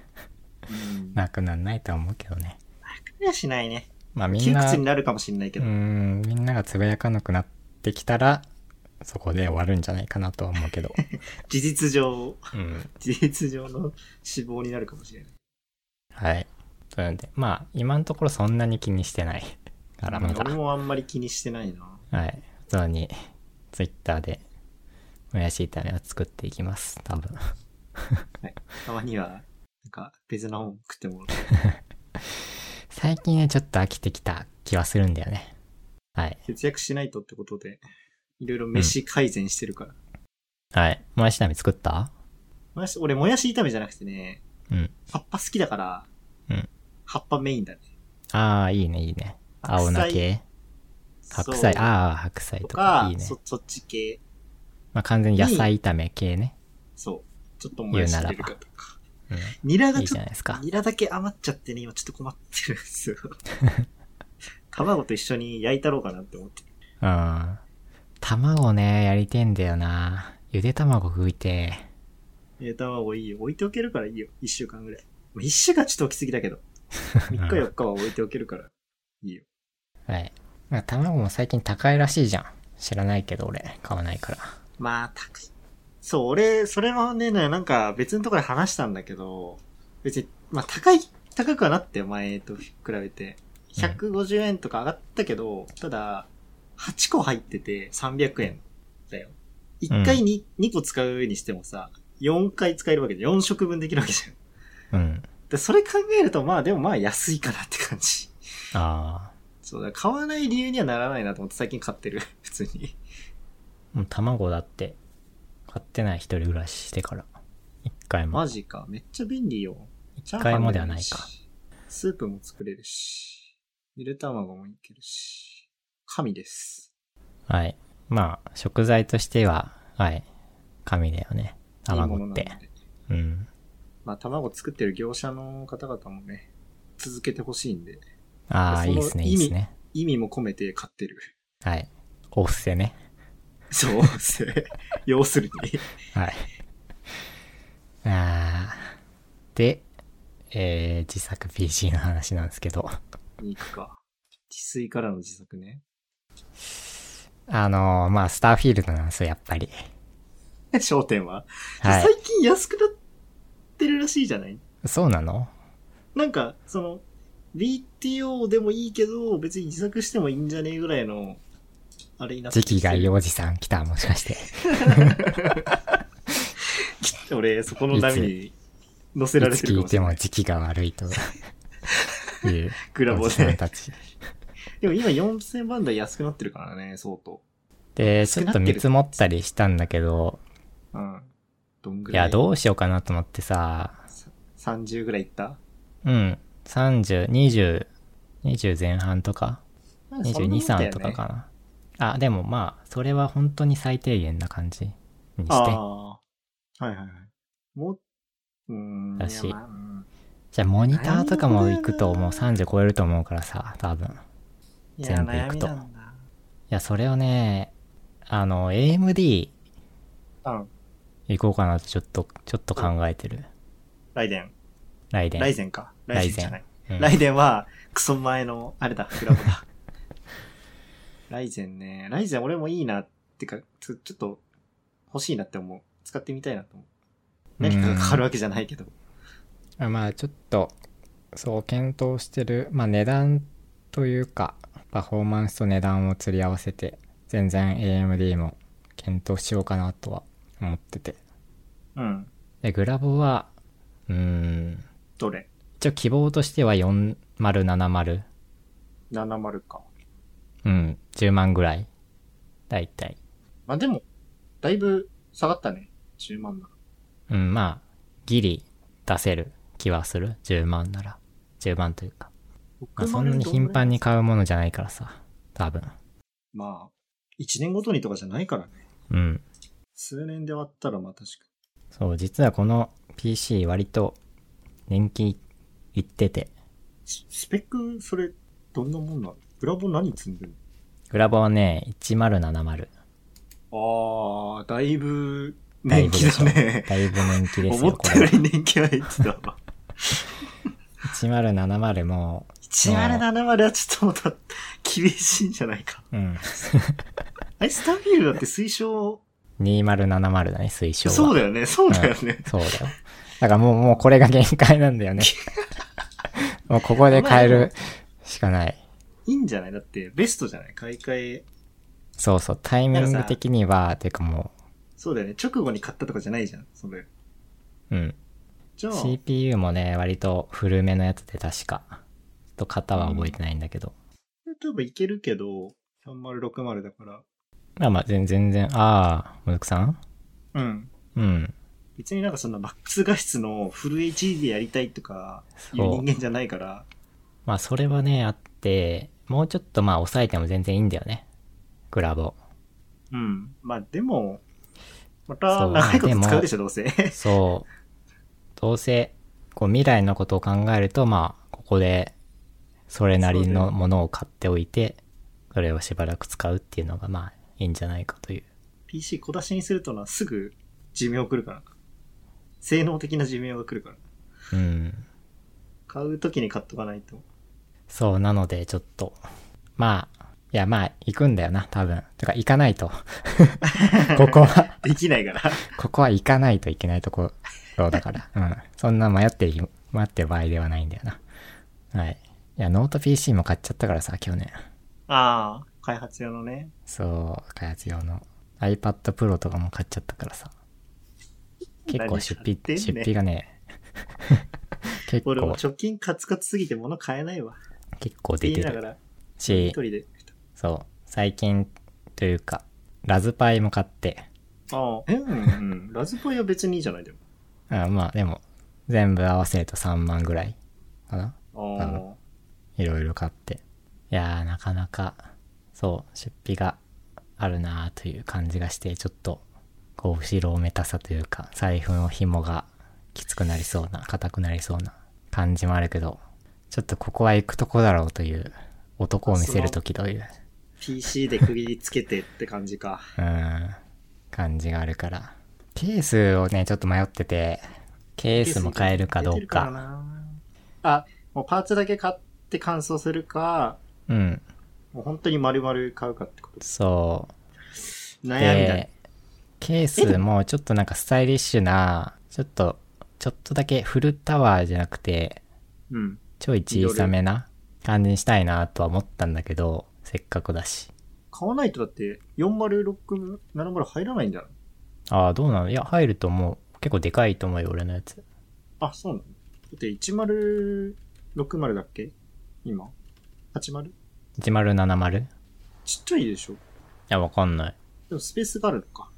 Speaker 2: うん。な
Speaker 1: なくなんないとは思うけどね。
Speaker 2: くりはしないね。
Speaker 1: まあみん
Speaker 2: 窮
Speaker 1: な、
Speaker 2: 屈
Speaker 1: う
Speaker 2: になるかもしれないけ
Speaker 1: ー
Speaker 2: ど。
Speaker 1: ん、みんながつぶやかなくなってきたら、そこで終わるんじゃないかなとは思う けど。
Speaker 2: 事実上、
Speaker 1: うん。
Speaker 2: 事実上の死亡になるかもしれない。
Speaker 1: はい。そうなんで、まあ今のところそんなに気にしてないからまだ
Speaker 2: 俺。もあんまり気にしてないな。
Speaker 1: はい。普通に、ツイッターで、もやし炒めを作っていきます。多分。
Speaker 2: たまには、なんか別の本食ってもらう。
Speaker 1: 最近ね、ちょっと飽きてきた気はするんだよね。はい。
Speaker 2: 節約しないとってことで、いろいろ飯改善してるから。
Speaker 1: はい。もやし炒め作った
Speaker 2: もやし、俺もやし炒めじゃなくてね、
Speaker 1: うん。
Speaker 2: 葉っぱ好きだから、
Speaker 1: うん
Speaker 2: 葉っぱメインだね。
Speaker 1: ああ、いいね、いいね。青菜系白菜、
Speaker 2: あ
Speaker 1: ああ、白菜
Speaker 2: と
Speaker 1: と
Speaker 2: か
Speaker 1: か、いいね。
Speaker 2: そ、そっち系、
Speaker 1: まあ、完全に野菜炒め系ね。
Speaker 2: そう。ちょっともやし入れるかとか。
Speaker 1: うん
Speaker 2: ニラが
Speaker 1: いい
Speaker 2: ち
Speaker 1: じゃ
Speaker 2: ょ
Speaker 1: な
Speaker 2: っ
Speaker 1: いです
Speaker 2: と、
Speaker 1: か。
Speaker 2: ニラだけ余っちゃってね、今ちょっと困ってる んですよ。卵と一緒に焼いたろうかなって思ってる。
Speaker 1: うん。卵ね、やりてんだよな。ゆで卵拭いて。
Speaker 2: えー、卵いいよ。置いておけるからいいよ。一週間ぐらい。まあ一週間ちょっと置きすぎだけど。3日4日は置いておけるから。
Speaker 1: はい。まあ、卵も最近高いらしいじゃん。知らないけど俺、買わないから。
Speaker 2: まあ、高い。そう、俺、それもね、なんか別のところで話したんだけど、別に、まあ高い、高くはなってよ、前と比べて。150円とか上がったけど、ただ、8個入ってて300円だよ。1回に、2個使うにしてもさ、4回使えるわけで4食分できるわけじゃん。
Speaker 1: うん。
Speaker 2: で、それ考えると、まあでもまあ安いかなって感じ。
Speaker 1: あ
Speaker 2: そうだ、買わない理由にはならないなと思って最近買ってる。普通に。
Speaker 1: あ。もう卵だって、買ってない一人暮らししてから。一回も。
Speaker 2: マジか。めっちゃ便利よ。チャー
Speaker 1: 回
Speaker 2: ハン
Speaker 1: も
Speaker 2: も
Speaker 1: ではないか
Speaker 2: いし。スープも作れるし。ゆで卵もいけるし。神です。
Speaker 1: はい。まあ、食材としては、はい。神だよね。
Speaker 2: いいも
Speaker 1: 卵
Speaker 2: の
Speaker 1: っ
Speaker 2: な
Speaker 1: て。
Speaker 2: ので
Speaker 1: うん。
Speaker 2: まあ、卵作ってる業者の方々もね、続けてほしいんで、
Speaker 1: ああ、
Speaker 2: そ
Speaker 1: い
Speaker 2: の
Speaker 1: いですね、い
Speaker 2: 意
Speaker 1: い
Speaker 2: 味
Speaker 1: ですね。
Speaker 2: 意味も込めて買ってる。
Speaker 1: はい。お布施ね。
Speaker 2: そう ですね。要するに。
Speaker 1: はい。あーで、えー、自作 PC の話なんですけど、
Speaker 2: に行くか。自炊からの自作ね。
Speaker 1: あのーまあ、スターフィールドなんですよ、やっぱり。
Speaker 2: 焦点は、
Speaker 1: は
Speaker 2: 最近安くなってるらしいじゃない
Speaker 1: い。そうなの
Speaker 2: なんか、その、BTO でもいいけど、別に自作してもいいんじゃねえぐらいの、あれになって
Speaker 1: 時
Speaker 2: きてる
Speaker 1: 期がいいおじさん来た、もしかして。
Speaker 2: 俺、そこの波に乗せら
Speaker 1: い
Speaker 2: れ
Speaker 1: つ
Speaker 2: て
Speaker 1: 聞
Speaker 2: る
Speaker 1: い
Speaker 2: かもしてれな
Speaker 1: も
Speaker 2: い。
Speaker 1: 時期が悪 いと。いう、
Speaker 2: グラ
Speaker 1: お
Speaker 2: ボ
Speaker 1: じさん
Speaker 2: で。
Speaker 1: たち。
Speaker 2: でも今4000万台安くなってるからね、相当。
Speaker 1: で、ちょっと見積もったりしたんだけど、
Speaker 2: うん。どんぐ
Speaker 1: い
Speaker 2: らい
Speaker 1: や、どうしようかなと思ってさ、
Speaker 2: ?30 ぐらいいった
Speaker 1: うん、30、20、20前半とか、22、3とかかな。あ、でもまあ、それは本当に最低限な感じに
Speaker 2: あ
Speaker 1: して。
Speaker 2: あー。はいはいはい。もう、うーん。
Speaker 1: だし
Speaker 2: いやまあうん
Speaker 1: じゃあ、モニターとかも行くと
Speaker 2: なるほ
Speaker 1: も
Speaker 2: ど
Speaker 1: う
Speaker 2: な
Speaker 1: 30超えると思うからさ、多分。い
Speaker 2: いや
Speaker 1: 全部行くと
Speaker 2: 悩みなんだ
Speaker 1: や、それをね、あの、AMD
Speaker 2: うん。
Speaker 1: 行こうかなとちょっと、ちょっと考えてる。
Speaker 2: ライデン。
Speaker 1: 来年。
Speaker 2: ライゼンか。ライゼンじゃな
Speaker 1: う
Speaker 2: い。
Speaker 1: ん
Speaker 2: ライデンは、クソ前の、あれだ、グラボ だ。ライゼンね。ライゼン俺もいいな、ってか、ちょちょっと、欲しいなって思う。使ってみたいなと思う。何かが変わるわけじゃないけど。
Speaker 1: あまあちょっとそう検討してるまあ値段というかパフォーマンスと値段を釣り合わせて全然 AMD も検討しようかなとは思ってて
Speaker 2: うん。
Speaker 1: でグラボはうーん
Speaker 2: どれ
Speaker 1: 一応希望としては4070
Speaker 2: ?70 か。
Speaker 1: うん10万ぐらいだいたい
Speaker 2: まあでも、だいぶ下がったね。10万なら。
Speaker 1: うんまあギリ出せる気はする10万なら10万というか、まあ、そんなに頻繁に買うものじゃないからさ多分
Speaker 2: まあ、1年ごとにとかじゃないからね。
Speaker 1: うん
Speaker 2: 数年で割ったらまあ確か
Speaker 1: そう、実はこの PC 割と人気いってて、
Speaker 2: に。ススペック、それ、どんなもんなのブラボー何積んでる
Speaker 1: グラボはね、1070。
Speaker 2: のあー、だいぶ、
Speaker 1: だい
Speaker 2: 年
Speaker 1: ぶ
Speaker 2: 季
Speaker 1: でし
Speaker 2: だ
Speaker 1: ょ
Speaker 2: ね。
Speaker 1: だいぶ人気です
Speaker 2: 思
Speaker 1: よ、
Speaker 2: っ
Speaker 1: こ
Speaker 2: た
Speaker 1: れ
Speaker 2: よ
Speaker 1: は。
Speaker 2: り年季入 ってたわ。
Speaker 1: 1070も、
Speaker 2: 1070はちょっとまた、厳しいんじゃないか。
Speaker 1: うん。
Speaker 2: あれ、スタンフィールドだって推奨、
Speaker 1: 2070だね、推奨は。
Speaker 2: そうだよね、そうだよね。
Speaker 1: そうだよ。だからもう、もうこれが限界なんだよね。もうここで変えるしかない。
Speaker 2: いいんじゃないだって、ベストじゃない買い替え、
Speaker 1: そうそう、タイミング的には、てかも
Speaker 2: そうだよね。直後に買ったとかじゃないじゃん、それ。
Speaker 1: う、うん。
Speaker 2: じゃあ、
Speaker 1: CPU もね、割と古めのやつで確か。ちょっと型は覚えてないんだけど。
Speaker 2: 多分いけるけど、3060だから。
Speaker 1: まあまあ、全全然、ああ、もずくさん
Speaker 2: うん。
Speaker 1: うん。
Speaker 2: 別になんかそんなマックス画質のフル HD でやりたいとか、いう
Speaker 1: そう
Speaker 2: 人間じゃないから。
Speaker 1: まあ、それはね、あって、もうちょっとまあ、抑えても全然いいんだよね。グラボ。
Speaker 2: うん。まあでも、また
Speaker 1: そう
Speaker 2: 長いこと
Speaker 1: まあ
Speaker 2: 使
Speaker 1: で
Speaker 2: う
Speaker 1: も
Speaker 2: でしょ、どうせ。
Speaker 1: そう。どうせ、こう、未来のことを考えると、まあ、ここで、それなりのものを買っておいて、それをしばらく使うっていうのが、まあ、いいんじゃないかという。
Speaker 2: PC 小出しにするとな、すぐ寿命来るから。性能的な寿命が来るから。
Speaker 1: うん。
Speaker 2: 買う時に買っとかないと。
Speaker 1: そう、なので、ちょっと、まあ、いや、まあ、行くんだよな、多分。てか、行かないと。 ここは。
Speaker 2: できな いから。
Speaker 1: ここは行かないといけないところだから。うん。そんな迷ってる、迷ってる場合ではないんだよな。はい。いや、ノート PC も買っちゃったからさ、去年。
Speaker 2: ああ、開発用のね。
Speaker 1: そう、開発用の。iPad Pro とかも買っちゃったからさ。結構出
Speaker 2: 何買ってん
Speaker 1: 費、
Speaker 2: ね
Speaker 1: 出
Speaker 2: ん
Speaker 1: 費が ね、結
Speaker 2: 俺も
Speaker 1: 構、
Speaker 2: 貯金カツカツすぎて物買えないわ。
Speaker 1: 結構出
Speaker 2: 言い
Speaker 1: て
Speaker 2: なが
Speaker 1: る
Speaker 2: ら、一
Speaker 1: し、
Speaker 2: 人で。
Speaker 1: そう、最近というか、ラズパイも買って、
Speaker 2: ああ、え、うん、うん。ラズパイは別にいいじゃないで
Speaker 1: あまあでも、全部合わせると3万ぐらいかな。
Speaker 2: も。
Speaker 1: う
Speaker 2: ああ。
Speaker 1: いろいろ買って。いやー、なかなか、そう、出費があるなーという感じがして、ちょっと、こう、後ろめたさというか、財布の紐がきつくなりそうな、硬くなりそうな感じもあるけど、ちょっとここは行くとこだろうという、男を見せるときという、
Speaker 2: PC で区切りつけてって感じか。
Speaker 1: うーん、感じがあるから。ケースをね、ちょっと迷ってて、ケースも買えるかどう
Speaker 2: 出てら
Speaker 1: か。
Speaker 2: な。あ、もうパーツだけ買って乾燥するか、
Speaker 1: うん、
Speaker 2: もう本当に丸々買うかってこと。
Speaker 1: そう。
Speaker 2: 悩みだね
Speaker 1: で、ケースもちょっとなんかスタイリッシュな、ちょっと、ちょっとだけフルタワーじゃなくて、
Speaker 2: うん。
Speaker 1: ちょい小さめな感じにしたいなとは思ったんだけど、せっかくだし。
Speaker 2: 買わないとだって、4060、70入らないんじゃない
Speaker 1: ああ、どうなのいや、入ると思う。結構でかいと思うよ、俺のやつ。
Speaker 2: あ、そうなのだって1060だっけ今 ?80?
Speaker 1: 1070? い
Speaker 2: ちっちゃいでしょ
Speaker 1: や、わかんない。
Speaker 2: でもスペースがあるのか。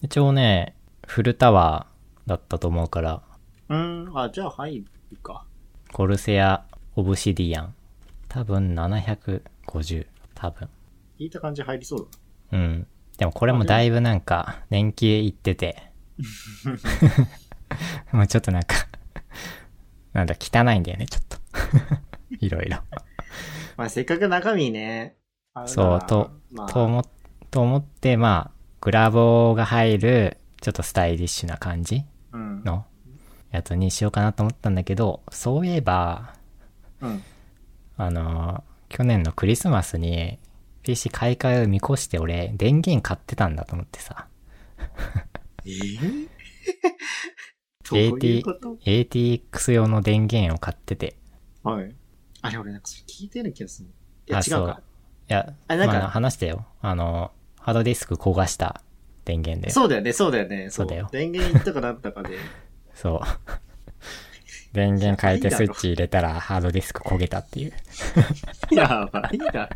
Speaker 1: 一応ね、フルタワーだったと思うから、
Speaker 2: うーん、あ、じゃあ入るか。
Speaker 1: コルセア、オブシディアン。多分750。多分。
Speaker 2: 聞いた感じ入りそうだ
Speaker 1: うん。でもこれもだいぶなんか、年季へ行ってて。もうちょっとなんか、なんだ、汚いんだよね、ちょっと。 いろいろ。
Speaker 2: な。まあ、せっかく中身ね。あれな
Speaker 1: そ
Speaker 2: ら
Speaker 1: う、と、
Speaker 2: ま
Speaker 1: と
Speaker 2: あ、
Speaker 1: 思っ、と思って、まあ、グラボーが入る、ちょっとスタイリッシュな感じ
Speaker 2: うん。
Speaker 1: のやつにしようかなと思ったんだけど、そういえば、
Speaker 2: うん。
Speaker 1: あのー、去年のクリスマスに PC 買い替えを見越して俺、電源買ってたんだと思ってさ、
Speaker 2: えぇどう
Speaker 1: AT
Speaker 2: いう こと
Speaker 1: ATX 用の電源を買ってて、
Speaker 2: はい。あれ、俺なんかそれ聞いてる気がする。いや、
Speaker 1: あ
Speaker 2: 違
Speaker 1: そう
Speaker 2: うか。
Speaker 1: いや、
Speaker 2: あなんか
Speaker 1: まあ話したよ。あの、ハードディスク焦がした電源で。
Speaker 2: そうだよね、そうだよね。
Speaker 1: そうだよ
Speaker 2: 電源いったかなっ たかで。
Speaker 1: そう。電源変えて
Speaker 2: いや
Speaker 1: スイ
Speaker 2: いいだろ
Speaker 1: ッチ入れたらハードディスク焦げたっていう。
Speaker 2: やばいな。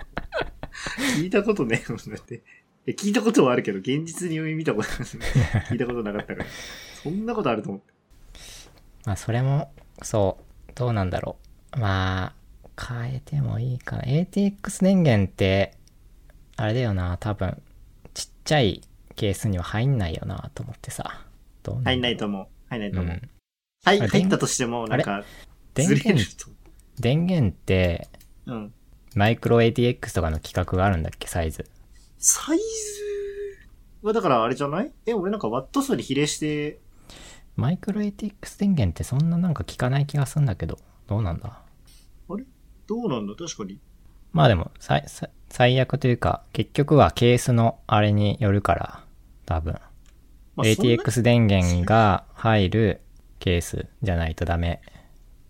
Speaker 2: 聞いたことねえもんだって。いや聞いたことはあるけど、現実に見たことない。 聞いたことなかったから。そんなことあると思って。
Speaker 1: まあそれも、そう、どうなんだろう。まあ、変えてもいいかな。ATX 電源って、あれだよな、多分、ちっちゃいケースには入んないよな、と思ってさ。どう
Speaker 2: 入んないいと思う。入んないと
Speaker 1: う
Speaker 2: 思う。
Speaker 1: ん。
Speaker 2: はい、
Speaker 1: あれ
Speaker 2: 入ったとしても、なんか、
Speaker 1: 電
Speaker 2: ずれる
Speaker 1: 源、
Speaker 2: と思
Speaker 1: 電源って、
Speaker 2: う。うん。
Speaker 1: マイクロ ATX とかの規格があるんだっけ、サイズ。
Speaker 2: サイズは、だからあれじゃないえ、俺なんかワット数に比例して、
Speaker 1: マイクロ ATX 電源ってそんななんか効かない気がすんだけど、どうなんだ
Speaker 2: どうなんだ確かに。
Speaker 1: まあでも、さいさ最悪というか、結局はケースのあれによるから、多分。
Speaker 2: まあ、そんな
Speaker 1: ATX 電源が入るケースじゃないとダメ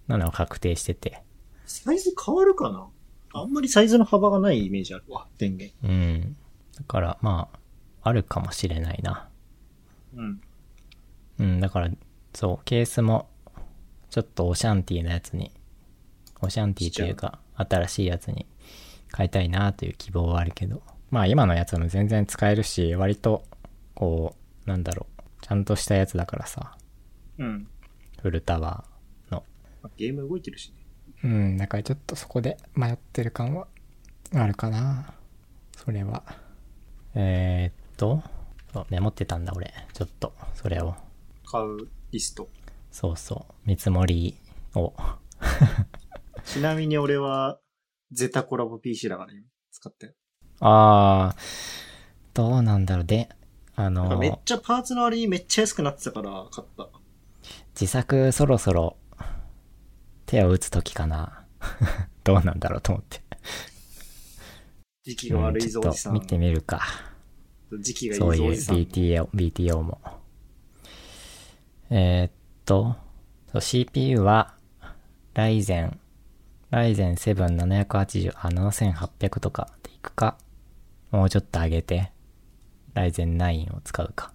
Speaker 1: なのを確定してて。
Speaker 2: サイズ変わるかなあんまりサイズの幅がないイメージあるわ、電源。
Speaker 1: うん。だから、まあ、あるかもしれないな。
Speaker 2: うん。
Speaker 1: うん、だから、そう、ケースも、ちょっとオシャンティーなやつに、オシャンティーというか、新しいやつに変えたいなという希望はあるけど、まあ今のやつも全然使えるし、割と、こう、なんだろう、ちゃんとしたやつだからさ、
Speaker 2: うん。
Speaker 1: フルタワーの。
Speaker 2: まあゲーム動いてるしね。
Speaker 1: うん、だからちょっとそこで迷ってる感はあるかな。それは。えー、っと、そうメモってたんだ俺。ちょっと、それを。
Speaker 2: 買うリスト。
Speaker 1: そうそう。見積もりを。
Speaker 2: ちなみに俺は、ゼタコラボ PC だから今使ってる。
Speaker 1: あー、どうなんだろう。で、あ
Speaker 2: なんか
Speaker 1: の
Speaker 2: めっ、ちゃパーツの割にめっちゃ安くなってたから買った。
Speaker 1: 自作そろそろ手を打つ時かな。 どうなんだろうと思って。
Speaker 2: 時期が悪いぞ
Speaker 1: うん
Speaker 2: お
Speaker 1: ち
Speaker 2: じ
Speaker 1: ょっ
Speaker 2: さ
Speaker 1: と
Speaker 2: ん
Speaker 1: 見。てみるか。
Speaker 2: 時期がいいぞ
Speaker 1: そ
Speaker 2: お
Speaker 1: ういう
Speaker 2: じさん。
Speaker 1: BTO, BTO も。えーっと、そう CPU は、ライゼン、ライゼン7780、あ、7800とかでいくか、もうちょっと上げて、ライゼン9を使うか。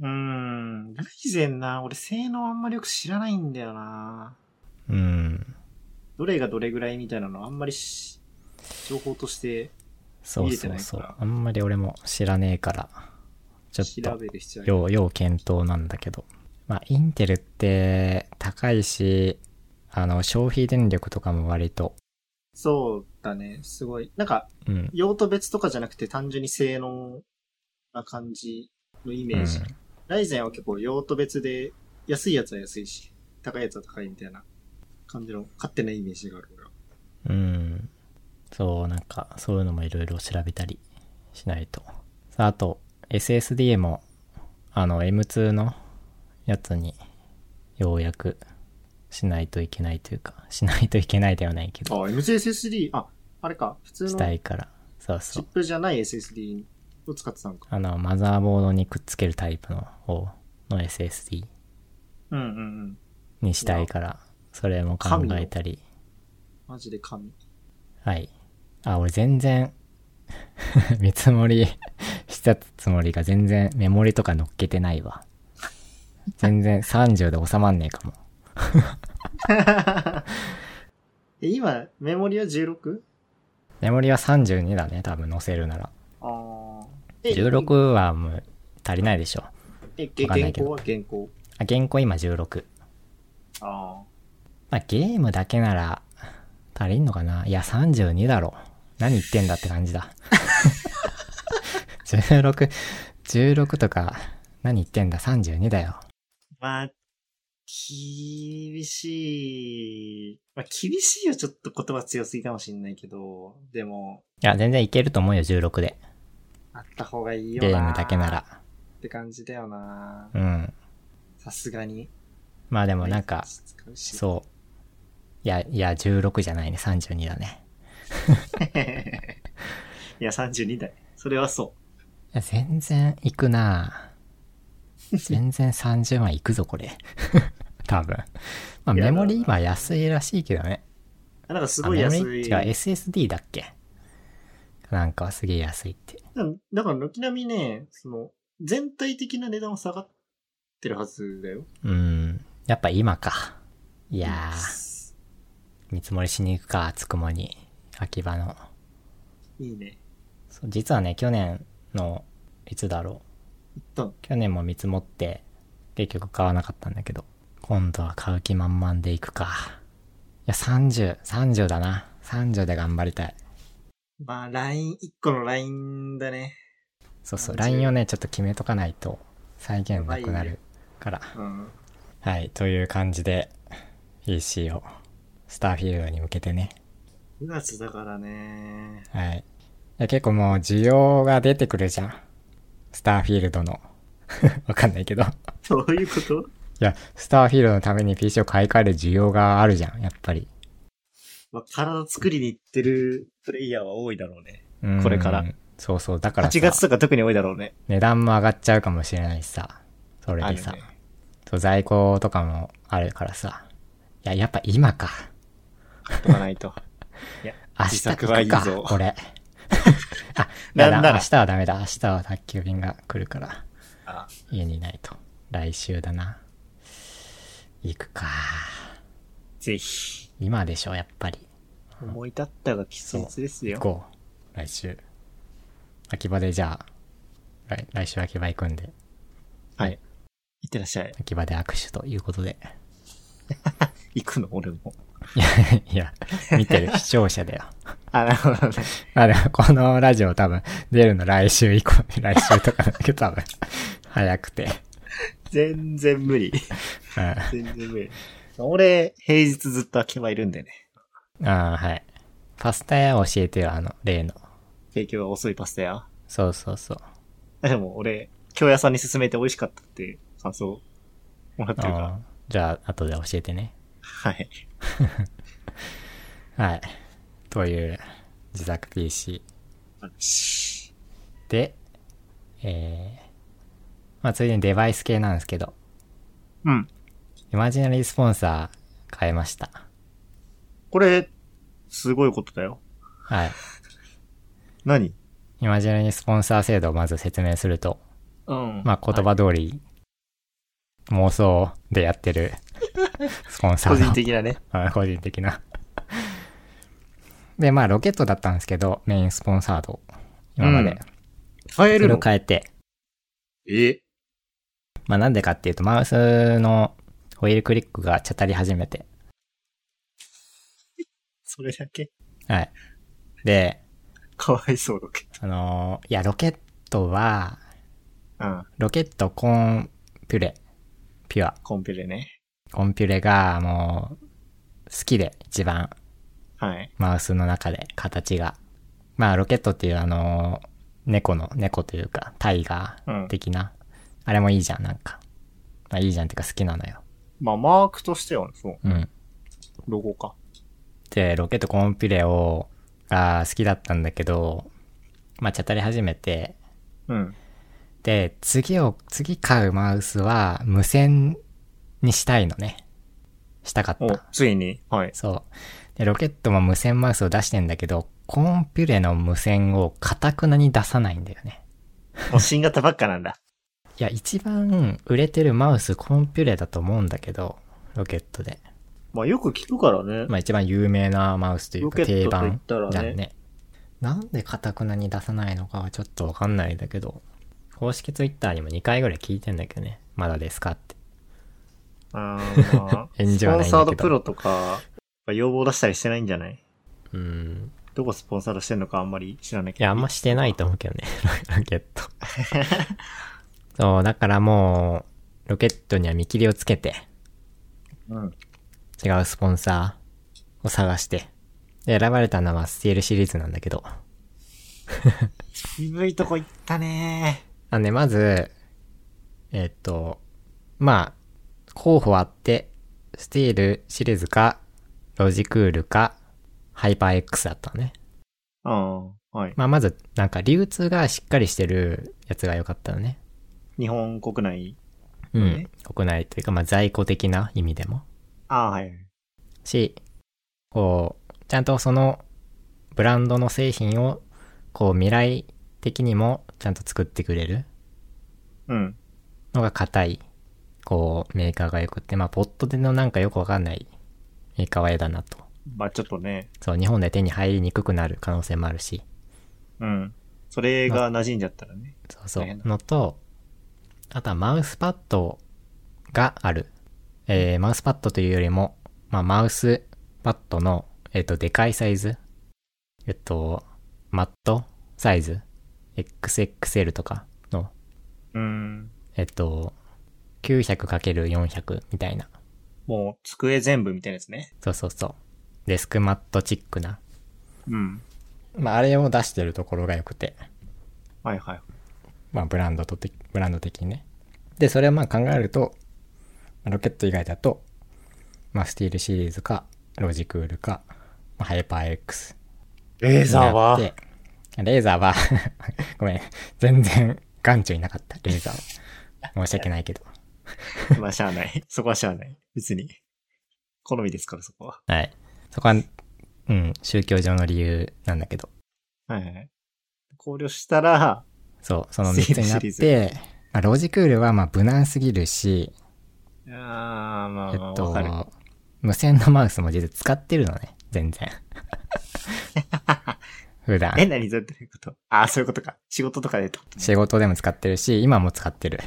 Speaker 2: うーん。ライゼンな、俺性能あんまりよく知らないんだよな。
Speaker 1: うん。
Speaker 2: どれがどれぐらいみたいなのあんまりし情報として
Speaker 1: そう
Speaker 2: 見れて
Speaker 1: そ
Speaker 2: な
Speaker 1: う
Speaker 2: いか
Speaker 1: そう
Speaker 2: ら。
Speaker 1: あんまり俺も知らねえから、ちょっ
Speaker 2: 調
Speaker 1: と
Speaker 2: べる必要ある。
Speaker 1: 要、要検討なんだけど。まあ、インテルって高いし、あの、消費電力とかも割と、
Speaker 2: そうだね。すごい。なんか、
Speaker 1: うん、
Speaker 2: 用途別とかじゃなくて単純に性能な感じのイメージ。
Speaker 1: うん
Speaker 2: ライゼンは結構用途別で安いやつは安いし、高いやつは高いみたいな感じの勝手なイメージがある俺は。
Speaker 1: うん。そう、なんか、そういうのもいろいろ調べたりしないと。さあ、あと、SSD も、あの、M2 のやつに、ようやく、しないといけないというか、しないといけないではないけど、
Speaker 2: あ、MJSSD、あ、あれか、普通
Speaker 1: し
Speaker 2: の
Speaker 1: たいから。そう
Speaker 2: チ
Speaker 1: そ
Speaker 2: ッ
Speaker 1: う。
Speaker 2: プじゃない SSD を使ってたのか。
Speaker 1: あの、マザーボードにくっつけるタイプの方の SSD
Speaker 2: うんうんうん。
Speaker 1: にしたいから、それも考えたり。
Speaker 2: マジで神。
Speaker 1: はい。あ、俺全然、 見積もり したつもりが全然メモリとか乗っけてないわ。全然30で収まんねえかも。
Speaker 2: え、今、メモリは 16?
Speaker 1: メモリは32だね、多分乗せるなら。
Speaker 2: ああ。え
Speaker 1: 16はもう足りないでしょ。
Speaker 2: え、げ
Speaker 1: わかんない
Speaker 2: 原
Speaker 1: けど
Speaker 2: 稿は原稿。
Speaker 1: あ、原稿今16。
Speaker 2: あ
Speaker 1: まあ、ゲームだけなら足りんのかないや、32だろ。何言ってんだって感じだ。16、16とか、何言ってんだ ?32 だよ。
Speaker 2: あ。まあ、厳しい。まあ、厳しいよ、ちょっと言葉強すぎかもしんないけど、でも、
Speaker 1: いや、全然いけると思うよ、16で。
Speaker 2: あった方がいいよ
Speaker 1: ゲ
Speaker 2: な。
Speaker 1: ームだけな。ら。
Speaker 2: って感じだよな。
Speaker 1: うん。
Speaker 2: さすがに。
Speaker 1: まあでもなんか、
Speaker 2: 使うし、
Speaker 1: そう。いや、いや、16じゃないね、32だね。
Speaker 2: いや、32代。それはそ
Speaker 1: いや、全然いくなぁ全然30万いくぞ、これ。 多分。まあ、
Speaker 2: いや
Speaker 1: メモリ今安いらしいけどね。
Speaker 2: う。あなんかす
Speaker 1: あ
Speaker 2: ごい
Speaker 1: メモ
Speaker 2: 安
Speaker 1: リ
Speaker 2: い。
Speaker 1: 違う、SSD だっけなんかはすげえ安いって。
Speaker 2: うんだから、軒並みね、その、全体的な値段は下がってるはずだよ。
Speaker 1: うーん。やっぱ今か。い
Speaker 2: い
Speaker 1: やー、見積もりしに行くか、つくもに。秋葉の。
Speaker 2: いいね。
Speaker 1: そう実はね、去年の、いつだろ
Speaker 2: 行ったの
Speaker 1: う。去年も見積もって、結局買わなかったんだけど。今度は買う気満々でいくか。いや、30、30だな。30で頑張りたい。
Speaker 2: まあ、ライン、一個のラインだね。
Speaker 1: そうそう、
Speaker 2: 30
Speaker 1: LINE をね、ちょっと決めとかないと、再現なくなるから。
Speaker 2: うん。
Speaker 1: はい、という感じで、EC を、スターフィールドに向けてね。
Speaker 2: 9月だからね。
Speaker 1: はい。いや結構もう需要が出てくるじゃん。スターフィールドの。 わかんないけど。い
Speaker 2: どういうこと
Speaker 1: や、スターフィールドのために PC を買い替える需要があるじゃん、やっぱり。
Speaker 2: まあ、体作りに行ってるプレイヤーは多いだろうね。
Speaker 1: うん
Speaker 2: これから。
Speaker 1: そうそう、だからさ
Speaker 2: 8月とか特に多いだろうね。
Speaker 1: 値段も上がっちゃうかもしれないしさ。それでさ
Speaker 2: あ。るね
Speaker 1: そう在庫とかもあるからさ。いや、やっぱ今か。
Speaker 2: 買っとかないと。
Speaker 1: 明
Speaker 2: 自
Speaker 1: 日行
Speaker 2: 作はい
Speaker 1: く
Speaker 2: い
Speaker 1: か、
Speaker 2: ぞ
Speaker 1: こ れ。あ、
Speaker 2: な
Speaker 1: やだ
Speaker 2: んなら
Speaker 1: 明日はダメだ。明日は宅急便が来るから、
Speaker 2: あ
Speaker 1: 家にいないと。来週だな。行くか。
Speaker 2: ぜひ。
Speaker 1: 今でしょ、やっぱり。
Speaker 2: 思い立ったが季節です
Speaker 1: 行
Speaker 2: よ。
Speaker 1: こう。来週。秋葉でじゃあ、来来週秋葉行くんで、
Speaker 2: はい。いってらっしゃい。
Speaker 1: 秋葉で握手ということで。
Speaker 2: 行くの俺も。
Speaker 1: いや、いや、見てる視聴者だよ。
Speaker 2: あ、なるほどね。
Speaker 1: あ、でもこのラジオ多分出るの来週以降ね、来週とかだけど多分、早くて。
Speaker 2: 全然無理。
Speaker 1: うん。あ
Speaker 2: 全然無理。俺、平日ずっと秋葉いるんでね。
Speaker 1: あ、はい。パスタ屋教えてよ、あの、例の。
Speaker 2: 提供が遅いパスタや。
Speaker 1: そうそうそう。
Speaker 2: でも俺、京屋さんに勧めて美味しかったって感想もらってるから
Speaker 1: あ。ーじゃあ、後で教えてね。
Speaker 2: はい。
Speaker 1: はい。という、自作 PC
Speaker 2: し
Speaker 1: で、えー、まあ、ついでにデバイス系なんですけど、
Speaker 2: うん。
Speaker 1: イマジナリースポンサー変えました。
Speaker 2: これ、すごいことだよ。
Speaker 1: はい。
Speaker 2: 何
Speaker 1: イマジナリースポンサー制度をまず説明すると、
Speaker 2: うん
Speaker 1: まあ言葉通り、妄想でやって る、スポンサ
Speaker 2: 個
Speaker 1: ーの
Speaker 2: 人的なね。
Speaker 1: はい個人的な。で、まあロケットだったんですけど、メインスポンサード、今ま
Speaker 2: うん
Speaker 1: で。
Speaker 2: 変え
Speaker 1: それを変えて、
Speaker 2: え
Speaker 1: まあなんでかっていうと、マウスのホイールクリックがチャタり始めて、
Speaker 2: それだけ
Speaker 1: はい。で、
Speaker 2: かわいそうだけ
Speaker 1: あのーいや、ロケットは、
Speaker 2: ど。うん。
Speaker 1: ロケットコンピュレ、ピュア、
Speaker 2: コンペでね。
Speaker 1: コンピュレがもう、好きで一番
Speaker 2: はい。
Speaker 1: マウスの中で形が。まあロケットっていうあの、猫の、猫というかタイガー的な、あれもいいじゃん、なんか。まあいいじゃんっていうか好きなのよ。
Speaker 2: まあ、マークとしては、そう。
Speaker 1: うん。
Speaker 2: ロゴか。
Speaker 1: で、ロケットコンピュレを、が好きだったんだけど、まあチャタり始めて、
Speaker 2: うん。
Speaker 1: で、次を、次買うマウスは無線にしたいのね。したかっ
Speaker 2: お
Speaker 1: た。、
Speaker 2: ついに。はい。
Speaker 1: そう。で、ロケットも無線マウスを出してんだけど、コンピュレの無線をかたくなに出さないんだよね。
Speaker 2: もう新型ばっかなんだ。
Speaker 1: いや、一番売れてるマウスコンピュレだと思うんだけど、ロケットで。
Speaker 2: まあ、よく聞くからね。
Speaker 1: まあ一番有名なマウスという
Speaker 2: ロ
Speaker 1: か
Speaker 2: ケッ
Speaker 1: 定
Speaker 2: トと言っ
Speaker 1: 番
Speaker 2: たらね
Speaker 1: じゃんね。なんでかたくなに出さないのかはちょっとわかんないんだけど、公式ツイッターにも2回ぐらい聞いてんだけどね、まだですかって。
Speaker 2: あー
Speaker 1: 返
Speaker 2: ス
Speaker 1: 事は
Speaker 2: ポ
Speaker 1: ないんだけど
Speaker 2: ンサードプロとか、要望出したりしてないんじゃない
Speaker 1: うん。
Speaker 2: どこスポンサードしてんのかあんまり知らないけ
Speaker 1: い
Speaker 2: ど。
Speaker 1: や、あんましてないと思うけどね、 ロケッ ト。そう、だからもう、ロケットには見切りをつけて、
Speaker 2: うん。
Speaker 1: 違うスポンサーを探して、で、選ばれたのはスティールシリーズなんだけど、
Speaker 2: 渋いとこ行ったね
Speaker 1: あのね、まず、えっと、まあ、候補あって、スティールシリーズか、ロジクールか、ハイパー X だったのね。
Speaker 2: うん。はい。
Speaker 1: まあ、まず、なんか流通がしっかりしてるやつが良かったのね。
Speaker 2: 日本国内。
Speaker 1: うん。
Speaker 2: ね
Speaker 1: 国内というか、まあ、在庫的な意味でも。
Speaker 2: ああ、はい。
Speaker 1: し、こう、ちゃんとその、ブランドの製品を、こう、未来的にも、ちゃんと作ってくれる。
Speaker 2: うん。
Speaker 1: のが硬い、こう、メーカーが良くって、まあ、ポットでのなんかよくわかんないメーカーは嫌だなと。
Speaker 2: まあちょっとね。
Speaker 1: そう、日本で手に入りにくくなる可能性もあるし、
Speaker 2: うん。それが馴染んじゃったらね。
Speaker 1: そうそ
Speaker 2: 大変
Speaker 1: う。
Speaker 2: だ
Speaker 1: のと、あとはマウスパッドがある。えー、マウスパッドというよりも、まあ、マウスパッドの、えっ、と、でかいサイズ。えっと、マットサイズ。XXL とかの、
Speaker 2: うん。
Speaker 1: えっと、900×400 みたいな。
Speaker 2: もう、机全部みたいなやつね。
Speaker 1: そうそうそう。デスクマットチックな。
Speaker 2: うん。
Speaker 1: まあ、あれを出してるところが良くて。
Speaker 2: はいはい。
Speaker 1: まあ、ブランドとて、ブランド的にね。で、それをまあ考えると、ロケット以外だと、まあ、スティールシリーズか、ロジクールか、まあ、ハイパー X
Speaker 2: レー
Speaker 1: になって。レーザーは、 ごめん。全然眼中になかった、レーザーは。申し訳ないけど。
Speaker 2: まあ、しゃあない。 そこはしゃあない。別に。好みですから、そこは。
Speaker 1: はい。そこは、うん、宗教上の理由なんだけど。
Speaker 2: はいはい。考慮したら、
Speaker 1: そう、その3つになっ
Speaker 2: スティ
Speaker 1: て、まあ、ロジクールはまあ無難すぎるし、
Speaker 2: あー、まあま
Speaker 1: え
Speaker 2: あ、
Speaker 1: っ
Speaker 2: わかる。
Speaker 1: と、無線のマウスも実は使ってるのね、全 然。普段。
Speaker 2: え、何それどういうことああ、そういうことか。仕事とかでってことね
Speaker 1: 仕事でも使ってるし、今も使ってる。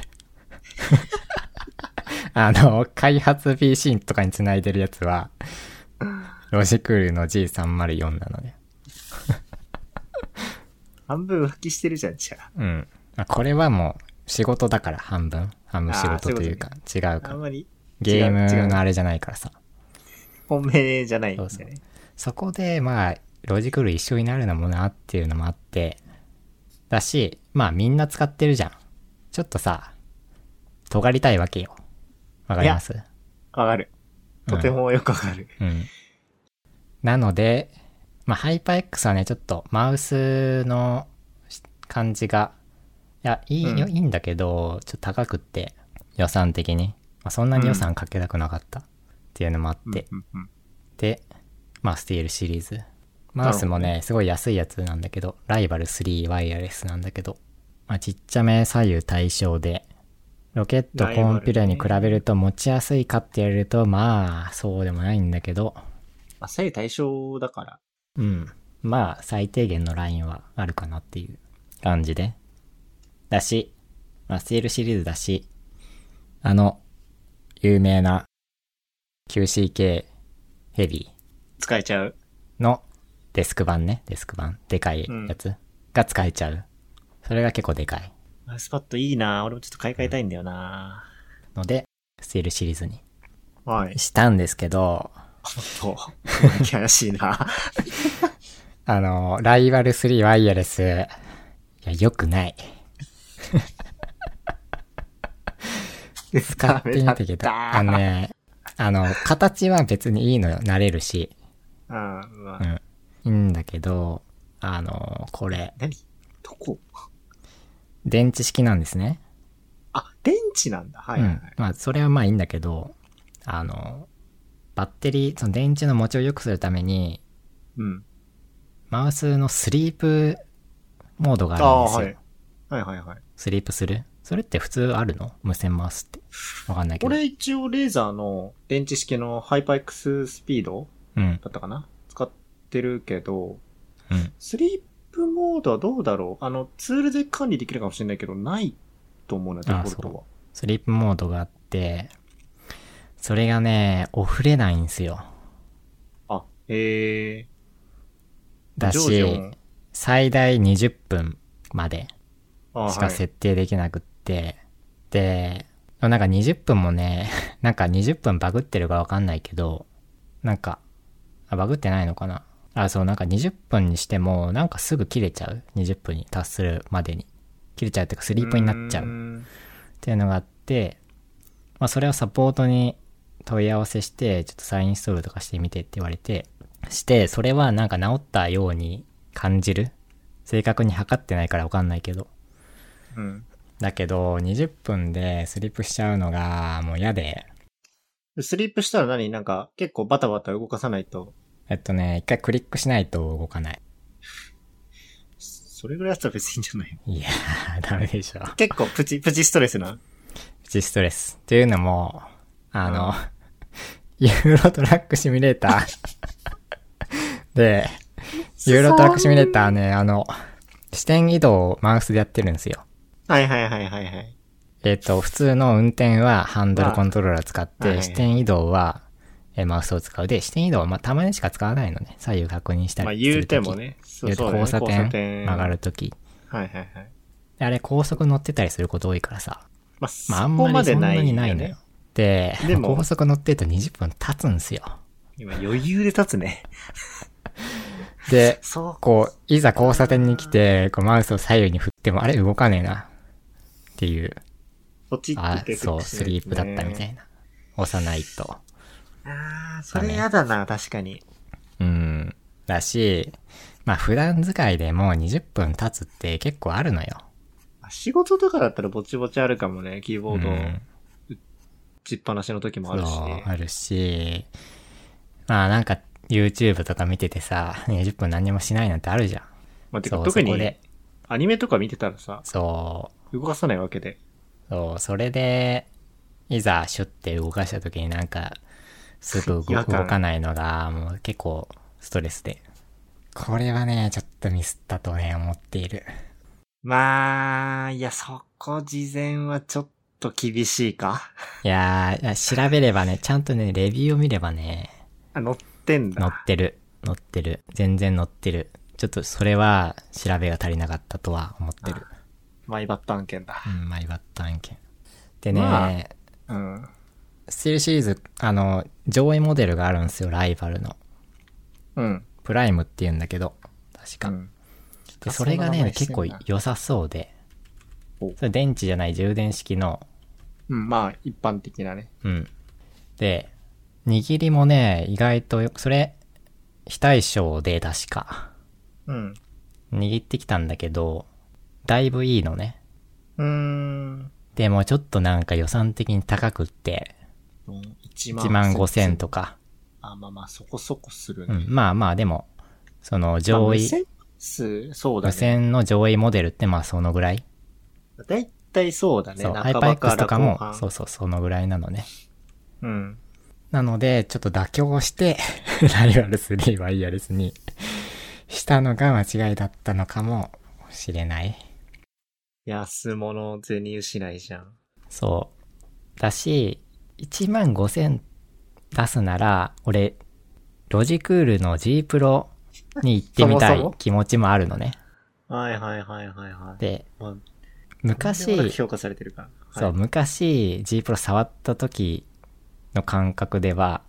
Speaker 1: あの、開発 PC とかにつないでるやつは、ロジクールの G304 なので。
Speaker 2: 半分浮気してるじゃん、じゃあ。
Speaker 1: うん。あこれはもう、仕事だから、半分。半分仕事というか、違うか
Speaker 2: あん
Speaker 1: ら。
Speaker 2: まり
Speaker 1: ゲー
Speaker 2: 違う違
Speaker 1: ム
Speaker 2: う
Speaker 1: のあれじゃないからさ。
Speaker 2: 本命じゃないんです
Speaker 1: そう
Speaker 2: よね。
Speaker 1: そこで、まあ、ロジクール一緒になるのもなっていうのもあって、だし、まあみんな使ってるじゃん。ちょっとさ、尖りたいわけよ。わかります
Speaker 2: わかる。とてもよくわかる。
Speaker 1: うん。なので、まあハイパー X はね、ちょっとマウスのし感じが、いや、いいよ、
Speaker 2: うん
Speaker 1: いいんだけど、ちょっと高くって、予算的に。まあ、そんなに予算かけたくなかったっていうのもあって、
Speaker 2: うんうんうん
Speaker 1: で、まあ、スティールシリーズ。マウスも
Speaker 2: な
Speaker 1: ね、すごい安いやつなんだけど、ライバル3ワイヤレスなんだけど、まあ、ちっちゃめ左右対称で、ロケットコンピュラーに比べると持ちやすいかって言われると、まあ、そうでもないんだけど、
Speaker 2: まあ、左右対称だから。
Speaker 1: うん。まあ、最低限のラインはあるかなっていう感じで。だし、まあ、スティールシリーズだし、あの、有名な QCK ヘビー。
Speaker 2: 使えちゃう。
Speaker 1: のデスク版ね、デスク版。でかいやつが使えちゃう。それが結構でかい。
Speaker 2: マウスパッドいいな俺もちょっと買い替えたいんだよな
Speaker 1: ので、スティールシリーズに
Speaker 2: はい。
Speaker 1: したんですけど、
Speaker 2: そう。怪しい な
Speaker 1: あの、ライバル3ワイヤレス、いや、良くない。使ってみてけど、あのね、あの、形は別にいいのよ。慣れるし。
Speaker 2: うん、まあ
Speaker 1: うん。いいんだけど、あの、これ、
Speaker 2: 何どこ
Speaker 1: 電池式なんですね。
Speaker 2: あ、電池なんだ。はい、
Speaker 1: う
Speaker 2: はい
Speaker 1: ん。まあ、それはまあいいんだけど、あの、バッテリー、その電池の持ちを良くするために、
Speaker 2: うん。
Speaker 1: マウスのスリープモードが
Speaker 2: ああ
Speaker 1: あるん
Speaker 2: ー、
Speaker 1: です
Speaker 2: は
Speaker 1: よ。
Speaker 2: い。はいはいはい。
Speaker 1: スリープするそれって普通あるの無線マウスって。わかんないけ
Speaker 2: こ
Speaker 1: ど。
Speaker 2: れ一応レーザーの電池式のハイパー X スピード
Speaker 1: うん。
Speaker 2: だったかな使ってるけど、
Speaker 1: うん。
Speaker 2: スリープモードはどうだろうあの、ツールで管理できるかもしれないけど、ないと思うな、デフォルトは。
Speaker 1: スリープモードがあって、それがね、オフれないんですよ。
Speaker 2: あ、えー、
Speaker 1: だ
Speaker 2: ジョージ
Speaker 1: し、
Speaker 2: も
Speaker 1: 最大20分まで
Speaker 2: あ
Speaker 1: しか設定できなくって、で、なんか20分もね、 なんか20分バグってるかわかんないけど、なんか、あ、バグってないのかなあ、そう、なんか20分にしても、なんかすぐ切れちゃう。20分に達するまでに。切れちゃうっていうか、スリープになっちゃう。
Speaker 2: ん
Speaker 1: っていうのがあって、まあ、それをサポートに問い合わせして、ちょっと再インストールとかしてみてって言われて、して、それはなんか治ったように感じる。正確に測ってないからわかんないけど。
Speaker 2: うん。
Speaker 1: だけど、20分でスリップしちゃうのがもう嫌で、
Speaker 2: スリープしたら何なんか、結構バタバタ動かさないと、
Speaker 1: えっとね、一回クリックしないと動かない。
Speaker 2: それぐらいだったら別にいいんじゃない
Speaker 1: いやー、 ダメでしょ。
Speaker 2: 結構プチ、プチストレスな。
Speaker 1: プチストレス。というのも、あの、ユーロトラックシミュレータ ーで、ユーロトラックシミュレーターね、あの、視点移動をマウスでやってるんですよ。
Speaker 2: はいはいはいはいはい。
Speaker 1: えっ、と、普通の運転はハンドルコントローラー使っ
Speaker 2: まあは
Speaker 1: て、
Speaker 2: い
Speaker 1: 視点移動は、えーマウスを使う。で、視点移動は、まあ、たまにしか使わないのね。左右確認したり
Speaker 2: まあ
Speaker 1: する
Speaker 2: 言うて
Speaker 1: 時
Speaker 2: も。ね、そ
Speaker 1: 言うて
Speaker 2: うだよ
Speaker 1: 交
Speaker 2: ね
Speaker 1: 差点曲が。るとき。
Speaker 2: はいはいはい。
Speaker 1: であれ、高速乗ってたりすること多いからさ。
Speaker 2: まあ、
Speaker 1: まあ、あ
Speaker 2: そ
Speaker 1: ん
Speaker 2: こ
Speaker 1: ま
Speaker 2: ま
Speaker 1: り
Speaker 2: で
Speaker 1: そん
Speaker 2: な、
Speaker 1: ないにないのよ。。で、
Speaker 2: で も
Speaker 1: 高速乗ってると20分経つんすよ。
Speaker 2: 今余裕で立つね。
Speaker 1: で、
Speaker 2: そう。
Speaker 1: こう、いざ交差点に来て、こうマウスを左右に振っても、あれ動かねえな。っていう、
Speaker 2: ポチッ
Speaker 1: あ
Speaker 2: て、
Speaker 1: そう、スリープだったみた
Speaker 2: い
Speaker 1: いな。押さないと。
Speaker 2: な。ああ、それやだな、確かに。
Speaker 1: うん。だし、まあ普段使いでもう20分経つって結構あるのよ。
Speaker 2: あ仕事とかだったらぼちぼちあるかもね、キーボード
Speaker 1: う
Speaker 2: 打
Speaker 1: ん
Speaker 2: ちっぱなしの時もあるし
Speaker 1: そう
Speaker 2: ね、。
Speaker 1: あるし、まあなんか YouTube とか見ててさ、20分何もしないなんてあるじゃん。
Speaker 2: まあ、て
Speaker 1: そ
Speaker 2: か
Speaker 1: う
Speaker 2: 特
Speaker 1: そこ
Speaker 2: に
Speaker 1: で、
Speaker 2: アニメとか見てたらさ、
Speaker 1: そう、
Speaker 2: 動かさないわけで。
Speaker 1: そう、それで、いざ、シュッて動かした時になんか、すぐ動
Speaker 2: 違和
Speaker 1: 動
Speaker 2: 感
Speaker 1: かないのが、もう結構、ストレスで。これはね、ちょっとミスったとね、思っている。
Speaker 2: まあ、いや、そこ事前はちょっと厳しいか。
Speaker 1: いやーいや、調べればね、ちゃんとね、レビューを見ればね、
Speaker 2: あ、乗ってんだ。
Speaker 1: 載ってる。載ってる。全然載ってる。ちょっとそれは、調べが足りなかったとは思ってる。
Speaker 2: マイバッタ案件だ
Speaker 1: う。ん、マイバッタ案件。でね、
Speaker 2: まあうん。
Speaker 1: スチールシリーズ、あの、上位モデルがあるんですよ、ライバルの。
Speaker 2: うん。
Speaker 1: プライムって言うんだけど、確か。
Speaker 2: うん
Speaker 1: で、それが
Speaker 2: そんな名
Speaker 1: ね、
Speaker 2: 前してん
Speaker 1: 結
Speaker 2: だ
Speaker 1: 構良さそうで
Speaker 2: お。
Speaker 1: それ電池じゃない充電式の、
Speaker 2: うん、まあ、一般的なね。
Speaker 1: うん。で、握りもね、意外とよそれ、非対称で確か、
Speaker 2: うん。
Speaker 1: 握ってきたんだけど、だいぶいいのね。
Speaker 2: うーん。
Speaker 1: でもちょっとなんか予算的に高くって、
Speaker 2: 1
Speaker 1: 1万5千とか。
Speaker 2: あ、まあまあ、そこそこする
Speaker 1: う
Speaker 2: ね。
Speaker 1: ん。まあまあ、でも、その上
Speaker 2: まあ無
Speaker 1: 位、
Speaker 2: 線数そうだ
Speaker 1: 無
Speaker 2: ね。
Speaker 1: 線の上位モデルってまあそのぐらい。
Speaker 2: だいたいそうだね。
Speaker 1: そう、
Speaker 2: 半ばから
Speaker 1: iPX とかも
Speaker 2: 後半、
Speaker 1: そうそう、そのぐらいなのね。
Speaker 2: うん。
Speaker 1: なので、ちょっと妥協して、 ライバル3ワイヤレスにしたのが間違いだったのかもしれない。
Speaker 2: 安物銭失いじゃん。
Speaker 1: そう。だし、1万5000出すなら、俺、ロジクールの G プロに行ってみた
Speaker 2: そ
Speaker 1: い
Speaker 2: もそも
Speaker 1: 気持ちもあるのね。
Speaker 2: はいはいはいはいはい。
Speaker 1: で、
Speaker 2: まあ、
Speaker 1: 昔、
Speaker 2: とんでもなく評価されてるから。
Speaker 1: そう、
Speaker 2: はい
Speaker 1: 昔 G プロ触った時の感覚では、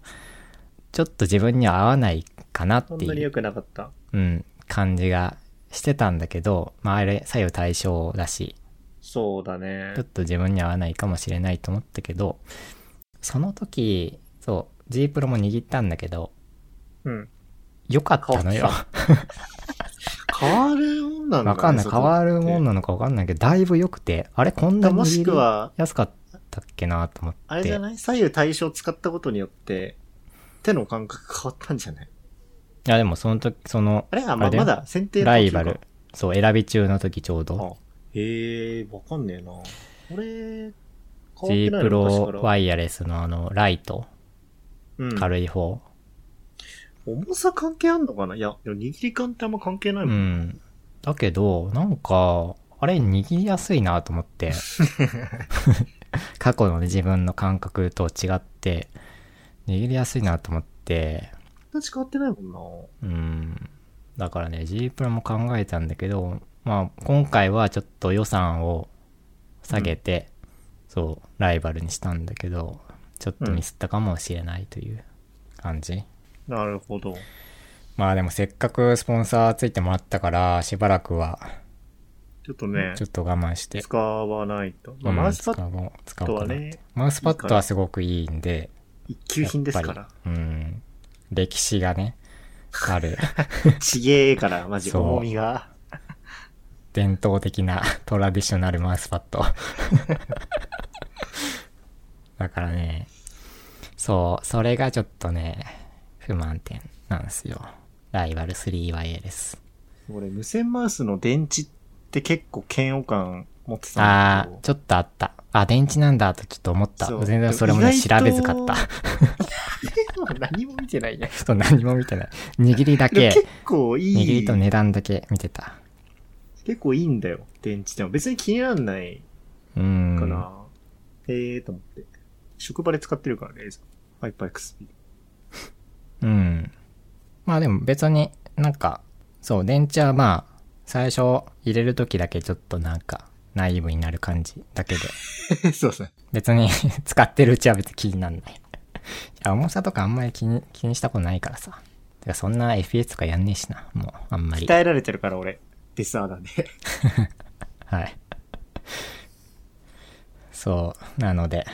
Speaker 1: ちょっと自分には合わないかな
Speaker 2: そ
Speaker 1: って
Speaker 2: ん
Speaker 1: い
Speaker 2: なに
Speaker 1: う
Speaker 2: 良くなかった。
Speaker 1: うん、感じがしてたんだけど、まああれ左右対称だし、
Speaker 2: そうだね
Speaker 1: ちょっ。と自分に合わないかもしれないと思ったけど、その時、そう、G プロも握ったんだけど、
Speaker 2: うん。
Speaker 1: 良かったのよ。
Speaker 2: 変わるもんなんだ、ね、
Speaker 1: わかんない。変わるもん
Speaker 2: な
Speaker 1: なのかわかんないけど、だいぶ良くて、あれこんなに
Speaker 2: もしく
Speaker 1: 握
Speaker 2: は、
Speaker 1: りやすかったっけなと思って。
Speaker 2: あれじゃない左右対称使ったことによって、手の感覚変わったんじゃない
Speaker 1: いやでもその時、その
Speaker 2: あれはま
Speaker 1: あれ
Speaker 2: まだ選定の途中か
Speaker 1: ライバル、そう、選び中の時ちょうど、
Speaker 2: あ、へえ、わかんねえな。これ、
Speaker 1: G プロ
Speaker 2: い。
Speaker 1: ワイヤレスのあの、ライト、
Speaker 2: うん、
Speaker 1: 軽い方、
Speaker 2: 重さ関係あんのかないや、でも握り感ってあんま関係ないも。
Speaker 1: うんん。だけど、なんか、あれ、握りやすいなと思 って。過去のね自分の感覚と違って、握りやすいなと思って、
Speaker 2: 形変わってないも
Speaker 1: うん。だからね、G プラも考えたんだけど、まあ、今回はちょっと予算を下げて、そう、ライバルにしたんだけど、ちょっとミスったかもしれないという感じ。
Speaker 2: んな。なるほど。
Speaker 1: まあでもせっかくスポンサーついてもらったから、しばらくは
Speaker 2: ちょっとね
Speaker 1: ちょ、っと我慢して。
Speaker 2: 使わないと。まあ、
Speaker 1: うん
Speaker 2: マウスパッ
Speaker 1: 使おう使
Speaker 2: ド
Speaker 1: おう
Speaker 2: は
Speaker 1: かな
Speaker 2: ね、
Speaker 1: マウスパッドはすごくいいんで、
Speaker 2: 一級品ですから。
Speaker 1: うん。歴史がね、ある
Speaker 2: ちげえから、マジ、
Speaker 1: そう
Speaker 2: 重みが。
Speaker 1: 伝統的な トラディショナルマウスパッド。 だからね、そう、それがちょっとね、不満点なんですよ。ライバル 3YA です。
Speaker 2: 俺、無線マウスの電池って結構嫌悪感持ってた
Speaker 1: あ
Speaker 2: んだ
Speaker 1: ー、ちょっとあった。あ、電池なんだとちょっと思った
Speaker 2: そ。う
Speaker 1: 全然それもね、
Speaker 2: 意
Speaker 1: 調
Speaker 2: 外と
Speaker 1: べずかった。
Speaker 2: けど。何も見て ないね。
Speaker 1: ちょっと何も見てない。握りだ
Speaker 2: で
Speaker 1: け
Speaker 2: も、結構い
Speaker 1: 握り
Speaker 2: い
Speaker 1: と、値段だけ見てた。
Speaker 2: 結構いいんだよ、電池でも。別に気にならない
Speaker 1: うん。
Speaker 2: かな。ええー、と思って。職場で使ってるからね、ハイパ ー XP。
Speaker 1: うん。まあでも別になんか、そう、電池はまあ、最初入れるときだけちょっとなんか、ナイーブになる感じだけで、
Speaker 2: そうですね。
Speaker 1: 別に 使ってるうちは別に気になんない。いや、重さとかあんまり気に、気にしたことないからさ。てかそんな FPS とかやんねえしな、もう、あんまり。
Speaker 2: 鍛えられてるから俺、デスアーダーで。
Speaker 1: はい。そう、なので。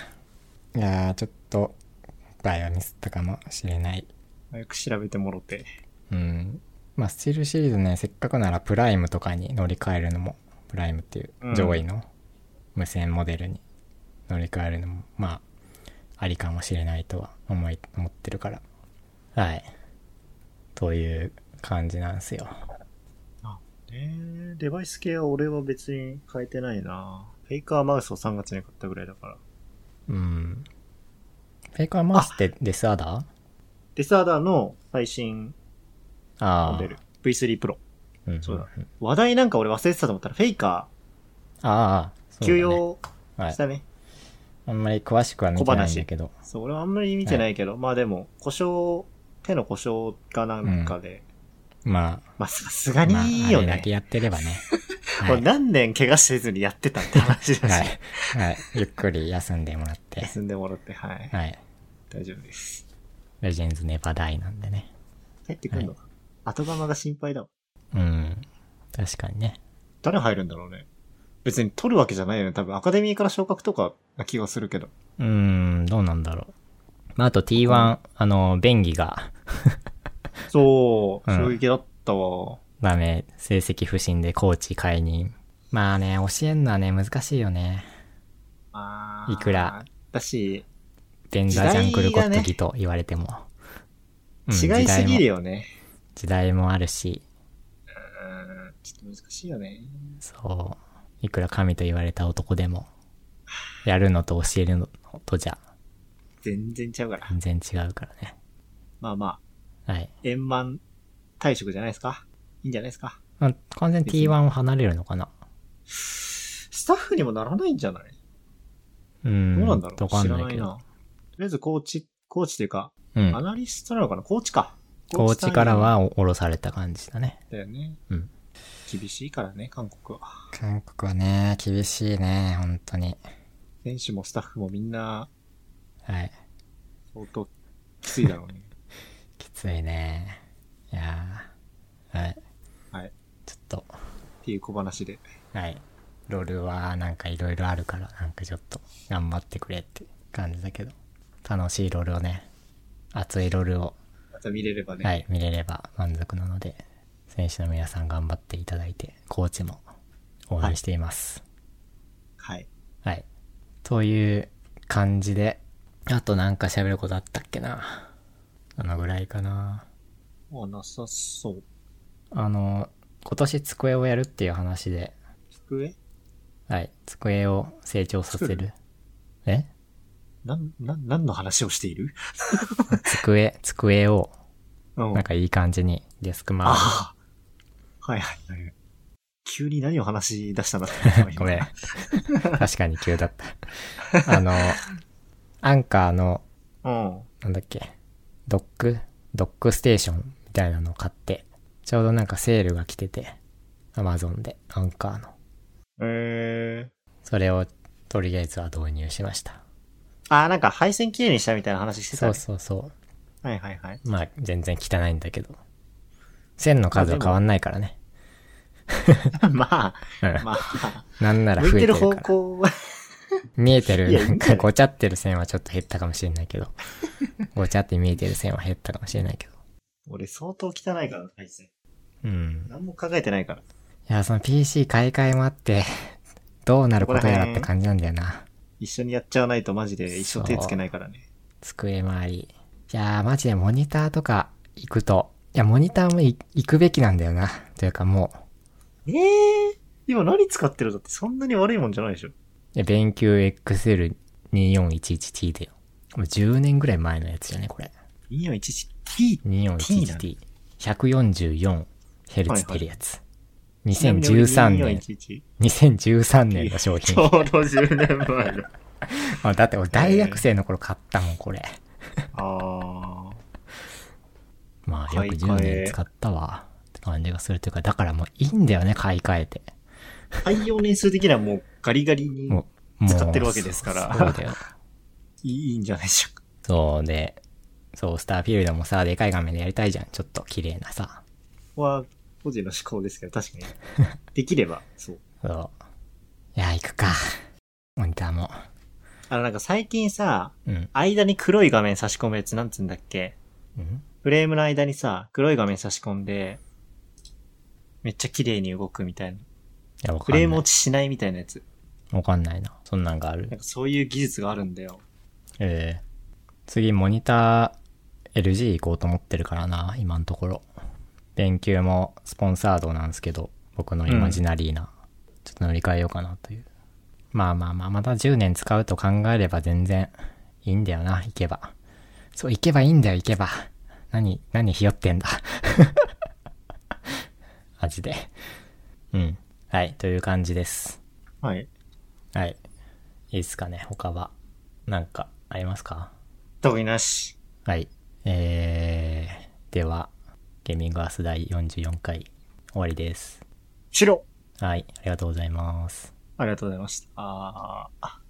Speaker 1: いやー、ちょっと、場合はミスったかもしれない。
Speaker 2: 早く調べてもろて。
Speaker 1: うん。まあ、スチールシリーズね、せっかくならプライムとかに乗り換えるのも、プライムっていう
Speaker 2: うん
Speaker 1: 上位の無線モデルに乗り換えるのも、まあ、ありかもしれないとは思い、思ってるから。はい。という感じなんですよ。
Speaker 2: ねえデバイス系は俺は別に変えてないなフェイカーマウスを3月に買ったぐらいだから。
Speaker 1: うん。フェイカーマウスってデスアーダー
Speaker 2: デスアーダーの最新
Speaker 1: ああ。
Speaker 2: モデル。V3 Pro。
Speaker 1: うんん
Speaker 2: そうだ話題なんか俺忘れてたと思ったら、フェイカ
Speaker 1: ああ、そ
Speaker 2: ー、
Speaker 1: うだ
Speaker 2: 休
Speaker 1: ね
Speaker 2: 養
Speaker 1: はい
Speaker 2: し。たね。
Speaker 1: あんまり詳しくは見てないんだけど。
Speaker 2: そう、俺はあんまり見てないけど、まあでも、故障、手の故障かなんかで、
Speaker 1: ま
Speaker 2: まあさす
Speaker 1: あ、
Speaker 2: がに
Speaker 1: まあ、
Speaker 2: いい
Speaker 1: あ
Speaker 2: よ
Speaker 1: れだ
Speaker 2: ね
Speaker 1: け。やってれば ね。
Speaker 2: こ
Speaker 1: は
Speaker 2: れ
Speaker 1: い。
Speaker 2: 何年怪我せずにやってたって話だし、
Speaker 1: はい。 はい。ゆっくり休んでもらって。
Speaker 2: 休んでもらって、はい。
Speaker 1: はい。
Speaker 2: 大丈夫です。
Speaker 1: レジェンズネバダイなんでね。
Speaker 2: 入ってくるのか、後釜が心配だわ。
Speaker 1: うん。確かにね。
Speaker 2: 誰入るんだろうね。別に取るわけじゃないよね。多分アカデミーから昇格とかな気がするけど。
Speaker 1: うーん、どうなんだろう。まあ、あと T1、あの、便宜が
Speaker 2: そう、
Speaker 1: うん
Speaker 2: 衝撃だったわ。
Speaker 1: ダメ、成績不振でコーチ解任。まあね、教えんのはね、難しいよね。
Speaker 2: あ
Speaker 1: ーいくら。
Speaker 2: だし、
Speaker 1: ベンザジャングルゴッドギと言われても。うん
Speaker 2: 違いすぎるよね。
Speaker 1: 時代も時代もあるし、
Speaker 2: うん、ちょっと難しいよね。
Speaker 1: そう。いくら神と言われた男でも、やるのと教えるのとじゃ、
Speaker 2: 全然ちゃうから。
Speaker 1: 全然違うからね。
Speaker 2: まあまあ、
Speaker 1: はい。
Speaker 2: 円満退職じゃないですかいいんじゃないですか
Speaker 1: まあ、完全に T1 を離れるのかな
Speaker 2: スタッフにもならないんじゃない
Speaker 1: うん。
Speaker 2: どうなんだろう、
Speaker 1: わか
Speaker 2: 知
Speaker 1: ん
Speaker 2: ら
Speaker 1: ない
Speaker 2: ない
Speaker 1: け
Speaker 2: な。
Speaker 1: ど。
Speaker 2: とりあえずコーチ、コーチというか、
Speaker 1: うん
Speaker 2: ア。ナリストなのかなコーチか。
Speaker 1: コーチから
Speaker 2: コ
Speaker 1: はお降ろされた感じだね。
Speaker 2: ーチ単位だよね。
Speaker 1: うん。
Speaker 2: 厳しいからね、韓国は。
Speaker 1: 韓国はね、厳しいね、本当に。
Speaker 2: 選手もスタッフもみんな
Speaker 1: はい。
Speaker 2: 相当きついだろ うね。
Speaker 1: きついね。いやーはい。
Speaker 2: はい。
Speaker 1: ちょっと、
Speaker 2: っていう小話で。
Speaker 1: はい。ロールはなんかいろいろあるから、なんかちょっと頑張ってくれって感じだけど、楽しいロールをね、熱いロールを、
Speaker 2: また見れればね。
Speaker 1: はい、見れれば満足なので、選手の皆さん頑張っていただいて、コーチも応援しています。
Speaker 2: はい。
Speaker 1: はい。という感じで、あとなんか喋ることあったっけな。あのぐらいかな。
Speaker 2: もうなさそう。
Speaker 1: あの、今年机をやるっていう話で、
Speaker 2: 机
Speaker 1: はい、机を成長させ
Speaker 2: 作
Speaker 1: る。え
Speaker 2: なん、なん、何の話をしている
Speaker 1: 机、机を、
Speaker 2: うん。
Speaker 1: なんかいい感じにデスク周りに
Speaker 2: ああ。はいはいはい。急に何を話し出したんだった
Speaker 1: ごめん。確かに急だった。あの、アンカーの、
Speaker 2: うん。
Speaker 1: なんだっけ、ドックドックステーションみたいなのを買って、ちょうどなんかセールが来てて、アマゾンで、アンカーの。
Speaker 2: えー。
Speaker 1: それを、とりあえずは導入しました。
Speaker 2: あー、なんか配線きれいにしたみたいな話してた、
Speaker 1: そ
Speaker 2: ね。
Speaker 1: うそうそ
Speaker 2: はいはいはい。
Speaker 1: う。まあ、全然汚いんだけど。線の数は変わんないからね。
Speaker 2: ま
Speaker 1: うん
Speaker 2: あ、まあ、
Speaker 1: なんなら
Speaker 2: 向い
Speaker 1: 増え
Speaker 2: て
Speaker 1: てる
Speaker 2: る
Speaker 1: か
Speaker 2: 方
Speaker 1: ら。
Speaker 2: 向は、
Speaker 1: 見えて
Speaker 2: い
Speaker 1: る、
Speaker 2: やいい
Speaker 1: なんん
Speaker 2: じゃな
Speaker 1: か
Speaker 2: い
Speaker 1: ごちゃってる線はちょっと減ったかもしれないけ ど。ごちゃって見えてる線は減ったかもしれないけど。
Speaker 2: 俺相当汚いから、配線。
Speaker 1: うん。
Speaker 2: 何も考えてないから。
Speaker 1: いや、その PC 買い替えもあって、どうなることやらって感じなんだよな。
Speaker 2: 一緒にやっちゃわないとマジで一生手つけないからね。
Speaker 1: 机周り。いやー、マジでモニターとか行くと、いや、モニターもい行くべきなんだよな。というかも
Speaker 2: ええー、今何使ってるだってそんなに悪いもんじゃないでしょ。
Speaker 1: う、いや、勉強 XL2411T だよ。もう10年ぐらい前のやつじゃね、これ。
Speaker 2: 2411T。
Speaker 1: 2411T。144Hz 出るやつ。2013
Speaker 2: 2013
Speaker 1: 年、2013年の商
Speaker 2: ちょ
Speaker 1: 品。
Speaker 2: うど10年前だ。
Speaker 1: あだって俺大学生の頃買ったもん、これ。
Speaker 2: あー。
Speaker 1: まあ、
Speaker 2: 買
Speaker 1: よ
Speaker 2: い
Speaker 1: く
Speaker 2: 替え
Speaker 1: 10年使ったわ。って感じがするというか、だからもういいんだよね、買い替えて。
Speaker 2: 対応年数的にはもうガリガリに
Speaker 1: もう、もう
Speaker 2: 使ってるわけですから
Speaker 1: そうそうだよ。
Speaker 2: いいんじゃないでしょうか。
Speaker 1: そうで、そう、スターフィールドもさ、でかい画面でやりたいじゃん。ちょっと綺麗なさ。
Speaker 2: ここは個人の思考ですけど、確かに。 できれば、そう。
Speaker 1: そう。いや、行くか。モニターも。
Speaker 2: あのなんか最近さ、
Speaker 1: うん。
Speaker 2: 間に黒い画面差し込むやつなんつうんだっけ
Speaker 1: うん
Speaker 2: フレームの間にさ、黒い画面差し込んで、めっちゃ綺麗に動くみたいな。
Speaker 1: いや、わ
Speaker 2: フ
Speaker 1: かんな
Speaker 2: レー
Speaker 1: い。
Speaker 2: ム落ちしないみたいなやつ。
Speaker 1: わかんないな。そんなんがあ
Speaker 2: なん
Speaker 1: る。
Speaker 2: かそういう技術があるんだよ。
Speaker 1: ええ次、モニター、LG 行こうと思ってるからな、今のところ。電球もスポンサードなんですけど、僕のイマジナリーな、ちょっと乗り換えようかなという。まあまあまあ、また10年使うと考えれば全然いいんだよな、行けば。そう、行けばいいんだよ、行けば。何、何ひよってんだ。 マジで。うん。はい、という感じです。
Speaker 2: はい。
Speaker 1: はい。いいっすかね、他は。なんか、ありますか
Speaker 2: 特になし。
Speaker 1: はい。えー、では、ゲーミングアース第44回、終わりです。
Speaker 2: 白
Speaker 1: はい、ありがとうございます。
Speaker 2: ありがとうございました。あー。